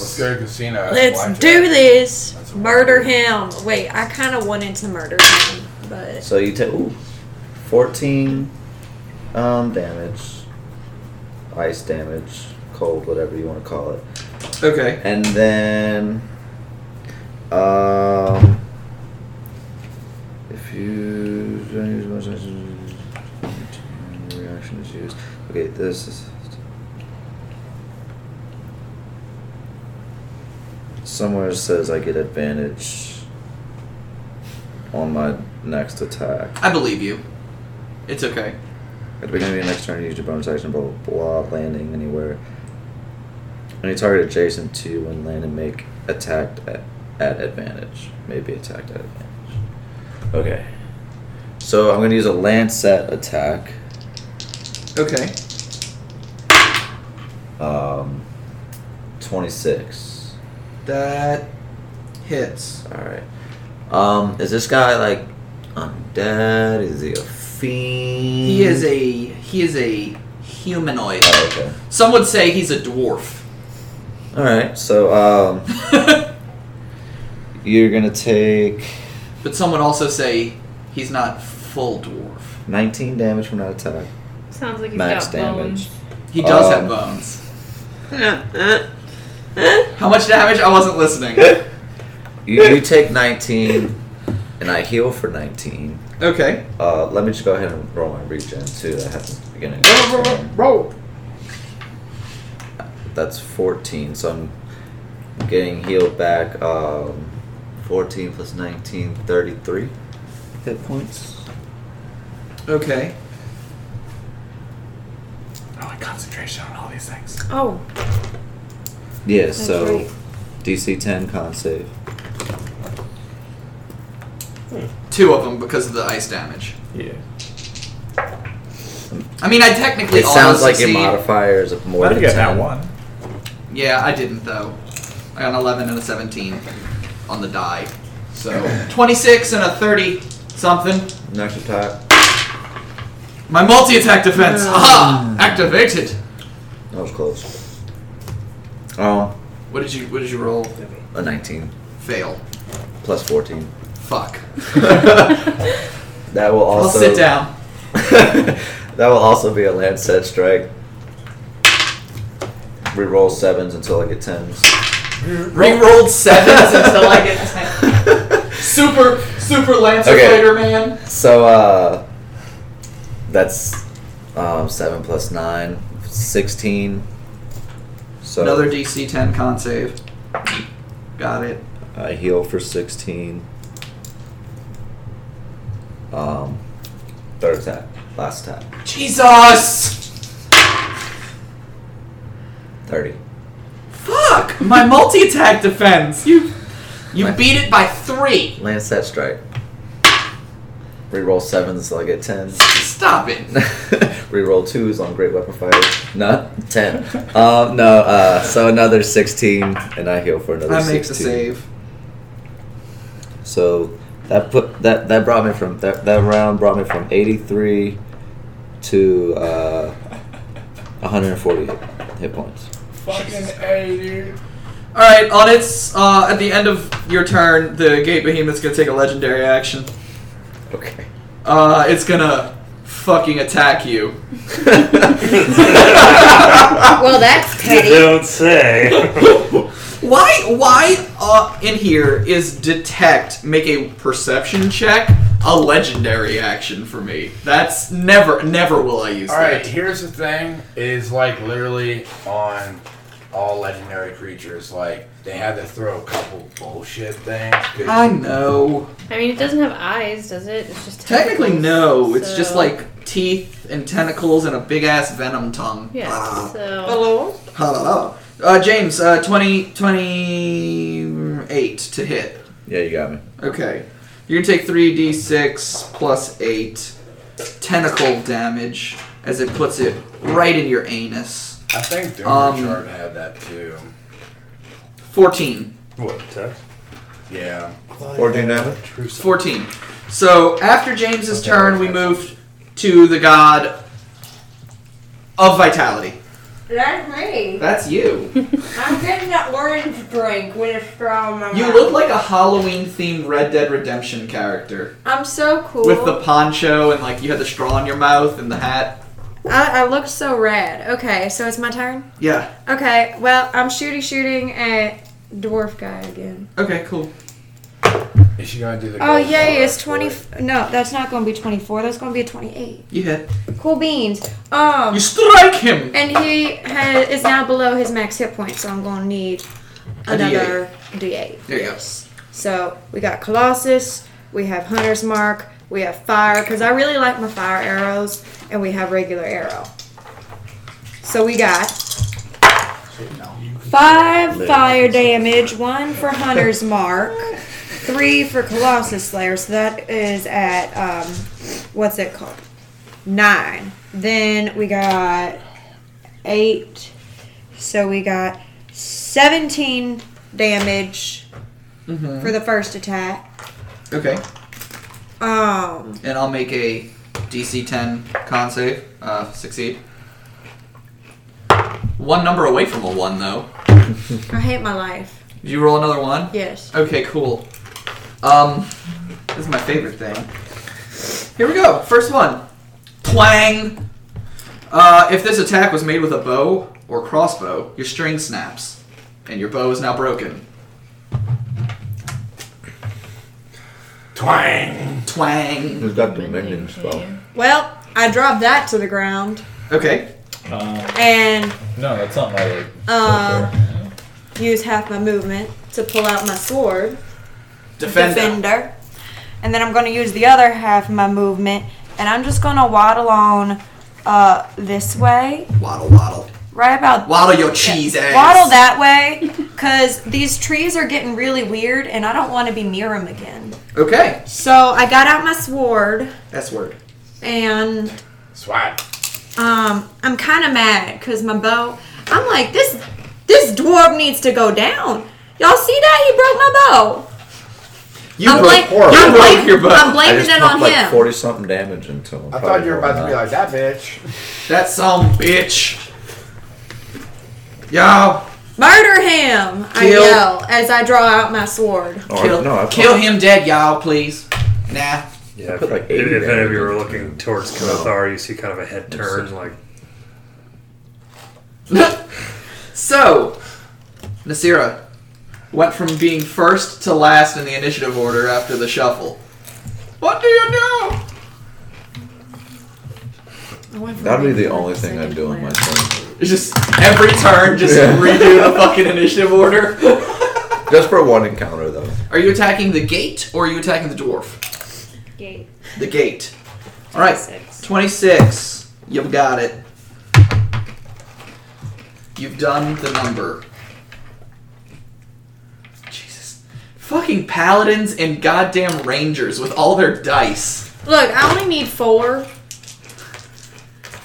[SPEAKER 12] Let's go to casino.
[SPEAKER 16] Let's
[SPEAKER 12] Blackjack.
[SPEAKER 16] do this. Murder him. Wait, I kind of wanted to murder him, but
[SPEAKER 9] So you take ooh, 14 um, damage, ice damage, cold, whatever you want to call it.
[SPEAKER 1] Okay.
[SPEAKER 9] And then, um, if you don't use much reaction is used. Okay, this is. Somewhere it says I get advantage on my next attack.
[SPEAKER 1] I believe you. It's okay.
[SPEAKER 9] At the beginning of your next turn, you use your bonus action, blah, blah, blah, landing anywhere. Any target adjacent to you when landing make attacked at, at advantage. Maybe attacked at advantage. Okay. So I'm going to use a Lancet attack.
[SPEAKER 1] Okay.
[SPEAKER 9] Um, 26.
[SPEAKER 1] That hits.
[SPEAKER 9] Alright. Um, is this guy like undead? Is he a fiend?
[SPEAKER 1] He is a he is a humanoid. Some would say he's a dwarf.
[SPEAKER 7] All right, so um, you're gonna take
[SPEAKER 1] But some would also say he's not full dwarf.
[SPEAKER 7] 19 damage from that attack.
[SPEAKER 5] Sounds like he's
[SPEAKER 7] Max
[SPEAKER 5] got
[SPEAKER 7] damage.
[SPEAKER 1] He does
[SPEAKER 7] Um,
[SPEAKER 1] have bones. Um. How much damage? I wasn't listening.
[SPEAKER 7] You, you take 19, and I heal for 19.
[SPEAKER 1] Okay.
[SPEAKER 7] Uh, let me just go ahead and roll my regen too. That happened at the beginning.
[SPEAKER 1] Roll.
[SPEAKER 7] That's 14, so I'm getting healed back. Um, 14 plus 19, 33 hit points.
[SPEAKER 1] Okay.
[SPEAKER 21] I like concentration on all these things.
[SPEAKER 6] Oh.
[SPEAKER 7] Yeah,
[SPEAKER 6] That's
[SPEAKER 7] so
[SPEAKER 6] right.
[SPEAKER 7] DC 10 con save.
[SPEAKER 1] Two of them because of the ice damage.
[SPEAKER 3] Yeah.
[SPEAKER 1] I mean, I technically
[SPEAKER 7] It sounds
[SPEAKER 1] almost
[SPEAKER 7] like
[SPEAKER 1] succeed.
[SPEAKER 7] your modifier is more
[SPEAKER 3] I
[SPEAKER 7] than
[SPEAKER 3] think I got
[SPEAKER 7] 10.
[SPEAKER 3] one.
[SPEAKER 1] Yeah, I didn't though. I got an 11 and a 17 on the die. So 26 and a 30 something.
[SPEAKER 7] Next attack.
[SPEAKER 1] My multi attack defense. Ha! Activated.
[SPEAKER 7] That was close. Oh,
[SPEAKER 1] What did you What did you roll?
[SPEAKER 7] a 19
[SPEAKER 1] Fail.
[SPEAKER 7] plus 14.
[SPEAKER 1] Fuck.
[SPEAKER 7] That will
[SPEAKER 1] I'll
[SPEAKER 7] also
[SPEAKER 1] sit down.
[SPEAKER 7] that will also be a Lancet strike. Reroll sevens until I get tens.
[SPEAKER 1] Rerolled sevens until I get ten. Super Super Lancer
[SPEAKER 7] Okay.
[SPEAKER 1] Fighter Man.
[SPEAKER 7] So uh, that's um, seven plus nine, 16. So
[SPEAKER 1] Another DC 10 con save. Got it.
[SPEAKER 7] I heal for sixteen. Um, third attack, last attack,
[SPEAKER 1] Jesus!
[SPEAKER 7] thirty.
[SPEAKER 1] Fuck! My multi attack defense. You you
[SPEAKER 7] Right.
[SPEAKER 1] beat it by three.
[SPEAKER 7] Lancet strike. Reroll sevens until I get tens.
[SPEAKER 1] Stop it.
[SPEAKER 7] Reroll twos on great weapon fire. No, ten. Um, no. Uh, so another sixteen, and I heal for another.
[SPEAKER 1] I make the
[SPEAKER 7] 16.
[SPEAKER 1] save.
[SPEAKER 7] So that put that that brought me from that that round brought me from eighty three to uh, one hundred and forty hit points.
[SPEAKER 21] Fucking A, dude.
[SPEAKER 1] All right, on its uh, at the end of your turn, the gate behemoth's gonna take a legendary action.
[SPEAKER 7] Okay.
[SPEAKER 1] Uh, it's gonna fucking attack you.
[SPEAKER 22] well, that's
[SPEAKER 8] Don't say.
[SPEAKER 1] Why? Why uh, in here is detect make a perception check a legendary action for me? That's never, never will I use
[SPEAKER 12] All
[SPEAKER 1] that.
[SPEAKER 12] right, here's the thing: is like literally on all legendary creatures, like they had to throw a couple bullshit things. 'cause-
[SPEAKER 1] I know.
[SPEAKER 5] I mean, it doesn't have eyes, does it? It's just
[SPEAKER 1] Technically,
[SPEAKER 5] tentacles,
[SPEAKER 1] no. It's just
[SPEAKER 5] so-
[SPEAKER 1] like teeth and tentacles and a big ass venom tongue.
[SPEAKER 5] Yeah.
[SPEAKER 1] Ah.
[SPEAKER 5] So.
[SPEAKER 1] Hello. Uh, James, uh, 20, 28 to hit.
[SPEAKER 7] Yeah, you got me.
[SPEAKER 1] Okay. You're going to take 3d6 plus 8 tentacle damage as it puts it right in your anus.
[SPEAKER 12] I think Doom
[SPEAKER 1] Um,
[SPEAKER 12] Richard had that too.
[SPEAKER 1] 14.
[SPEAKER 8] What, Tex?
[SPEAKER 12] Yeah.
[SPEAKER 7] 14 damage?
[SPEAKER 1] 14. So after James's turn, we move to the god of vitality.
[SPEAKER 22] That's me.
[SPEAKER 1] That's you.
[SPEAKER 22] I'm getting that orange drink with a straw in my
[SPEAKER 1] You
[SPEAKER 22] mouth.
[SPEAKER 1] look like a Halloween themed Red Dead Redemption character.
[SPEAKER 6] I'm so cool.
[SPEAKER 1] With the poncho and like you had the straw in your mouth and the hat.
[SPEAKER 6] I, I look so rad. Okay, so it's my turn.
[SPEAKER 1] Yeah.
[SPEAKER 6] Okay, well I'm shooting shooting at dwarf guy again.
[SPEAKER 1] Okay, cool.
[SPEAKER 12] Is she gonna do the?
[SPEAKER 6] Oh
[SPEAKER 12] gold
[SPEAKER 6] yay!
[SPEAKER 12] color
[SPEAKER 6] It's
[SPEAKER 12] for
[SPEAKER 6] twenty.
[SPEAKER 12] it?
[SPEAKER 6] f- No, that's not going to be twenty four. That's going to be a twenty eight.
[SPEAKER 1] You hit.
[SPEAKER 6] Cool beans. Um.
[SPEAKER 1] You strike him!
[SPEAKER 6] And he has, is now below his max hit point, so I'm going to need
[SPEAKER 1] A D8.
[SPEAKER 6] another D8.
[SPEAKER 1] There you go.
[SPEAKER 6] So we got Colossus, we have Hunter's Mark, we have Fire, because I really like my Fire arrows, and we have regular arrow. So we got five fire damage, one for Hunter's Mark, three for Colossus Slayer, so that is at, um, what's it called? Nine. Then we got eight. So we got 17 damage
[SPEAKER 1] Mhm.
[SPEAKER 6] for the first attack.
[SPEAKER 1] Okay.
[SPEAKER 6] Um,
[SPEAKER 1] And I'll make a DC 10 con save. Uh, succeed. One number away from a one, though.
[SPEAKER 6] I hate my life.
[SPEAKER 1] Did you roll another one?
[SPEAKER 6] Yes.
[SPEAKER 1] Okay, cool. Um, this is my favorite thing. Here we go. First one. Twang. Uh, if this attack was made with a bow or crossbow, your string snaps, and your bow is now broken.
[SPEAKER 12] Twang.
[SPEAKER 1] Twang.
[SPEAKER 7] Who's got Dominion spell?
[SPEAKER 6] Well, I dropped that to the ground,
[SPEAKER 1] Okay.
[SPEAKER 6] and
[SPEAKER 3] Uh, No, that's not my word.
[SPEAKER 6] uh, use half my movement to pull out my sword.
[SPEAKER 1] Defender.
[SPEAKER 6] Defender.
[SPEAKER 23] And then I'm going to use the other half of my movement, and I'm just going to waddle on uh, this way,
[SPEAKER 1] Waddle, waddle.
[SPEAKER 23] right about
[SPEAKER 1] Waddle your cheese ass.
[SPEAKER 23] waddle that way, because these trees are getting really weird, and I don't want to be near them again.
[SPEAKER 1] Okay.
[SPEAKER 6] So I got out my sword,
[SPEAKER 1] That's word.
[SPEAKER 6] and
[SPEAKER 12] Swat.
[SPEAKER 6] um, I'm kind of mad because my bow. I'm like this. This dwarf needs to go down. Y'all see that? He broke my bow.
[SPEAKER 1] You
[SPEAKER 6] I'm
[SPEAKER 7] broke
[SPEAKER 6] blam-
[SPEAKER 7] horrible.
[SPEAKER 6] I'm
[SPEAKER 7] You broke
[SPEAKER 6] blam-
[SPEAKER 7] your bow.
[SPEAKER 6] I'm blaming
[SPEAKER 7] I just
[SPEAKER 6] it
[SPEAKER 7] put
[SPEAKER 6] on
[SPEAKER 7] like
[SPEAKER 6] him.
[SPEAKER 7] Forty something damage into him.
[SPEAKER 12] I thought you were about to
[SPEAKER 7] Oh,
[SPEAKER 12] be like that bitch.
[SPEAKER 1] That some bitch. Yo.
[SPEAKER 6] Murder him!
[SPEAKER 1] Kill.
[SPEAKER 6] I yell as I draw out my sword.
[SPEAKER 1] Kill,
[SPEAKER 7] no, I thought-
[SPEAKER 1] kill him dead, y'all, please. Nah.
[SPEAKER 8] Yeah,
[SPEAKER 7] put, like,
[SPEAKER 8] if, if
[SPEAKER 7] 80
[SPEAKER 8] any of
[SPEAKER 7] damage
[SPEAKER 8] you were looking towards
[SPEAKER 7] No.
[SPEAKER 8] Kothar, you see kind of a head turn, like
[SPEAKER 1] So, Nasira went from being first to last in the initiative order after the shuffle. What do you do?
[SPEAKER 7] That'd be the only thing I'd do on my turn.
[SPEAKER 1] It's just every turn, just
[SPEAKER 7] Yeah.
[SPEAKER 1] redo the fucking initiative order.
[SPEAKER 7] Just for one encounter though.
[SPEAKER 1] Are you attacking the gate or are you attacking the dwarf?
[SPEAKER 5] Gate.
[SPEAKER 1] The gate. All right,
[SPEAKER 5] 26.
[SPEAKER 1] 26. You've got it. You've done the number. Jesus. Fucking paladins and goddamn rangers with all their dice.
[SPEAKER 6] Look, I only need four.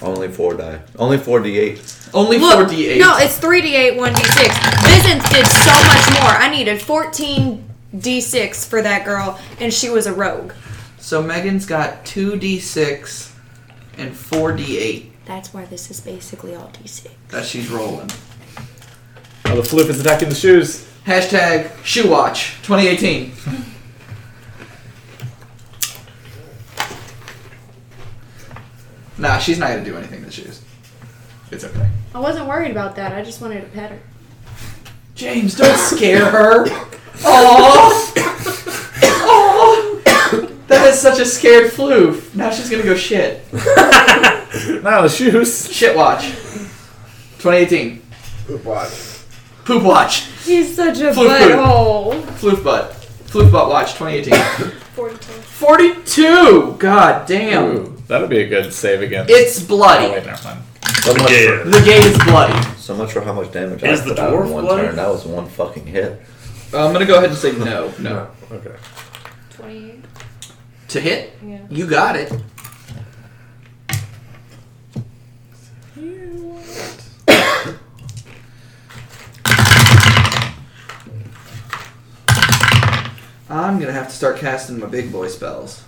[SPEAKER 7] Only four die. Only four d eight.
[SPEAKER 1] Only
[SPEAKER 6] Look,
[SPEAKER 1] 4d8.
[SPEAKER 6] No, it's 3d8, 1d6. Vincent did so much more. I needed 14 d6 for that girl, and she was a rogue.
[SPEAKER 1] So Megan's got 2d6 and 4d8
[SPEAKER 6] That's why this is basically all d6.
[SPEAKER 1] that she's rolling.
[SPEAKER 3] Oh, the flip is attacking the shoes.
[SPEAKER 1] Hashtag shoe watch 2018. nah, she's not gonna do anything to shoes. It's okay.
[SPEAKER 6] I wasn't worried about that. I just wanted to pet her.
[SPEAKER 1] James, don't scare her. Oh, that is such a scared floof. Now she's gonna go shit.
[SPEAKER 3] Now the shoes.
[SPEAKER 1] Shit watch. 2018.
[SPEAKER 12] Poop watch.
[SPEAKER 1] Poop watch.
[SPEAKER 6] He's such a
[SPEAKER 1] Floof poop.
[SPEAKER 6] butthole.
[SPEAKER 1] Floof butt. Floof butt watch 2018.
[SPEAKER 6] 42.
[SPEAKER 1] 42. God damn.
[SPEAKER 3] Ooh, that'd be a good save against.
[SPEAKER 1] It's bloody.
[SPEAKER 3] Oh, wait, never mind.
[SPEAKER 7] So much,
[SPEAKER 8] Yeah.
[SPEAKER 1] The gate is bloody.
[SPEAKER 7] for, so much for how much damage
[SPEAKER 8] Is
[SPEAKER 7] I
[SPEAKER 8] the
[SPEAKER 7] put out
[SPEAKER 8] dwarf
[SPEAKER 7] in one
[SPEAKER 8] bloody?
[SPEAKER 7] turn. That was one fucking hit.
[SPEAKER 1] Uh, I'm gonna go ahead and say no. No.
[SPEAKER 8] okay.
[SPEAKER 5] 28.
[SPEAKER 1] To hit?
[SPEAKER 5] Yeah.
[SPEAKER 1] You got it. I'm gonna have to start casting my big boy spells.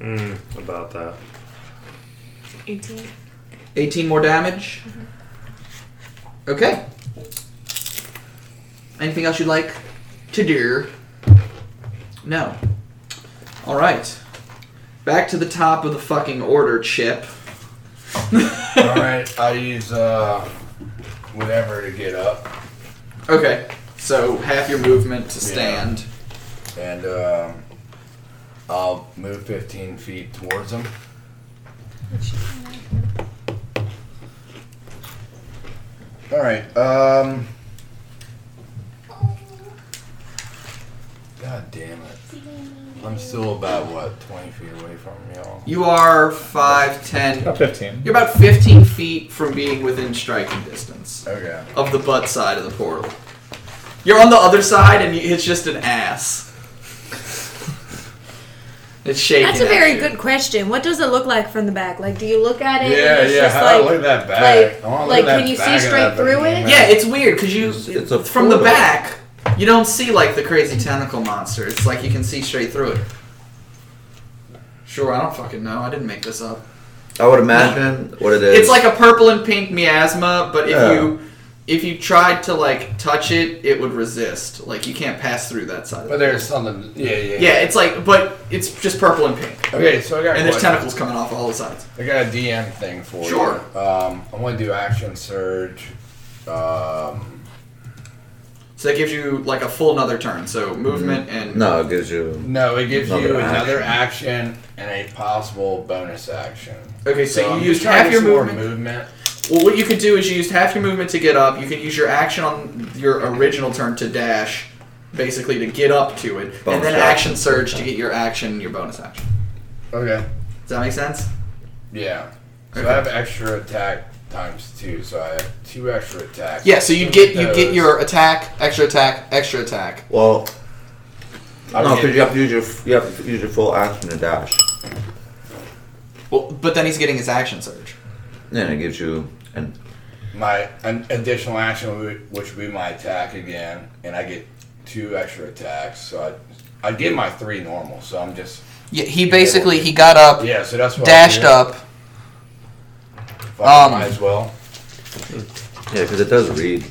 [SPEAKER 8] mm, about that.
[SPEAKER 5] 18.
[SPEAKER 1] 18 more damage. Okay. Anything else you'd like to do? No. All right. Back to the top of the fucking order, Chip.
[SPEAKER 12] All right, I use uh, whatever to get up,
[SPEAKER 1] Okay. So half your movement to
[SPEAKER 12] Yeah.
[SPEAKER 1] stand.
[SPEAKER 12] and um, I'll move 15 feet towards him. All right. Um. God damn it! I'm still about what 20 feet away from y'all.
[SPEAKER 1] You are 5, 10.
[SPEAKER 3] About 15.
[SPEAKER 1] You're about 15 feet from being within striking distance
[SPEAKER 12] Okay.
[SPEAKER 1] of the butt side of the portal. You're on the other side, and you, it's just an ass. It's shaking.
[SPEAKER 6] That's a very
[SPEAKER 1] at you.
[SPEAKER 6] good question. What does it look like from the back? Like, do you look at it?
[SPEAKER 12] Yeah,
[SPEAKER 6] and it's
[SPEAKER 12] yeah.
[SPEAKER 6] Just
[SPEAKER 12] How,
[SPEAKER 6] like,
[SPEAKER 12] look at that back. I wanna look
[SPEAKER 6] like,
[SPEAKER 12] at that
[SPEAKER 6] can you see
[SPEAKER 12] back of
[SPEAKER 6] straight
[SPEAKER 12] that
[SPEAKER 6] through
[SPEAKER 12] fucking
[SPEAKER 6] it?
[SPEAKER 12] man.
[SPEAKER 1] Yeah, it's weird because you
[SPEAKER 7] It's a
[SPEAKER 1] from the
[SPEAKER 7] portal.
[SPEAKER 1] back you don't see like the crazy tentacle monster. It's like you can see straight through it. Sure, I don't fucking know. I didn't make this up.
[SPEAKER 7] I would imagine what it is.
[SPEAKER 1] It's like a purple and pink miasma, but if
[SPEAKER 7] Yeah.
[SPEAKER 1] you if you tried to like touch it, it would resist. Like you can't pass through that side. But
[SPEAKER 12] there's something. Yeah, yeah.
[SPEAKER 1] Yeah, it's like, but it's just purple and pink.
[SPEAKER 12] Okay, so I got
[SPEAKER 1] and there's
[SPEAKER 12] one.
[SPEAKER 1] tentacles coming off all the sides.
[SPEAKER 12] I got a DM thing for
[SPEAKER 1] Sure.
[SPEAKER 12] you. Um, I want to do action surge. Um,
[SPEAKER 1] So that gives you like a full another turn. So
[SPEAKER 12] Mm-hmm.
[SPEAKER 1] movement and
[SPEAKER 7] No, it gives you.
[SPEAKER 12] no, it gives you
[SPEAKER 7] action.
[SPEAKER 12] another action and a possible bonus action.
[SPEAKER 1] Okay, so,
[SPEAKER 12] I'm
[SPEAKER 1] you
[SPEAKER 12] just
[SPEAKER 1] used
[SPEAKER 12] trying to
[SPEAKER 1] half your
[SPEAKER 12] get some more
[SPEAKER 1] movement.
[SPEAKER 12] movement.
[SPEAKER 1] Well, what you could do is you used half your movement to get up. You could use your action on your original turn to dash, basically to get up to it,
[SPEAKER 7] Bonus
[SPEAKER 1] and then
[SPEAKER 7] action.
[SPEAKER 1] action surge to get your action, and your bonus action.
[SPEAKER 12] Okay.
[SPEAKER 1] Does that make sense?
[SPEAKER 12] Yeah. So
[SPEAKER 1] Okay.
[SPEAKER 12] I have extra attack times two, so I have two extra attacks.
[SPEAKER 1] Yeah. So you get you get your attack, extra attack, extra attack.
[SPEAKER 7] Well,
[SPEAKER 12] I
[SPEAKER 7] no,
[SPEAKER 12] would
[SPEAKER 7] because
[SPEAKER 12] get-
[SPEAKER 7] you have to use your you have to use your full action to dash.
[SPEAKER 1] Well, but then he's getting his action surge.
[SPEAKER 7] Then it gives you an
[SPEAKER 12] my an additional action, would- which would be my attack again, and I get two extra attacks. So I, I get my three normal. So I'm just
[SPEAKER 1] Yeah, he basically he got up.
[SPEAKER 12] Yeah, so that's what I
[SPEAKER 1] dashed
[SPEAKER 12] did.
[SPEAKER 1] up. Um,
[SPEAKER 12] fucking might as well.
[SPEAKER 7] yeah, because it does read.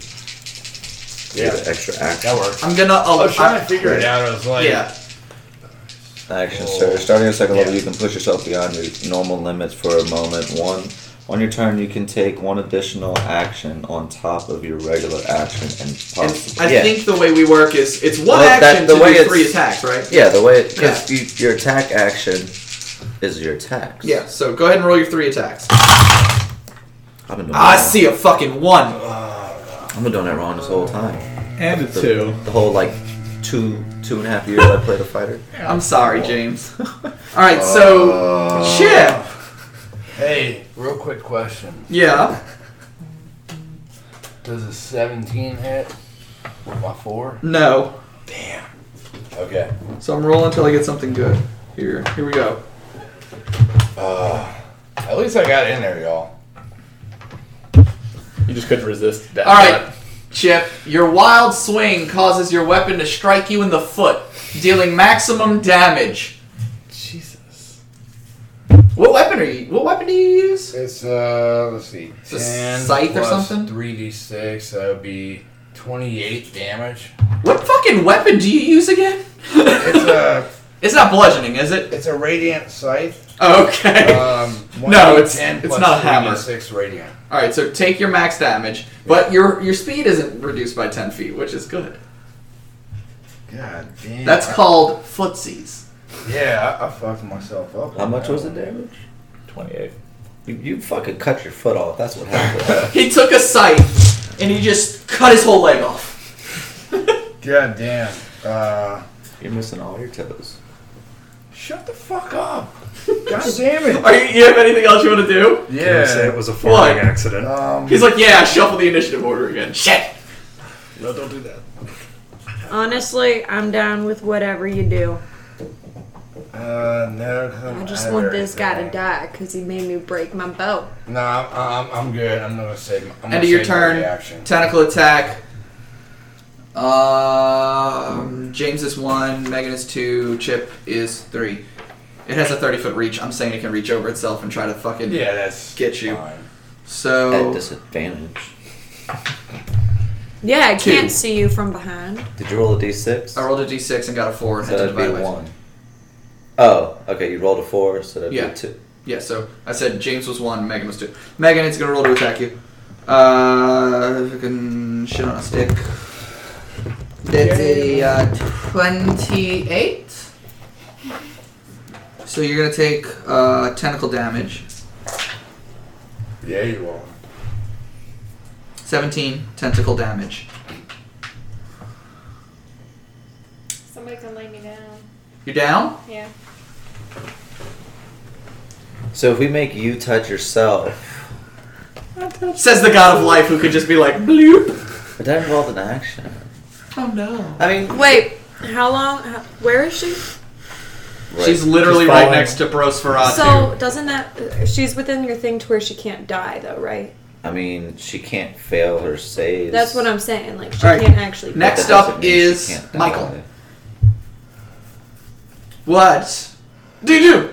[SPEAKER 7] You
[SPEAKER 12] Yeah.
[SPEAKER 7] get extra action.
[SPEAKER 12] That works.
[SPEAKER 1] I'm gonna.
[SPEAKER 12] I was trying to figure it out. I was like,
[SPEAKER 1] yeah.
[SPEAKER 7] Action surge. Starting at second level, you can push yourself beyond your normal limits for a moment. One on your turn, you can take one additional action on top of your regular action and possibly.
[SPEAKER 1] I
[SPEAKER 7] yeah.
[SPEAKER 1] think the way we work is it's one
[SPEAKER 7] Well, that-
[SPEAKER 1] action
[SPEAKER 7] the
[SPEAKER 1] to
[SPEAKER 7] way
[SPEAKER 1] do
[SPEAKER 7] it's-
[SPEAKER 1] three attacks, right?
[SPEAKER 7] Yeah, the way because you, your attack action is your attack.
[SPEAKER 1] Yeah. So go ahead and roll your three attacks.
[SPEAKER 7] I've been doing
[SPEAKER 1] I
[SPEAKER 7] that-
[SPEAKER 1] Ah, see a fucking one.
[SPEAKER 7] I've been doing that wrong this whole time.
[SPEAKER 3] And a
[SPEAKER 7] the,
[SPEAKER 3] two.
[SPEAKER 7] The whole like two two and a half years I played a fighter.
[SPEAKER 1] I'm sorry, James. All right, so
[SPEAKER 12] Uh,
[SPEAKER 1] shit.
[SPEAKER 12] Hey, real quick question.
[SPEAKER 1] Yeah.
[SPEAKER 12] Does a 17 hit with my four?
[SPEAKER 1] No.
[SPEAKER 12] Okay.
[SPEAKER 1] So I'm rolling until I get something good. Here, here we go.
[SPEAKER 12] Uh, at least I got in there, y'all.
[SPEAKER 3] You just couldn't resist that.
[SPEAKER 1] All right, Chip. Your wild swing causes your weapon to strike you in the foot, dealing maximum damage.
[SPEAKER 3] Jesus.
[SPEAKER 1] What weapon are you? What weapon do you use?
[SPEAKER 12] It's uh, let's see,
[SPEAKER 1] It's a scythe or something?
[SPEAKER 12] Three d six. That would be twenty eight damage.
[SPEAKER 1] What fucking weapon do you use again?
[SPEAKER 12] It's uh, a
[SPEAKER 1] It's not bludgeoning, is it? Oh,
[SPEAKER 12] it's a radiant scythe.
[SPEAKER 1] Okay.
[SPEAKER 12] Um,
[SPEAKER 1] No, it's-
[SPEAKER 12] 1d10
[SPEAKER 1] it's
[SPEAKER 12] plus
[SPEAKER 1] not a hammer.
[SPEAKER 12] 3d6 radiant.
[SPEAKER 1] All right, so take your max damage, but your your speed isn't reduced by ten feet, which is good.
[SPEAKER 12] God damn.
[SPEAKER 1] That's called footsies.
[SPEAKER 12] Yeah, I, I fucked myself up.
[SPEAKER 7] How much was the damage?
[SPEAKER 3] Twenty-eight.
[SPEAKER 7] You, you fucking cut your foot off. That's what happened.
[SPEAKER 1] He took a scythe and he just cut his whole leg off.
[SPEAKER 12] God damn. Uh,
[SPEAKER 7] You're missing all your toes.
[SPEAKER 12] shut the fuck up. God damn it.
[SPEAKER 1] Are you, you have anything else you want to do?
[SPEAKER 12] Yeah.
[SPEAKER 8] say it was a farming
[SPEAKER 1] What?
[SPEAKER 8] accident.
[SPEAKER 12] Um,
[SPEAKER 1] He's like, yeah, shuffle the initiative order again. Shit.
[SPEAKER 12] no, don't do that.
[SPEAKER 6] Honestly, I'm down with whatever you do.
[SPEAKER 12] Uh, no. 'cause I'm
[SPEAKER 6] I just
[SPEAKER 12] out
[SPEAKER 6] want
[SPEAKER 12] of
[SPEAKER 6] this guy to
[SPEAKER 12] everything.
[SPEAKER 6] die because he made me break my bow.
[SPEAKER 12] No, I'm, I'm, I'm good. I'm gonna save. I'm gonna
[SPEAKER 1] End of your
[SPEAKER 12] save my
[SPEAKER 1] turn.
[SPEAKER 12] Reaction.
[SPEAKER 1] Tentacle attack. Um, James is one. Megan is two. Chip is three. It has a thirty foot reach. I'm saying it can reach over itself and try to fucking
[SPEAKER 12] Yeah, that's
[SPEAKER 1] get you.
[SPEAKER 12] fine.
[SPEAKER 7] At
[SPEAKER 1] So
[SPEAKER 7] disadvantage.
[SPEAKER 6] Yeah, I
[SPEAKER 1] Two.
[SPEAKER 6] can't see you from behind.
[SPEAKER 7] Did you roll a d6?
[SPEAKER 1] I rolled a d6 and got a four and had
[SPEAKER 7] So
[SPEAKER 1] to
[SPEAKER 7] that'd
[SPEAKER 1] divide
[SPEAKER 7] be
[SPEAKER 1] by
[SPEAKER 7] one. Oh, okay. You rolled a four, so that'd
[SPEAKER 1] Yeah.
[SPEAKER 7] be two.
[SPEAKER 1] Yeah, so I said James was one, Megan was two. Megan, it's gonna roll to attack you. Uh, fucking shit on a stick. That's a uh, twenty-eight. So you're gonna take uh, tentacle damage.
[SPEAKER 12] Yeah, you are.
[SPEAKER 1] Seventeen tentacle damage.
[SPEAKER 5] Somebody can lay me down.
[SPEAKER 1] You're down.
[SPEAKER 5] Yeah.
[SPEAKER 7] So if we make you touch yourself,
[SPEAKER 1] Says the god of life, who could just be like bloop.
[SPEAKER 7] but that involved an action.
[SPEAKER 1] Oh no.
[SPEAKER 7] I mean,
[SPEAKER 6] Wait, how long? How, where is she?
[SPEAKER 1] She's
[SPEAKER 7] right.
[SPEAKER 1] literally
[SPEAKER 3] She's
[SPEAKER 1] right
[SPEAKER 3] falling.
[SPEAKER 1] next to Brosferatu.
[SPEAKER 6] So doesn't that? She's within your thing to where she can't die, though, right?
[SPEAKER 7] I mean, she can't fail her saves.
[SPEAKER 6] That's what I'm saying. Like she
[SPEAKER 1] All right.
[SPEAKER 6] can't actually.
[SPEAKER 7] But that
[SPEAKER 1] Next
[SPEAKER 7] doesn't
[SPEAKER 1] up
[SPEAKER 7] mean she
[SPEAKER 1] is
[SPEAKER 7] can't
[SPEAKER 1] Michael.
[SPEAKER 7] die.
[SPEAKER 1] what do you do?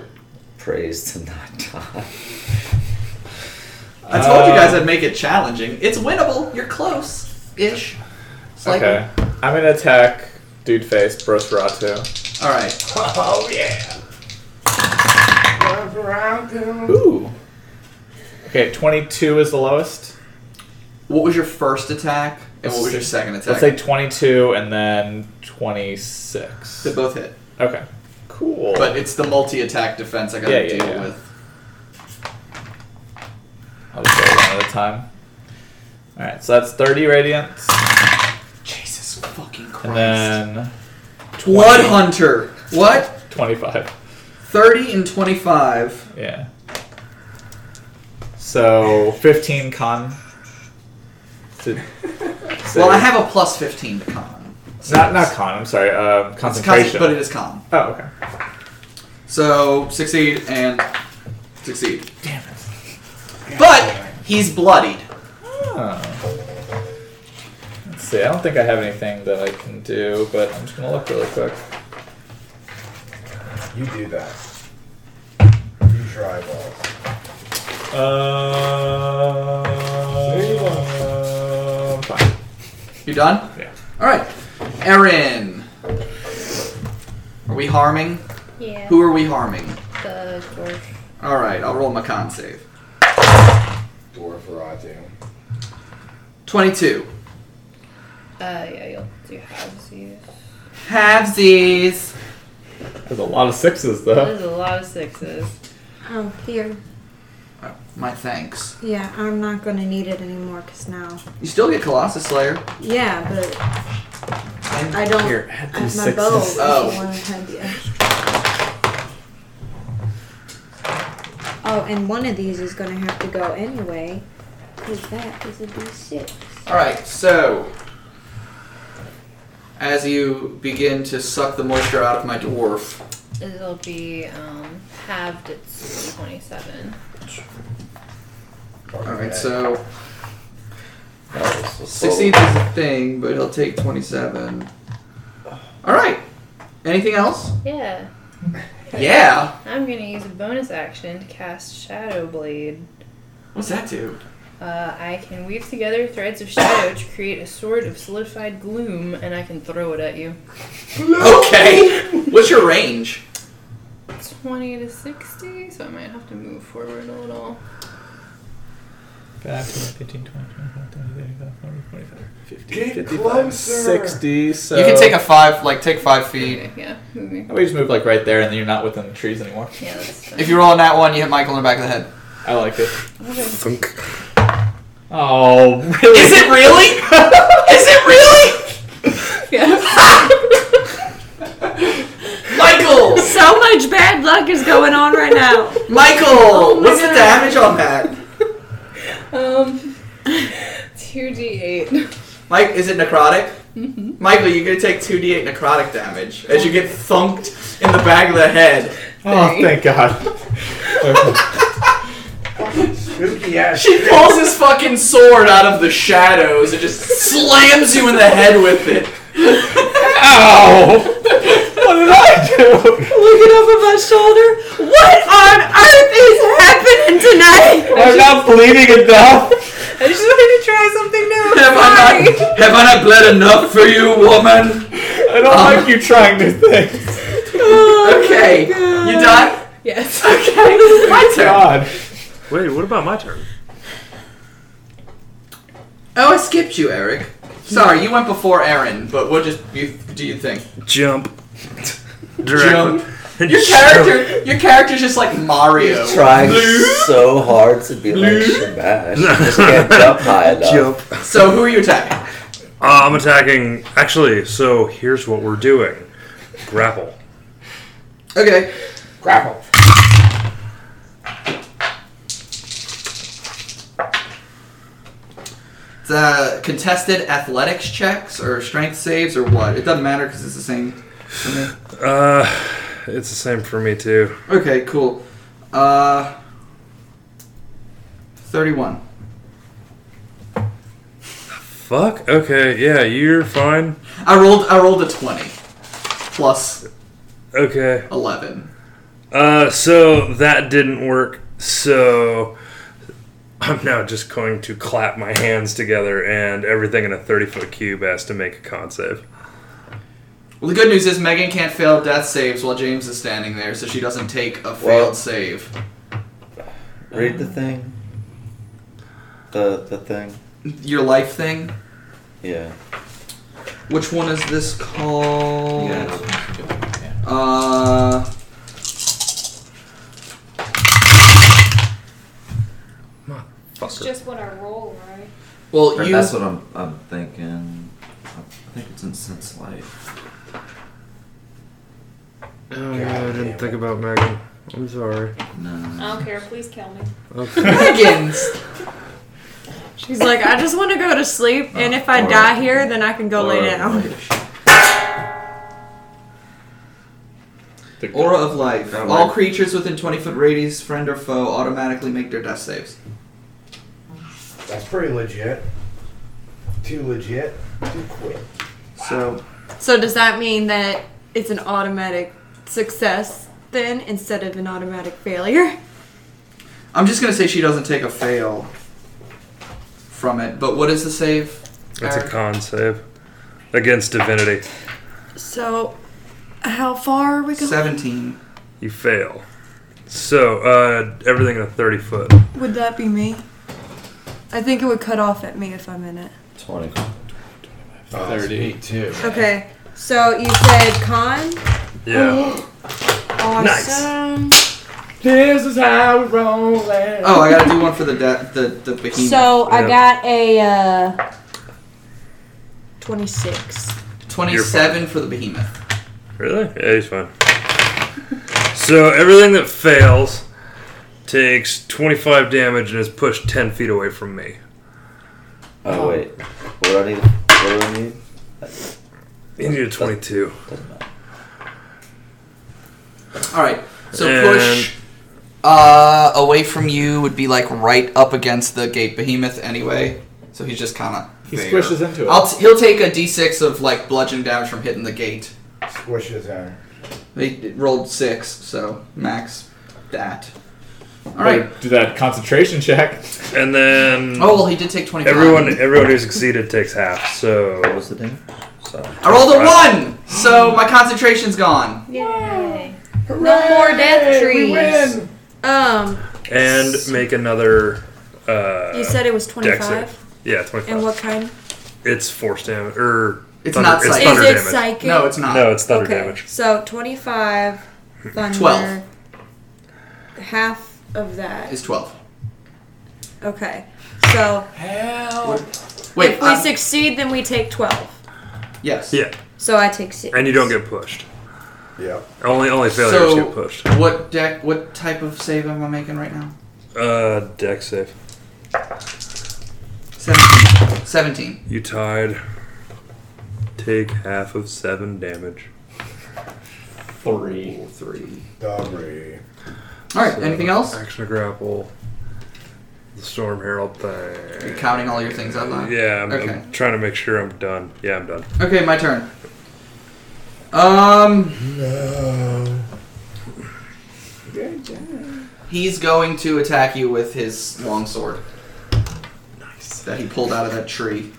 [SPEAKER 7] praise to not die.
[SPEAKER 1] I told you
[SPEAKER 3] Uh.
[SPEAKER 1] guys I'd make it challenging. It's winnable. You're close, ish.
[SPEAKER 3] Okay. I'm gonna attack dude face Bros Ratu.
[SPEAKER 1] All right.
[SPEAKER 12] Oh yeah.
[SPEAKER 3] Ooh. Okay, 22 is the lowest.
[SPEAKER 1] What was your first attack and what was your second attack?
[SPEAKER 3] Let's say 22 and then 26.
[SPEAKER 1] They both hit.
[SPEAKER 3] Okay. Cool.
[SPEAKER 1] But it's the multi-attack defense I got to
[SPEAKER 3] Yeah, yeah,
[SPEAKER 1] deal
[SPEAKER 3] yeah.
[SPEAKER 1] with.
[SPEAKER 3] I'll just roll one at a time. Alright, so that's 30 radiance.
[SPEAKER 1] Jesus fucking Christ.
[SPEAKER 3] And then.
[SPEAKER 1] Blood Hunter. What?
[SPEAKER 3] 25.
[SPEAKER 1] 30 and 25.
[SPEAKER 3] Yeah. So 15 con. To
[SPEAKER 1] Well, I have a plus 15 to con.
[SPEAKER 3] It's not not con. I'm sorry. Um,
[SPEAKER 1] It's con-
[SPEAKER 3] concentration.
[SPEAKER 1] but it is con.
[SPEAKER 3] Oh, okay.
[SPEAKER 1] So succeed and succeed. Damn it. But he's bloodied.
[SPEAKER 3] Oh. Let's see. I don't think I have anything that I can do, but I'm just gonna look really quick.
[SPEAKER 12] You do that. You try balls.
[SPEAKER 3] Uh, fine.
[SPEAKER 1] You done?
[SPEAKER 3] Yeah.
[SPEAKER 1] All right, Erin. Are we harming?
[SPEAKER 5] Yeah.
[SPEAKER 1] Who are we harming?
[SPEAKER 5] The dwarf.
[SPEAKER 1] All right, I'll roll my con save.
[SPEAKER 12] Dwarf Ratu.
[SPEAKER 1] Twenty-two.
[SPEAKER 5] Uh, yeah, you'll do halvesies.
[SPEAKER 1] Halvesies.
[SPEAKER 3] There's a lot of sixes
[SPEAKER 5] There's
[SPEAKER 3] though.
[SPEAKER 5] a lot of sixes.
[SPEAKER 20] Oh, here.
[SPEAKER 1] My thanks.
[SPEAKER 20] Yeah, I'm not gonna need it anymore because now.
[SPEAKER 1] You still get Colossus Slayer.
[SPEAKER 20] Yeah, but I don't.
[SPEAKER 3] Here,
[SPEAKER 20] I
[SPEAKER 3] add
[SPEAKER 20] have
[SPEAKER 3] these
[SPEAKER 20] my bow.
[SPEAKER 3] sixes.
[SPEAKER 1] Oh.
[SPEAKER 20] Oh. One time the extra. Oh, and one of these is gonna have to go anyway. Cause that is a D6.
[SPEAKER 1] All right, so as you begin to suck the moisture out of my dwarf,
[SPEAKER 5] It'll be um, halved. It's twenty-seven.
[SPEAKER 1] All right, so
[SPEAKER 7] That was a slow-
[SPEAKER 1] succeeds is a thing, but he'll take twenty-seven. All right. Anything else?
[SPEAKER 5] Yeah.
[SPEAKER 1] Yeah.
[SPEAKER 5] I'm gonna use a bonus action to cast Shadow Blade.
[SPEAKER 1] What's that do?
[SPEAKER 5] Uh, I can weave together threads of shadow to create a sword of solidified gloom, and I can throw it at you.
[SPEAKER 1] Okay. What's your range?
[SPEAKER 5] 20 to 60, so I might have to move forward a little.
[SPEAKER 3] 5, 15, 20, 25, 30, 35, 40, 45, 50,
[SPEAKER 12] Get
[SPEAKER 3] 55,
[SPEAKER 12] closer.
[SPEAKER 3] 60. So
[SPEAKER 1] you can take a five, like take five feet.
[SPEAKER 5] Yeah, moving.
[SPEAKER 3] We just move like right there, and then you're not within the trees anymore.
[SPEAKER 5] Yeah, that's fine.
[SPEAKER 1] If you roll on that one, you hit Michael in the back of the head.
[SPEAKER 3] I like it.
[SPEAKER 5] Okay.
[SPEAKER 3] Oh, really?
[SPEAKER 1] Is it really? Is it really? Michael!
[SPEAKER 20] So much bad luck is going on right now.
[SPEAKER 1] Michael!
[SPEAKER 5] Oh my
[SPEAKER 1] what's the
[SPEAKER 5] God.
[SPEAKER 1] damage on that?
[SPEAKER 5] Um, 2d8.
[SPEAKER 1] Mike, is it necrotic?
[SPEAKER 5] Mhm.
[SPEAKER 1] Michael, you're gonna take 2d8 necrotic damage as you get thunked in the back of the head.
[SPEAKER 3] Oh, thank God.
[SPEAKER 1] She pulls his fucking sword out of the shadows and just slams you in the head with it.
[SPEAKER 3] Ow! What did I do?
[SPEAKER 20] Looking over my shoulder, what on earth is happening tonight?
[SPEAKER 3] I'm not bleeding enough.
[SPEAKER 20] I just wanted to try something new.
[SPEAKER 1] Have I not, have I not bled enough for you, woman?
[SPEAKER 3] I don't like you trying new things.
[SPEAKER 1] Okay, you done?
[SPEAKER 5] Yes.
[SPEAKER 1] Okay, my turn.
[SPEAKER 3] God.
[SPEAKER 8] Wait, what about my turn?
[SPEAKER 1] Oh, I skipped you, Eric. Sorry, you went before Aaron, but we'll just you, do you think?
[SPEAKER 8] Jump.
[SPEAKER 1] Jump.
[SPEAKER 8] Directly.
[SPEAKER 1] Your character, your character's just like Mario.
[SPEAKER 7] Trying so hard to be like Shabash. Just can't jump high enough.
[SPEAKER 8] Jump.
[SPEAKER 1] So who are you attacking?
[SPEAKER 8] Uh, I'm attacking. Actually, so here's what we're doing. Grapple.
[SPEAKER 1] Okay, grapple. It's uh, contested athletics checks or strength saves or what? It doesn't matter because it's the same. for me.
[SPEAKER 8] Uh, it's the same for me too.
[SPEAKER 1] Okay, cool. Uh, thirty-one.
[SPEAKER 8] Fuck. Okay. Yeah, you're fine.
[SPEAKER 1] I rolled. I rolled a twenty plus
[SPEAKER 8] Okay.
[SPEAKER 1] eleven.
[SPEAKER 8] Uh, so that didn't work. So I'm now just going to clap my hands together, and everything in a 30 foot cube has to make a con save.
[SPEAKER 1] Well, the good news is Megan can't fail death saves while James is standing there, so she doesn't take a failed save.
[SPEAKER 7] Read the thing. The the thing.
[SPEAKER 1] Your life thing.
[SPEAKER 7] Yeah.
[SPEAKER 1] Which one is this called? Uh.
[SPEAKER 24] It's just what I roll, right?
[SPEAKER 1] Well,
[SPEAKER 7] Or
[SPEAKER 1] you-
[SPEAKER 7] That's what I'm, I'm thinking. I think it's in sense life.
[SPEAKER 8] Oh, yeah, I didn't think about Megan. I'm sorry.
[SPEAKER 24] I don't care. Please kill me.
[SPEAKER 16] She's like, I just want to go to sleep, and if I die here, then I can go lay down.
[SPEAKER 1] Aura of life.
[SPEAKER 7] Oh,
[SPEAKER 1] All
[SPEAKER 7] my-
[SPEAKER 1] creatures within 20 foot radius, friend or foe, automatically make their death saves.
[SPEAKER 12] That's pretty legit. Too legit. Too quick.
[SPEAKER 1] So,
[SPEAKER 16] So does that mean that it's an automatic success then, instead of an automatic failure?
[SPEAKER 1] I'm just gonna say she doesn't take a fail from it. But what is the save?
[SPEAKER 8] That's a
[SPEAKER 1] Eric?
[SPEAKER 8] con save against divinity.
[SPEAKER 16] So, how far are we going?
[SPEAKER 1] 17.
[SPEAKER 8] You fail. So uh, everything in a 30 foot.
[SPEAKER 16] Would that be me? I think it would cut off at me if I'm in it.
[SPEAKER 7] 20.
[SPEAKER 12] Oh, that's
[SPEAKER 4] 30.
[SPEAKER 12] me too.
[SPEAKER 20] Okay, so you said con.
[SPEAKER 8] Yeah.
[SPEAKER 20] Awesome.
[SPEAKER 4] This is how we roll.
[SPEAKER 1] Oh, I gotta do one for the de- the the behemoth.
[SPEAKER 20] So I got a uh, twenty-six.
[SPEAKER 1] 27 for the behemoth.
[SPEAKER 8] Really? Yeah, he's fine. So everything that fails takes 25 damage and is pushed 10 feet away from me.
[SPEAKER 7] Oh, wait. What do I need? What do I need?
[SPEAKER 8] You need a 22.
[SPEAKER 1] All right. So
[SPEAKER 8] And-
[SPEAKER 1] push uh, away from you would be like right up against the gate behemoth anyway. So he's just kind of
[SPEAKER 3] He squishes into it.
[SPEAKER 1] uh, I'll t- he'll take a d6 of like bludgeon damage from hitting the gate.
[SPEAKER 12] Squishes out.
[SPEAKER 1] They rolled six, so max that. All
[SPEAKER 3] Better
[SPEAKER 1] right.
[SPEAKER 3] Do that concentration check.
[SPEAKER 8] And then.
[SPEAKER 1] Oh, well, he did take 25.
[SPEAKER 8] Everyone, everyone who succeeded takes half, so. What
[SPEAKER 7] was the thing?
[SPEAKER 1] I rolled a one, so my concentration's gone.
[SPEAKER 20] Yay.
[SPEAKER 16] No more death
[SPEAKER 20] Hooray, we
[SPEAKER 16] trees.
[SPEAKER 20] win.
[SPEAKER 16] Um,
[SPEAKER 8] And make another. Uh,
[SPEAKER 16] You said it was
[SPEAKER 8] dex save.
[SPEAKER 16] 25?
[SPEAKER 8] Yeah, 25.
[SPEAKER 16] and what kind?
[SPEAKER 8] It's force damage. Or.
[SPEAKER 1] It's
[SPEAKER 8] thunder-
[SPEAKER 1] not
[SPEAKER 8] it's
[SPEAKER 1] psychic.
[SPEAKER 8] thunder
[SPEAKER 1] Is it
[SPEAKER 8] damage.
[SPEAKER 16] psychic? No, it's
[SPEAKER 1] not.
[SPEAKER 8] No, it's thunder
[SPEAKER 16] okay,
[SPEAKER 8] damage.
[SPEAKER 16] so 25 thunder.
[SPEAKER 1] Twelve.
[SPEAKER 16] Half of that.
[SPEAKER 1] It's 12.
[SPEAKER 16] Okay, so. Hell.
[SPEAKER 1] Wait,
[SPEAKER 16] If we
[SPEAKER 1] I'm-
[SPEAKER 16] succeed, then we take 12.
[SPEAKER 1] Yes.
[SPEAKER 8] Yeah.
[SPEAKER 16] So I take 6.
[SPEAKER 8] And you don't get pushed.
[SPEAKER 12] Yeah.
[SPEAKER 8] Only only failures get
[SPEAKER 1] So,
[SPEAKER 8] pushed.
[SPEAKER 1] what deck? What type of save am I making right now?
[SPEAKER 8] Uh, deck save.
[SPEAKER 1] Seventeen. Seventeen.
[SPEAKER 8] You tied. Take half of seven damage.
[SPEAKER 3] Three.
[SPEAKER 1] Three.
[SPEAKER 12] Dummy.
[SPEAKER 1] All right, anything else?
[SPEAKER 8] Action to grapple. The Storm Herald thing.
[SPEAKER 1] You're counting all your things out loud?
[SPEAKER 8] Yeah, I'm,
[SPEAKER 1] Okay.
[SPEAKER 8] I'm trying to make sure I'm done. Yeah, I'm done.
[SPEAKER 1] Okay, my turn. Um. He's going to attack you with his longsword. Nice. That he pulled out of that tree.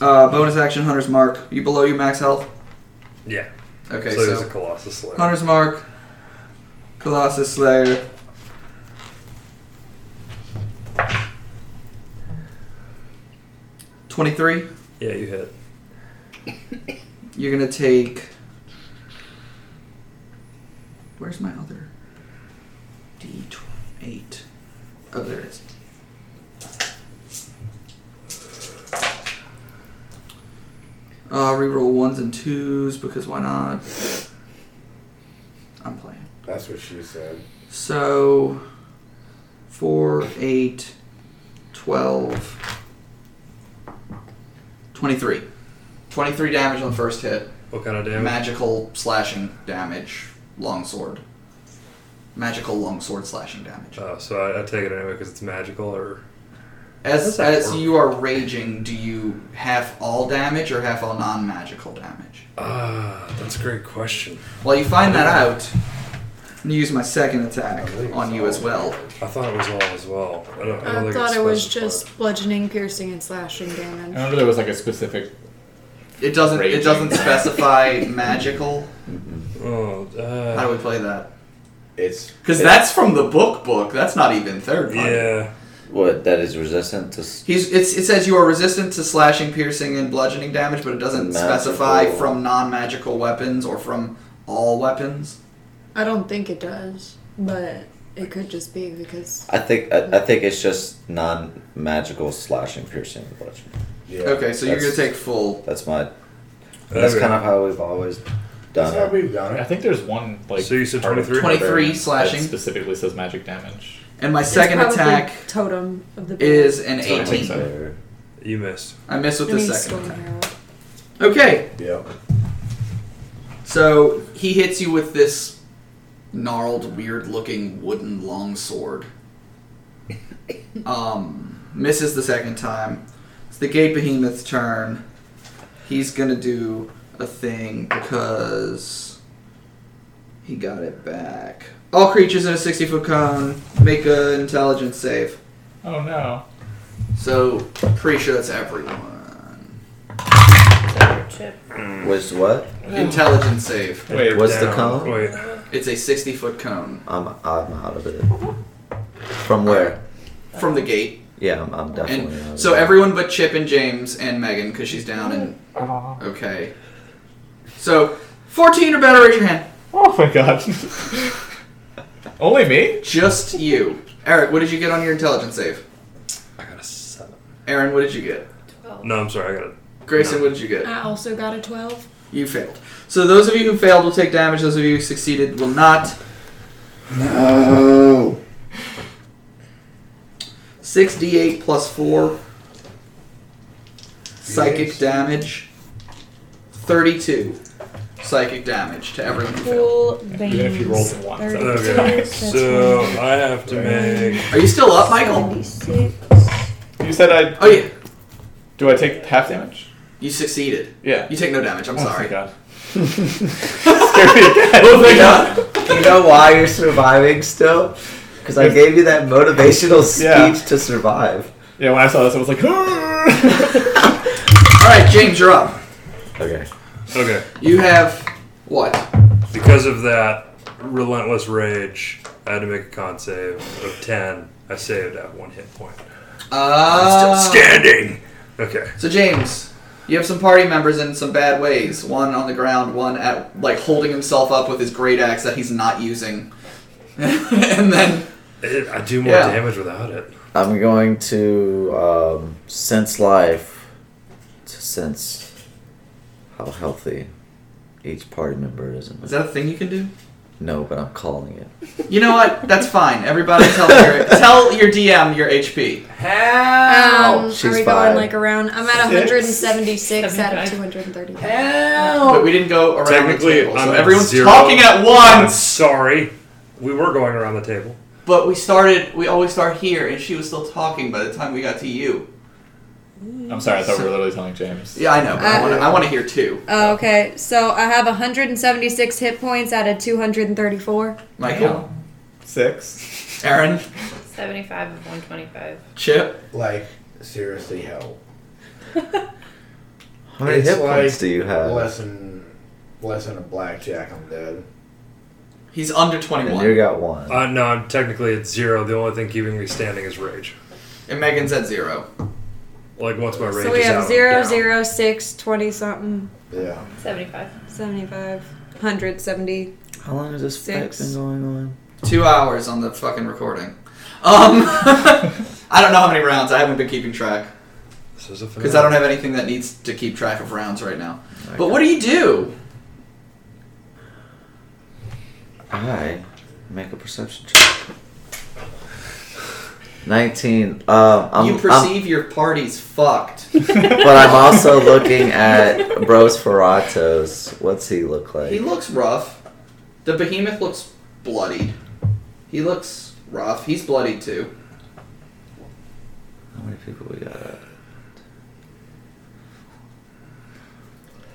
[SPEAKER 1] Uh, bonus action, Hunter's Mark. You below your max health?
[SPEAKER 8] Yeah.
[SPEAKER 1] Okay,
[SPEAKER 8] So
[SPEAKER 1] so.
[SPEAKER 8] there's a Colossus Slayer.
[SPEAKER 1] Hunter's Mark. Colossus Slayer. Twenty-three.
[SPEAKER 8] Yeah, you hit.
[SPEAKER 1] You're gonna take. Where's my other? D eight. Oh, there it is. Uh, reroll ones and twos because why not? I'm playing.
[SPEAKER 12] That's what she said.
[SPEAKER 1] So, 4, 8, 12, 23. 23 damage on the first hit.
[SPEAKER 8] What kind of damage?
[SPEAKER 1] Magical slashing damage, longsword. Magical longsword slashing damage.
[SPEAKER 8] Oh, so I, I take it anyway because it's magical, or
[SPEAKER 1] As,
[SPEAKER 8] That's not
[SPEAKER 1] as
[SPEAKER 8] horrible.
[SPEAKER 1] you are raging, do you half all damage or half all non magical damage?
[SPEAKER 8] ah, that's a great question.
[SPEAKER 1] Well, you find that out I'm gonna use my second attack on you as well.
[SPEAKER 8] I thought it was all as well. I, don't, I, don't
[SPEAKER 16] I
[SPEAKER 8] think
[SPEAKER 16] thought
[SPEAKER 8] it's
[SPEAKER 16] it was
[SPEAKER 8] supposed
[SPEAKER 16] just bludgeoning, piercing, and slashing
[SPEAKER 3] I
[SPEAKER 8] Uh,
[SPEAKER 16] damage.
[SPEAKER 3] remember there was like a specific.
[SPEAKER 1] It doesn't. It
[SPEAKER 3] Raging.
[SPEAKER 1] doesn't specify magical.
[SPEAKER 8] Oh, uh,
[SPEAKER 1] How do we play that?
[SPEAKER 12] It's
[SPEAKER 1] because that's from the book. Book. That's not even third. Party.
[SPEAKER 8] Yeah.
[SPEAKER 7] What? That is resistant to. s-
[SPEAKER 1] He's, it's, it says you are resistant to slashing, piercing, and bludgeoning damage, but it doesn't specify
[SPEAKER 7] Magical.
[SPEAKER 1] from non-magical weapons or from all weapons.
[SPEAKER 16] I don't think it does, but it could just be because
[SPEAKER 7] I think I, I think it's just non-magical slashing, piercing, and bludgeoning.
[SPEAKER 12] Yeah.
[SPEAKER 1] Okay, so you're
[SPEAKER 7] That's-
[SPEAKER 1] gonna take full.
[SPEAKER 7] That's my. That's
[SPEAKER 8] Okay.
[SPEAKER 7] kind of how we've always done
[SPEAKER 12] That's how
[SPEAKER 7] it.
[SPEAKER 12] we've done
[SPEAKER 3] I
[SPEAKER 12] it.
[SPEAKER 3] think there's one like.
[SPEAKER 8] So you said
[SPEAKER 3] part of
[SPEAKER 8] 23?
[SPEAKER 3] Torberg
[SPEAKER 1] 23
[SPEAKER 3] that
[SPEAKER 1] slashing.
[SPEAKER 3] specifically says magic damage.
[SPEAKER 1] And my
[SPEAKER 16] It's
[SPEAKER 1] second
[SPEAKER 16] probably
[SPEAKER 1] attack
[SPEAKER 16] totem of the
[SPEAKER 1] is an
[SPEAKER 3] So I think
[SPEAKER 1] 18.
[SPEAKER 3] so.
[SPEAKER 8] You missed.
[SPEAKER 1] I miss with
[SPEAKER 16] I
[SPEAKER 1] the
[SPEAKER 16] mean,
[SPEAKER 1] second
[SPEAKER 16] Storm
[SPEAKER 1] attack.
[SPEAKER 16] Arrow.
[SPEAKER 1] Okay,
[SPEAKER 12] Yeah.
[SPEAKER 1] so he hits you with this gnarled, weird-looking wooden longsword. Um, misses the second time. It's the gate behemoth's turn. He's gonna do a thing because he got it back. All creatures in a 60 foot cone make an intelligence save.
[SPEAKER 3] Oh no.
[SPEAKER 1] So, pretty sure that's everyone.
[SPEAKER 10] Chip.
[SPEAKER 7] Was what?
[SPEAKER 1] Intelligence save.
[SPEAKER 3] Wait.
[SPEAKER 7] What's the
[SPEAKER 8] Down.
[SPEAKER 7] cone?
[SPEAKER 8] Wait.
[SPEAKER 1] It's a 60 foot cone
[SPEAKER 7] I'm I'm out of it. From where?
[SPEAKER 1] from the gate.
[SPEAKER 7] Yeah, I'm, I'm definitely. out
[SPEAKER 1] And
[SPEAKER 7] of
[SPEAKER 1] so,
[SPEAKER 7] it.
[SPEAKER 1] everyone but Chip and James and Megan because she's down and. Okay. So, 14 or better, raise your hand.
[SPEAKER 3] Oh my god. Only me?
[SPEAKER 1] Just you. Eric, what did you get on your intelligence save?
[SPEAKER 8] I got a seven.
[SPEAKER 1] Aaron, what did you get?
[SPEAKER 10] Twelve.
[SPEAKER 8] No, I'm sorry. I got a.
[SPEAKER 1] Grayson, what did you get?
[SPEAKER 16] I also got a 12.
[SPEAKER 1] You failed. So those of you who failed will take damage. Those of you who succeeded will not.
[SPEAKER 2] No.
[SPEAKER 1] Six d8 plus four. Psychic damage. Thirty-two. Psychic damage to everyone who failed.
[SPEAKER 6] Cool
[SPEAKER 3] Even if you rolled
[SPEAKER 6] beans.
[SPEAKER 3] in one.
[SPEAKER 6] Thirty.
[SPEAKER 8] Okay.
[SPEAKER 6] That's
[SPEAKER 8] so
[SPEAKER 6] fine.
[SPEAKER 8] I have to make.
[SPEAKER 1] Are you still up, Michael?
[SPEAKER 6] 76.
[SPEAKER 3] You said I.
[SPEAKER 1] Oh yeah,
[SPEAKER 3] Do I take half damage?
[SPEAKER 1] you succeeded.
[SPEAKER 3] Yeah.
[SPEAKER 1] You take no damage. I'm
[SPEAKER 3] Oh,
[SPEAKER 1] sorry. Oh,
[SPEAKER 3] Thank god. Scared me again.
[SPEAKER 1] Yeah.
[SPEAKER 9] You know why you're surviving still? Because I gave you that motivational speech
[SPEAKER 3] Yeah.
[SPEAKER 9] to survive.
[SPEAKER 3] Yeah, when I saw this, I was like,
[SPEAKER 1] All right, James, you're up.
[SPEAKER 9] Okay.
[SPEAKER 8] Okay.
[SPEAKER 1] You have what?
[SPEAKER 8] Because of that relentless rage, I had to make a con save of 10. I saved at one hit point.
[SPEAKER 1] Uh,
[SPEAKER 8] Standing! Okay.
[SPEAKER 1] So James, you have some party members in some bad ways. One on the ground, one at like holding himself up with his great axe that he's not using. and then
[SPEAKER 8] It, I do more
[SPEAKER 1] Yeah.
[SPEAKER 8] damage without it.
[SPEAKER 7] I'm going to um, sense life to sense how healthy each party member is.
[SPEAKER 1] is that a thing you can do?
[SPEAKER 7] no, but I'm calling it.
[SPEAKER 1] You know what? That's fine. Everybody tell your tell your DM your HP.
[SPEAKER 16] Um,
[SPEAKER 7] She's
[SPEAKER 16] are we
[SPEAKER 7] five.
[SPEAKER 16] going like around? I'm at 176 out of 230.
[SPEAKER 1] But we didn't go around
[SPEAKER 8] Technically,
[SPEAKER 1] the table,
[SPEAKER 8] I'm
[SPEAKER 1] so
[SPEAKER 8] at
[SPEAKER 1] everyone's
[SPEAKER 8] zero.
[SPEAKER 1] talking at
[SPEAKER 8] I'm
[SPEAKER 1] once.
[SPEAKER 8] sorry. We were going around the table.
[SPEAKER 1] But we started. We always start here, and she was still talking by the time we got to you.
[SPEAKER 3] I'm sorry, I thought we were literally telling James.
[SPEAKER 1] Yeah, I know. But I want to. I want to hear two.
[SPEAKER 20] Oh, okay, so I have 176 hit points out of 234.
[SPEAKER 1] Michael,
[SPEAKER 3] Six.
[SPEAKER 1] Aaron,
[SPEAKER 10] Seventy-five of one twenty-five.
[SPEAKER 1] Chip.
[SPEAKER 12] Like, seriously, help.
[SPEAKER 7] How many
[SPEAKER 12] It's
[SPEAKER 7] hit
[SPEAKER 12] like
[SPEAKER 7] points do you have?
[SPEAKER 12] Less than, less than a blackjack, I'm dead.
[SPEAKER 1] He's under
[SPEAKER 7] And you
[SPEAKER 1] twenty-one,
[SPEAKER 7] got one.
[SPEAKER 8] Uh, no, I'm technically at zero. The only thing keeping me standing is rage.
[SPEAKER 1] and Megan's at zero.
[SPEAKER 8] Like, once my rage
[SPEAKER 20] So we
[SPEAKER 8] is out,
[SPEAKER 20] have
[SPEAKER 8] I'm
[SPEAKER 20] zero,
[SPEAKER 8] down.
[SPEAKER 20] zero, six, 20 something,
[SPEAKER 12] Yeah.
[SPEAKER 10] Seventy-five.
[SPEAKER 20] 75, 170.
[SPEAKER 7] How long has this fight
[SPEAKER 20] Six.
[SPEAKER 7] been going on?
[SPEAKER 1] Two hours on the fucking recording. Um, I don't know how many rounds. I haven't been keeping track
[SPEAKER 8] This is a
[SPEAKER 1] because I don't have anything that needs to keep track of rounds right now. But what do you do?
[SPEAKER 7] I make a perception check. Nineteen. Um, I'm,
[SPEAKER 1] you perceive your party's fucked.
[SPEAKER 7] I'm- but I'm also looking at Bros Ferratos. What's he look like?
[SPEAKER 1] he looks rough. The behemoth looks bloodied. He looks rough. He's bloodied too.
[SPEAKER 7] How many people we got?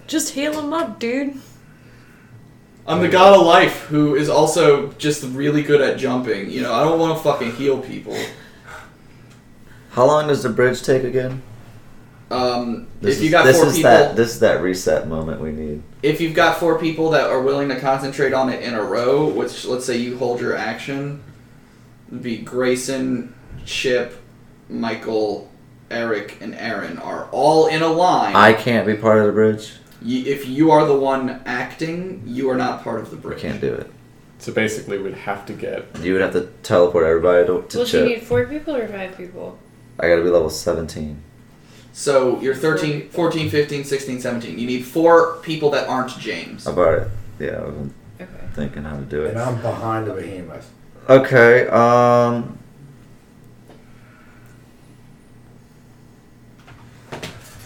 [SPEAKER 16] Just heal him up, dude.
[SPEAKER 1] I'm the god of life who is also just really good at jumping. You know, I don't want to fucking heal people.
[SPEAKER 7] How long does the bridge take again?
[SPEAKER 1] Um,
[SPEAKER 7] This
[SPEAKER 1] if you
[SPEAKER 7] is-
[SPEAKER 1] got
[SPEAKER 7] this
[SPEAKER 1] four
[SPEAKER 7] is
[SPEAKER 1] people,
[SPEAKER 7] that this is that reset moment we need.
[SPEAKER 1] if you've got four people that are willing to concentrate on it in a row, which let's say you hold your action, it'd be Grayson, Chip, Michael, Eric, and Aaron are all in a line.
[SPEAKER 7] I can't be part of the bridge.
[SPEAKER 1] Y- if you are the one acting, you are not part of the
[SPEAKER 7] I
[SPEAKER 1] bridge.
[SPEAKER 7] can't do it.
[SPEAKER 3] So basically, we'd have to get.
[SPEAKER 7] You would have to teleport everybody to, to
[SPEAKER 10] Well, do you
[SPEAKER 7] Chip.
[SPEAKER 10] need four people or five people?
[SPEAKER 7] I gotta be level seventeen.
[SPEAKER 1] So you're 13, 14, 15, 16, 17. You need four people that aren't James.
[SPEAKER 7] About it. Yeah, I've been thinking how to do it.
[SPEAKER 12] And I'm behind the behemoth.
[SPEAKER 7] Okay. Um.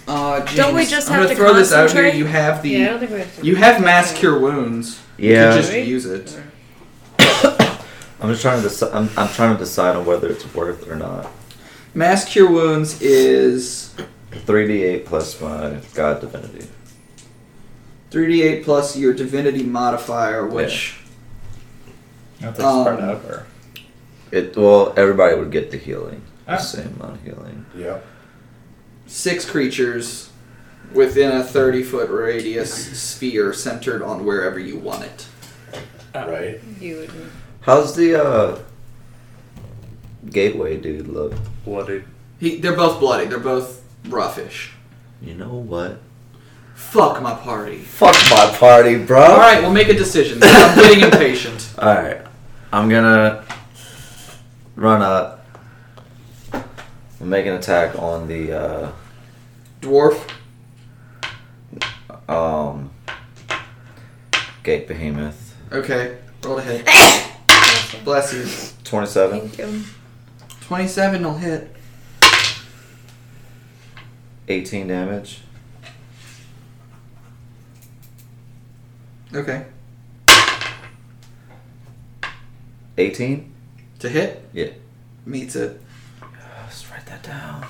[SPEAKER 1] Uh, James,
[SPEAKER 10] Don't we just
[SPEAKER 1] I'm
[SPEAKER 10] have to
[SPEAKER 1] gonna throw this out here.
[SPEAKER 10] concentrate?
[SPEAKER 1] You have the
[SPEAKER 10] Yeah, I don't think we have to-
[SPEAKER 1] you have mass cure wounds.
[SPEAKER 7] Yeah.
[SPEAKER 1] you can just
[SPEAKER 10] Really?
[SPEAKER 1] use it.
[SPEAKER 7] I'm just trying to. Deci- I'm, I'm trying to decide on whether it's worth or not.
[SPEAKER 1] Mass cure wounds is
[SPEAKER 7] Three D eight plus my god divinity.
[SPEAKER 1] 3d8 plus your divinity modifier, which
[SPEAKER 3] That's
[SPEAKER 1] Um,
[SPEAKER 3] part of or
[SPEAKER 7] It well, everybody would get the healing.
[SPEAKER 3] Ah.
[SPEAKER 7] The same amount of healing.
[SPEAKER 12] Yep.
[SPEAKER 1] six creatures within a 30 foot radius sphere centered on wherever you want it.
[SPEAKER 12] Right.
[SPEAKER 10] You would.
[SPEAKER 7] How's the uh, gateway dude look?
[SPEAKER 8] Bloody.
[SPEAKER 1] He, they're both bloody. They're both roughish.
[SPEAKER 7] You know what?
[SPEAKER 1] Fuck my party.
[SPEAKER 7] Fuck my party, bro.
[SPEAKER 1] All right, we'll make a decision. I'm getting impatient.
[SPEAKER 7] All right, I'm gonna run up. and Make an attack on the
[SPEAKER 1] Dwarf.
[SPEAKER 7] uh, um, gate behemoth.
[SPEAKER 1] Okay, roll to hit. Bless you.
[SPEAKER 7] Twenty-seven,
[SPEAKER 10] you.
[SPEAKER 1] 27 will hit.
[SPEAKER 7] 18 damage.
[SPEAKER 1] Okay.
[SPEAKER 7] 18.
[SPEAKER 1] To hit?
[SPEAKER 7] Yeah.
[SPEAKER 1] Meets it.
[SPEAKER 7] Let's write that down.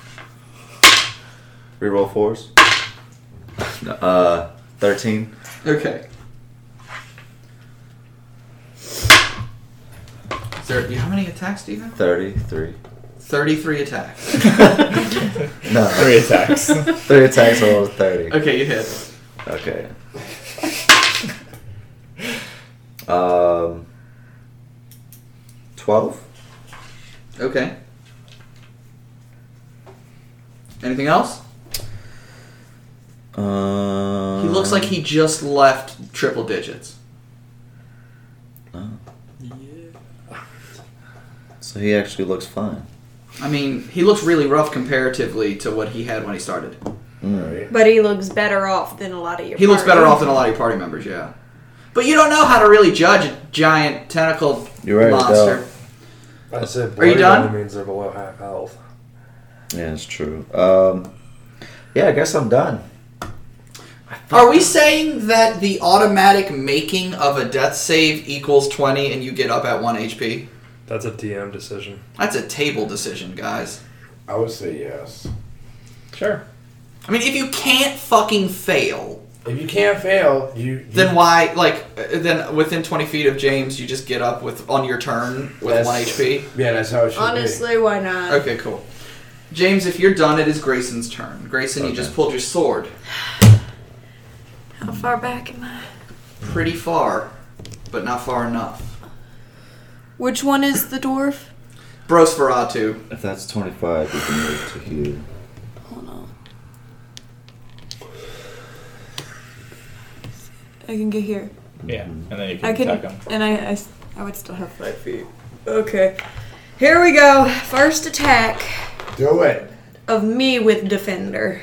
[SPEAKER 7] Reroll fours. No, uh, 13.
[SPEAKER 1] Okay. Sir, do you- how many attacks do you have?
[SPEAKER 7] 33.
[SPEAKER 1] 33 attacks.
[SPEAKER 7] No.
[SPEAKER 3] Three attacks.
[SPEAKER 7] Three attacks over 30.
[SPEAKER 1] Okay, you hit.
[SPEAKER 7] Okay. Um, 12.
[SPEAKER 1] Okay. Anything else?
[SPEAKER 7] Um,
[SPEAKER 1] he looks like he just left triple digits.
[SPEAKER 7] Oh. So he actually looks fine.
[SPEAKER 1] I mean, he looks really rough comparatively to what he had when he started.
[SPEAKER 7] Mm.
[SPEAKER 20] But he looks better off than a lot of your.
[SPEAKER 1] He looks
[SPEAKER 20] party.
[SPEAKER 1] better off than a lot of your party members, yeah. But you don't know how to really judge a giant tentacle
[SPEAKER 7] You're right, I
[SPEAKER 1] monster.
[SPEAKER 2] I said
[SPEAKER 1] Are
[SPEAKER 2] bloody
[SPEAKER 1] you done?
[SPEAKER 2] only means they're below half health.
[SPEAKER 7] Yeah, it's true. Um, yeah, I guess I'm done.
[SPEAKER 1] Are we saying that the automatic making of a death save equals 20 and you get up at 1 HP?
[SPEAKER 8] That's a DM decision.
[SPEAKER 1] That's a table decision, guys.
[SPEAKER 12] I would say yes.
[SPEAKER 3] Sure.
[SPEAKER 1] I mean, if you can't fucking fail,
[SPEAKER 12] If you can't fail, you, you
[SPEAKER 1] then why, like, uh, then within 20 feet of James, you just get up with on your turn with
[SPEAKER 12] That's-
[SPEAKER 1] 1 HP?
[SPEAKER 12] Yeah, that's how it should
[SPEAKER 20] Honestly, why not?
[SPEAKER 1] Okay, cool. James, if you're done, it is Grayson's turn. Grayson, you just pulled your sword
[SPEAKER 16] How far back am I?
[SPEAKER 1] pretty far, but not far enough.
[SPEAKER 16] Which one is the dwarf?
[SPEAKER 1] Brosferatu.
[SPEAKER 7] If that's 25, you can move to here.
[SPEAKER 16] Hold on. I can get here.
[SPEAKER 3] Yeah, and then you can
[SPEAKER 16] I can,
[SPEAKER 3] attack him.
[SPEAKER 16] and I, I s- I would still have five feet.
[SPEAKER 20] Okay. Here we go. First attack
[SPEAKER 12] be. Do it.
[SPEAKER 20] of me with defender.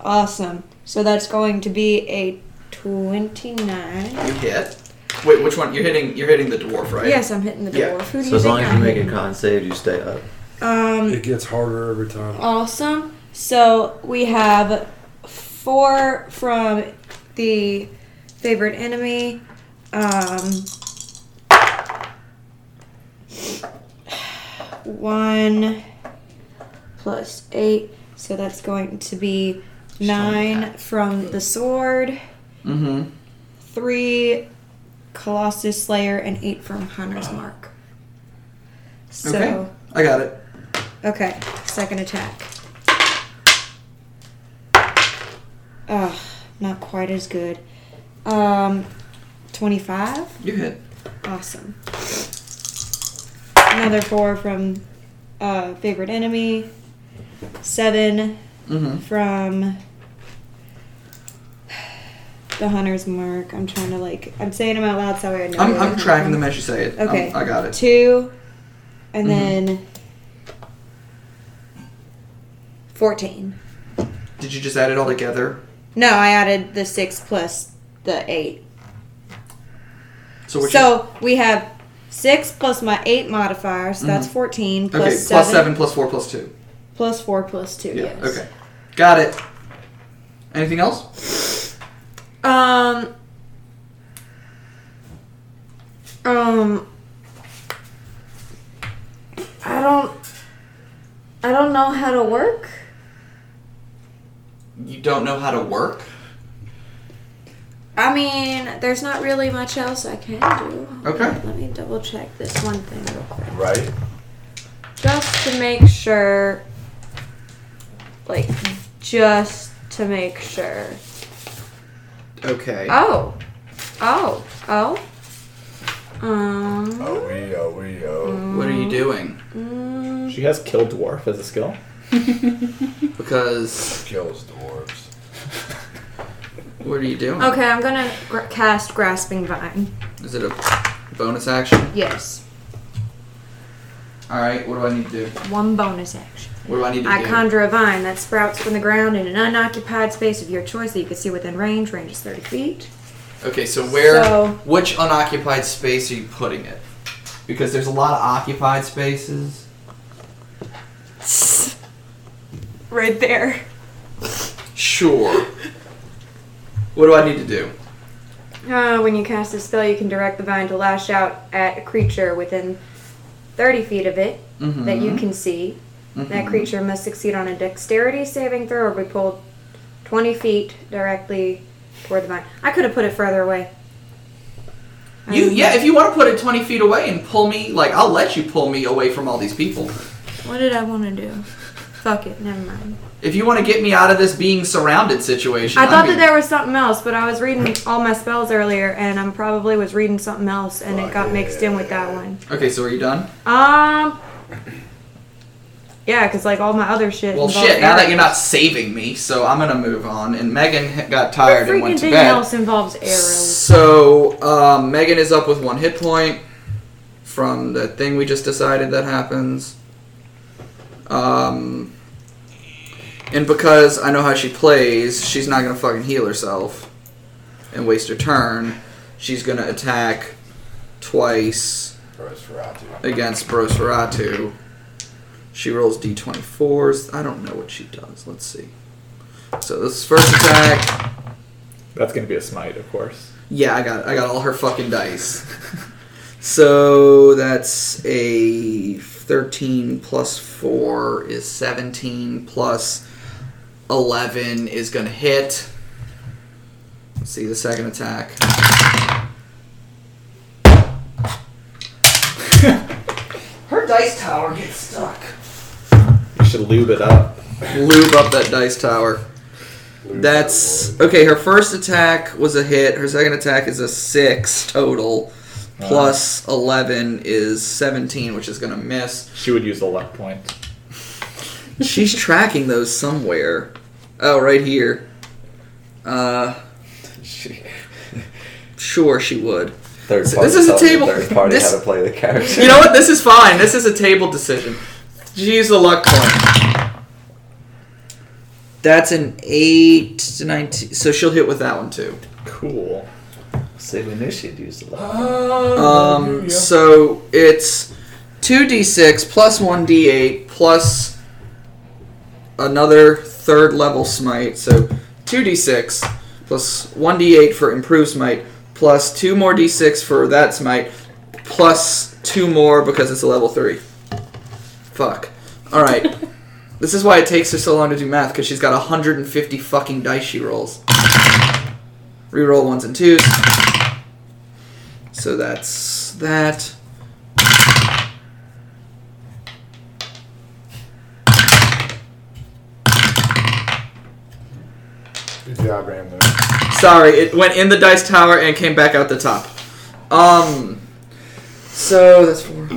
[SPEAKER 6] Awesome. So that's going to be a 29.
[SPEAKER 1] You hit. Wait, which one? You're hitting. You're hitting the dwarf, right?
[SPEAKER 20] Yes, I'm hitting the
[SPEAKER 1] Yeah.
[SPEAKER 20] dwarf. Who do
[SPEAKER 7] So
[SPEAKER 20] you
[SPEAKER 7] as
[SPEAKER 20] think
[SPEAKER 7] long as you
[SPEAKER 20] I'm
[SPEAKER 7] make a
[SPEAKER 20] hitting?
[SPEAKER 7] con save, you stay up.
[SPEAKER 20] Um,
[SPEAKER 2] It gets harder every time.
[SPEAKER 20] awesome. So we have four from the favorite enemy. Um, one plus eight, so that's going to be nine from the sword.
[SPEAKER 1] Mm-hmm.
[SPEAKER 6] three Colossus Slayer, and eight from Hunter's Mark. So,
[SPEAKER 1] Okay. I got it.
[SPEAKER 6] okay, second attack. Ugh, not quite as good. Um, 25?
[SPEAKER 1] You hit.
[SPEAKER 6] Awesome. Another four from uh, favorite enemy. 7
[SPEAKER 1] Mhm.
[SPEAKER 6] from the hunter's mark. I'm trying to like. I'm saying them out loud so I know.
[SPEAKER 1] I'm-
[SPEAKER 6] where
[SPEAKER 1] I'm
[SPEAKER 6] they're
[SPEAKER 1] tracking
[SPEAKER 6] from.
[SPEAKER 1] them as you say it. I'm-
[SPEAKER 6] Okay,
[SPEAKER 1] I got it.
[SPEAKER 6] Two, and
[SPEAKER 1] Mhm.
[SPEAKER 6] then fourteen.
[SPEAKER 1] Did you just add it all together?
[SPEAKER 6] No, I added the six plus the eight.
[SPEAKER 1] So what
[SPEAKER 6] so we have six plus my eight modifier, so that's
[SPEAKER 1] Mhm.
[SPEAKER 6] fourteen
[SPEAKER 1] you, okay, plus
[SPEAKER 6] plus seven
[SPEAKER 1] seven, plus four, plus two.
[SPEAKER 6] plus four plus two.
[SPEAKER 1] Yeah.
[SPEAKER 6] Yes.
[SPEAKER 1] Okay. Got it. Anything else?
[SPEAKER 6] Um. Um.
[SPEAKER 10] I don't. I don't know how to work.
[SPEAKER 1] You don't know how to work?
[SPEAKER 10] I mean, there's not really much else I can do.
[SPEAKER 1] Okay.
[SPEAKER 10] Let me double check this one thing real quick.
[SPEAKER 12] Right?
[SPEAKER 10] Just to make sure.
[SPEAKER 6] Like, just to make sure.
[SPEAKER 1] Okay.
[SPEAKER 6] Um,
[SPEAKER 10] Oh. Oh. Oh. Um.
[SPEAKER 12] Oh, we, oh, we, oh.
[SPEAKER 1] What are you doing?
[SPEAKER 6] mm,
[SPEAKER 3] She has kill dwarf as a skill.
[SPEAKER 1] Because
[SPEAKER 12] kills dwarves.
[SPEAKER 1] What are you doing?
[SPEAKER 6] Okay, I'm gonna gra- cast Grasping Vine.
[SPEAKER 1] Is it a bonus action?
[SPEAKER 6] Yes,
[SPEAKER 1] All right. What do I need to do?
[SPEAKER 6] one bonus action.
[SPEAKER 1] What do I need to
[SPEAKER 6] I
[SPEAKER 1] do?
[SPEAKER 6] conjure a vine that sprouts from the ground in an unoccupied space of your choice that you can see within range. Range is 30 feet.
[SPEAKER 1] okay. So where?
[SPEAKER 6] So-
[SPEAKER 1] which unoccupied space are you putting it? Because there's a lot of occupied spaces.
[SPEAKER 16] Right there.
[SPEAKER 1] Sure. what do I need to do?
[SPEAKER 6] Uh, when you cast a spell, you can direct the vine to lash out at a creature within 30 feet of it that you
[SPEAKER 1] Mhm.
[SPEAKER 6] can see. That
[SPEAKER 1] Mhm.
[SPEAKER 6] creature must succeed on a dexterity saving throw or be pulled 20 feet directly toward the vine. I could have put it further away.
[SPEAKER 1] Mm-hmm. You yeah. If you want to put it 20 feet away and pull me, like I'll let you pull me away from all these people.
[SPEAKER 6] What did I want to do? Fuck it, never mind.
[SPEAKER 1] If you want to get me out of this being surrounded situation,
[SPEAKER 6] I
[SPEAKER 1] I'm
[SPEAKER 6] thought
[SPEAKER 1] being-
[SPEAKER 6] that there was something else, but I was reading all my spells earlier, and I probably was reading something else, and it got mixed in with that one.
[SPEAKER 1] Okay, so are you done?
[SPEAKER 6] Um. Yeah, because like all my other shit.
[SPEAKER 1] Well,
[SPEAKER 6] involved
[SPEAKER 1] shit. Now that
[SPEAKER 6] arrows.
[SPEAKER 1] you're not saving me, so I'm gonna move on. And Megan h- got tired and
[SPEAKER 6] Freaking
[SPEAKER 1] went to
[SPEAKER 6] thing
[SPEAKER 1] bed.
[SPEAKER 6] else involves arrows.
[SPEAKER 1] So um, Megan is up with one hit point from the thing we just decided that happens. Um, and because I know how she plays, she's not gonna fucking heal herself and waste her turn. She's gonna attack twice
[SPEAKER 12] Brosferatu.
[SPEAKER 1] against Brosferatu. She rolls d24s. I don't know what she does. Let's see. So this first attack.
[SPEAKER 3] That's gonna be a smite, of course.
[SPEAKER 1] Yeah, I got I got all her fucking dice. so that's a 13 plus 4 is 17 plus 11 is going to hit. Let's see the second attack. her dice tower gets stuck.
[SPEAKER 3] You should lube it up.
[SPEAKER 1] Lube up that dice tower. That's okay. Her first attack was a hit. Her second attack is a six total, plus eleven is seventeen, which is gonna miss.
[SPEAKER 3] She would use a luck point.
[SPEAKER 1] She's tracking those somewhere. Oh, right here. Uh, sure she would.
[SPEAKER 9] Third
[SPEAKER 1] So
[SPEAKER 9] party
[SPEAKER 1] this is a
[SPEAKER 9] tells the
[SPEAKER 1] table.
[SPEAKER 9] Third party
[SPEAKER 1] this,
[SPEAKER 9] how to play the character.
[SPEAKER 1] You know what? This is fine. This is a table decision. She used the luck point. That's an eight to nineteen. So she'll hit with that one too.
[SPEAKER 3] Cool.
[SPEAKER 9] Save initiative used a lot.
[SPEAKER 1] Um, so it's 2d6 plus 1d8 plus another third level smite. So 2d6 plus 1d8 for improved smite plus 2 more d6 for that smite plus 2 more because it's a level 3. Fuck. Alright. this is why it takes her so long to do math because she's got 150 fucking dice she rolls. Reroll ones and twos. So that's that.
[SPEAKER 12] Good job, Randall.
[SPEAKER 1] Sorry, it went in the dice tower and came back out the top. Um, so that's four.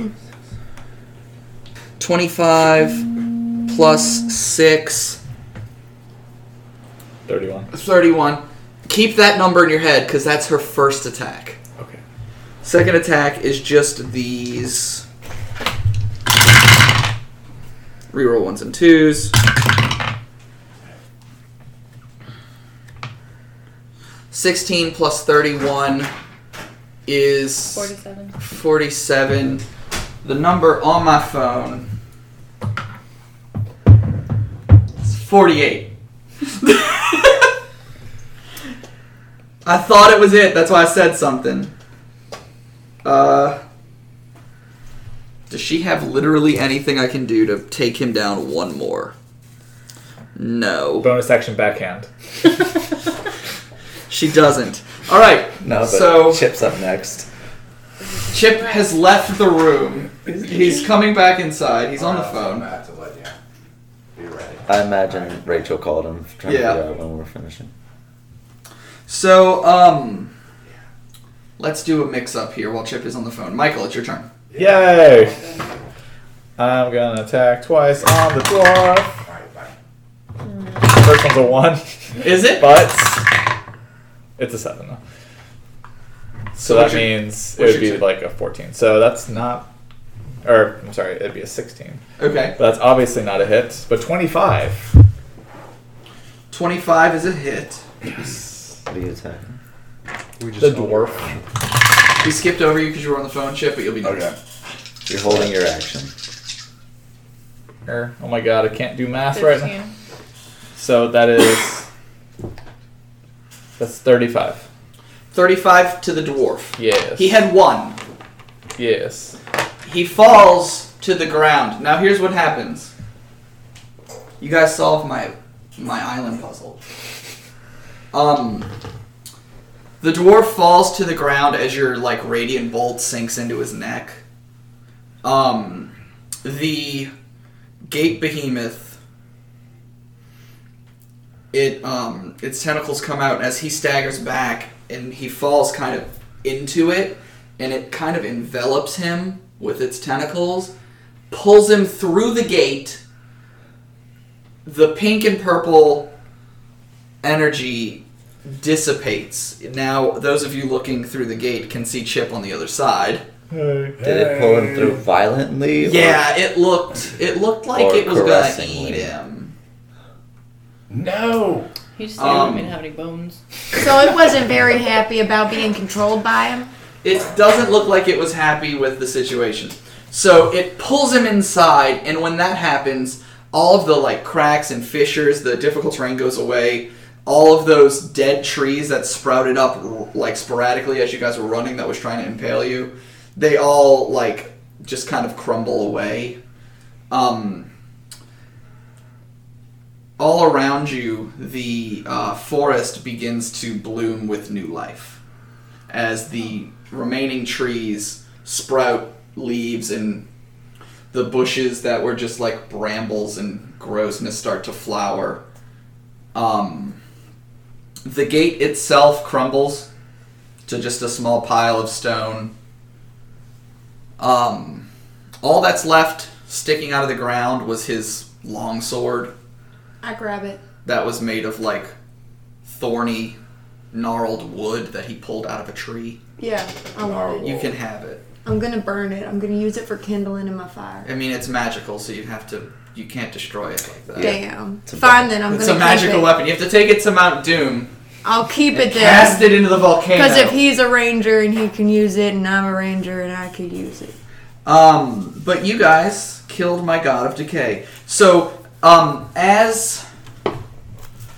[SPEAKER 1] 25 plus 6.
[SPEAKER 3] 31.
[SPEAKER 1] 31. Keep that number in your head because that's her first attack.
[SPEAKER 3] Okay.
[SPEAKER 1] Second attack is just these. Reroll ones and twos. Sixteen plus thirty-one is
[SPEAKER 10] 47.
[SPEAKER 1] Forty-seven. The number on my phone is forty-eight. I thought it was it. That's why I said something. Uh, does she have literally anything I can do to take him down one more? No.
[SPEAKER 3] Bonus action backhand.
[SPEAKER 1] she doesn't. All right.
[SPEAKER 7] No, but
[SPEAKER 1] so
[SPEAKER 7] Chip's up next.
[SPEAKER 1] Chip has left the room. He's coming back inside. He's on the phone.
[SPEAKER 12] Not to let you. Be ready.
[SPEAKER 7] I imagine Rachel called him trying
[SPEAKER 1] Yeah.
[SPEAKER 7] to figure out when we're finishing.
[SPEAKER 1] So, um, let's do a mix up here while Chip is on the phone. Michael, it's your turn.
[SPEAKER 3] Yay! I'm gonna attack twice on the dwarf. First one's a one.
[SPEAKER 1] Is it?
[SPEAKER 3] But it's a seven though. So,
[SPEAKER 1] So
[SPEAKER 3] that
[SPEAKER 1] what's your-
[SPEAKER 3] means it
[SPEAKER 1] what's
[SPEAKER 3] would be
[SPEAKER 1] your
[SPEAKER 3] like a fourteen. So that's not, or I'm sorry, it'd be a sixteen.
[SPEAKER 1] Okay.
[SPEAKER 3] But that's obviously not a hit. But twenty-five.
[SPEAKER 1] 25 is a hit.
[SPEAKER 7] The attack.
[SPEAKER 3] We just the dwarf.
[SPEAKER 1] We skipped over you because you were on the phone, Chip, but you'll be next.
[SPEAKER 12] Okay.
[SPEAKER 7] You're holding your action.
[SPEAKER 3] Er, Oh my god, I can't do math right now.
[SPEAKER 10] 15.
[SPEAKER 3] So that is that's thirty-five.
[SPEAKER 1] 35 to the dwarf.
[SPEAKER 3] Yes.
[SPEAKER 1] He had one.
[SPEAKER 3] Yes.
[SPEAKER 1] He falls to the ground. Now here's what happens. You guys solve my my island puzzle. Um the dwarf falls to the ground as your like radiant bolt sinks into his neck. Um the gate behemoth it um its tentacles come out as he staggers back and he falls kind of into it and it kind of envelops him with its tentacles pulls him through the gate the pink and purple energy dissipates now those of you looking through the gate can see chip on the other side
[SPEAKER 7] Did it pull him through violently? or-
[SPEAKER 1] yeah it looked it looked like
[SPEAKER 7] or
[SPEAKER 1] it was gonna
[SPEAKER 7] caressingly?
[SPEAKER 1] eat him
[SPEAKER 12] No.
[SPEAKER 10] He just didn't want me
[SPEAKER 1] Um,
[SPEAKER 10] to have any bones.
[SPEAKER 20] So it wasn't very happy about being controlled by him.
[SPEAKER 1] It doesn't look like it was happy with the situation. So it pulls him inside, and when that happens, all of the like cracks and fissures, the difficult terrain goes away. All of those dead trees that sprouted up r- like sporadically as you guys were running, that was trying to impale you, they all like just kind of crumble away. Um, all around you, the uh, forest begins to bloom with new life as the remaining trees sprout leaves and the bushes that were just like brambles and grossness start to flower. Um, the gate itself crumbles to just a small pile of stone. Um, all that's left sticking out of the ground was his long sword
[SPEAKER 20] I grab it.
[SPEAKER 1] that was made of like thorny, gnarled wood that he pulled out of a tree.
[SPEAKER 20] Yeah, I want it.
[SPEAKER 1] You can have it.
[SPEAKER 20] I'm gonna burn it. I'm gonna use it for kindling in my fire.
[SPEAKER 1] I mean, it's magical, so you have to. You can't destroy it like that.
[SPEAKER 20] Damn. Fine then. I'm
[SPEAKER 1] it's a
[SPEAKER 20] gonna.
[SPEAKER 1] magical
[SPEAKER 20] keep it.
[SPEAKER 1] weapon. You have to take it to Mount Doom.
[SPEAKER 20] I'll keep
[SPEAKER 1] and
[SPEAKER 20] it there.
[SPEAKER 1] Cast it into the volcano.
[SPEAKER 20] Because if he's a ranger and he can use it, and I'm a ranger and I could use it.
[SPEAKER 1] Um, but you guys killed my god of decay. So, um, as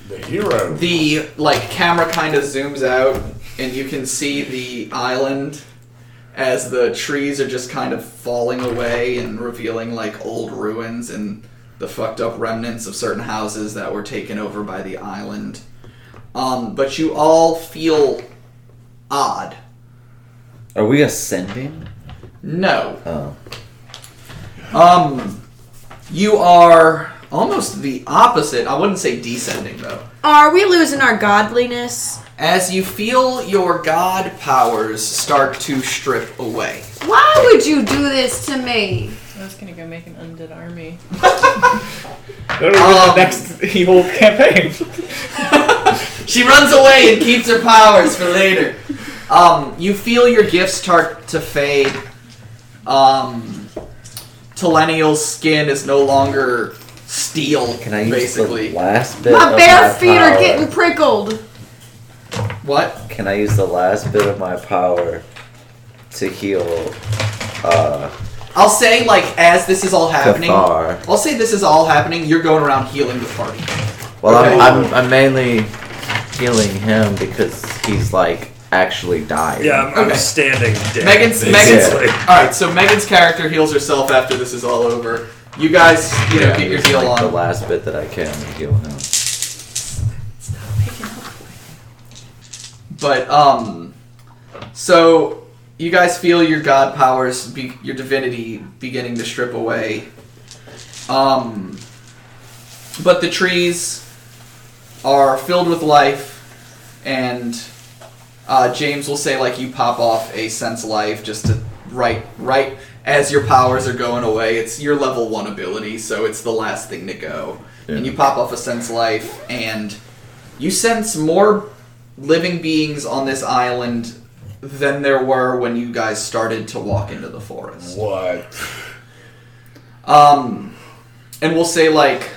[SPEAKER 12] The hero.
[SPEAKER 1] the like camera kind of zooms out and you can see the island as the trees are just kind of falling away and revealing like old ruins and the fucked up remnants of certain houses that were taken over by the island Um, but you all feel odd.
[SPEAKER 7] Are we ascending?
[SPEAKER 1] No.
[SPEAKER 7] Oh.
[SPEAKER 1] Um, you are almost the opposite. I wouldn't say descending though.
[SPEAKER 25] Are we losing our godliness?
[SPEAKER 1] As you feel your god powers start to strip away.
[SPEAKER 25] Why would you do this to me?
[SPEAKER 5] I was gonna go make an undead army.
[SPEAKER 3] That'll be the next evil campaign.
[SPEAKER 1] She runs away and keeps her powers for later. Um, you feel your gifts start to fade. Um, Tellennial's skin is no longer steel.
[SPEAKER 7] Can I use
[SPEAKER 1] basically
[SPEAKER 7] the last bit?
[SPEAKER 25] My
[SPEAKER 7] of
[SPEAKER 25] bare
[SPEAKER 7] my
[SPEAKER 25] feet are
[SPEAKER 7] power?
[SPEAKER 25] getting prickled.
[SPEAKER 1] What?
[SPEAKER 7] Can I use the last bit of my power to heal? Uh,
[SPEAKER 1] I'll say, like, as this is all happening,
[SPEAKER 7] Cathar.
[SPEAKER 1] I'll say this is all happening. You're going around healing the party.
[SPEAKER 7] well,
[SPEAKER 1] Okay.
[SPEAKER 7] I'm, I'm I'm mainly healing him because he's like actually dying.
[SPEAKER 8] Yeah, I'm, I'm
[SPEAKER 1] Okay.
[SPEAKER 8] standing dead.
[SPEAKER 1] Megan's Megan's
[SPEAKER 8] basically.
[SPEAKER 1] all right. So Megan's character heals herself after this is all over. You guys, you know,
[SPEAKER 7] Yeah,
[SPEAKER 1] get your
[SPEAKER 7] it's
[SPEAKER 1] heal
[SPEAKER 7] like The
[SPEAKER 1] on.
[SPEAKER 7] last bit that I can to heal him.
[SPEAKER 1] But um, so you guys feel your god powers, be, your divinity beginning to strip away. Um, but the trees are filled with life, and uh, James will say like you pop off a sense life just to right right as your powers are going away. It's your level one ability, so it's the last thing to go. And you pop off a sense life, and you sense more living beings on this island than there were when you guys started to walk into the forest.
[SPEAKER 12] What?
[SPEAKER 1] Um, and we'll say like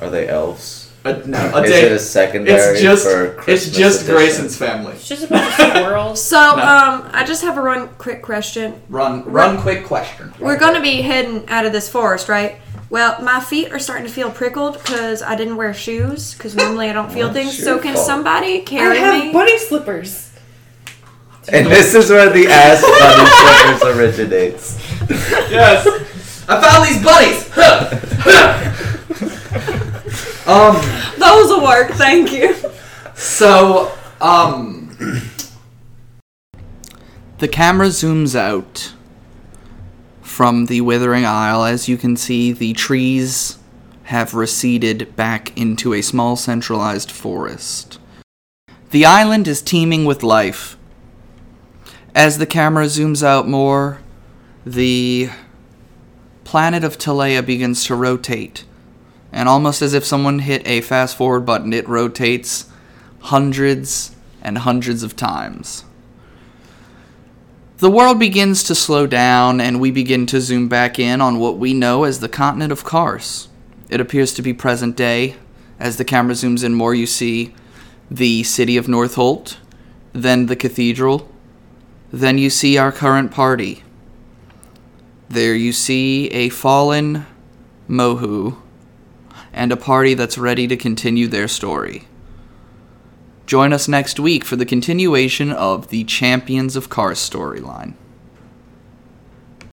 [SPEAKER 7] Are they elves?
[SPEAKER 1] a, no, a
[SPEAKER 7] Is
[SPEAKER 1] day.
[SPEAKER 7] it a secondary
[SPEAKER 1] it's just,
[SPEAKER 7] for Christmas
[SPEAKER 1] It's just
[SPEAKER 7] edition?
[SPEAKER 1] Grayson's family.
[SPEAKER 5] It's just a bunch of squirrels.
[SPEAKER 6] So,
[SPEAKER 1] No.
[SPEAKER 6] um, I just have a run quick question.
[SPEAKER 1] Run, run, quick question.
[SPEAKER 6] We're gonna be heading out of this forest, right? Well, my feet are starting to feel prickled because I didn't wear shoes because normally I don't feel
[SPEAKER 7] Well,
[SPEAKER 6] things.
[SPEAKER 7] it's
[SPEAKER 6] So
[SPEAKER 7] your
[SPEAKER 6] can
[SPEAKER 7] fault.
[SPEAKER 6] somebody
[SPEAKER 5] I
[SPEAKER 6] carry
[SPEAKER 5] have
[SPEAKER 6] me?
[SPEAKER 5] bunny slippers.
[SPEAKER 7] And this is where the ass bunny slippers originates.
[SPEAKER 1] yes, I found these bunnies. Huh. um,
[SPEAKER 6] Those will work. Thank you.
[SPEAKER 1] so um, the camera zooms out from the Withering Isle. As you can see, the trees have receded back into a small centralized forest. The island is teeming with life. As the camera zooms out more, the planet of Talea begins to rotate. And almost as if someone hit a fast forward button, it rotates hundreds and hundreds of times. The world begins to slow down, and we begin to zoom back in on what we know as the continent of Kars. It appears to be present day. As the camera zooms in more, you see the city of Northolt, then the cathedral, then you see our current party. There you see a fallen Mohu and a party that's ready to continue their story. Join us next week for the continuation of the Champions of Cars storyline.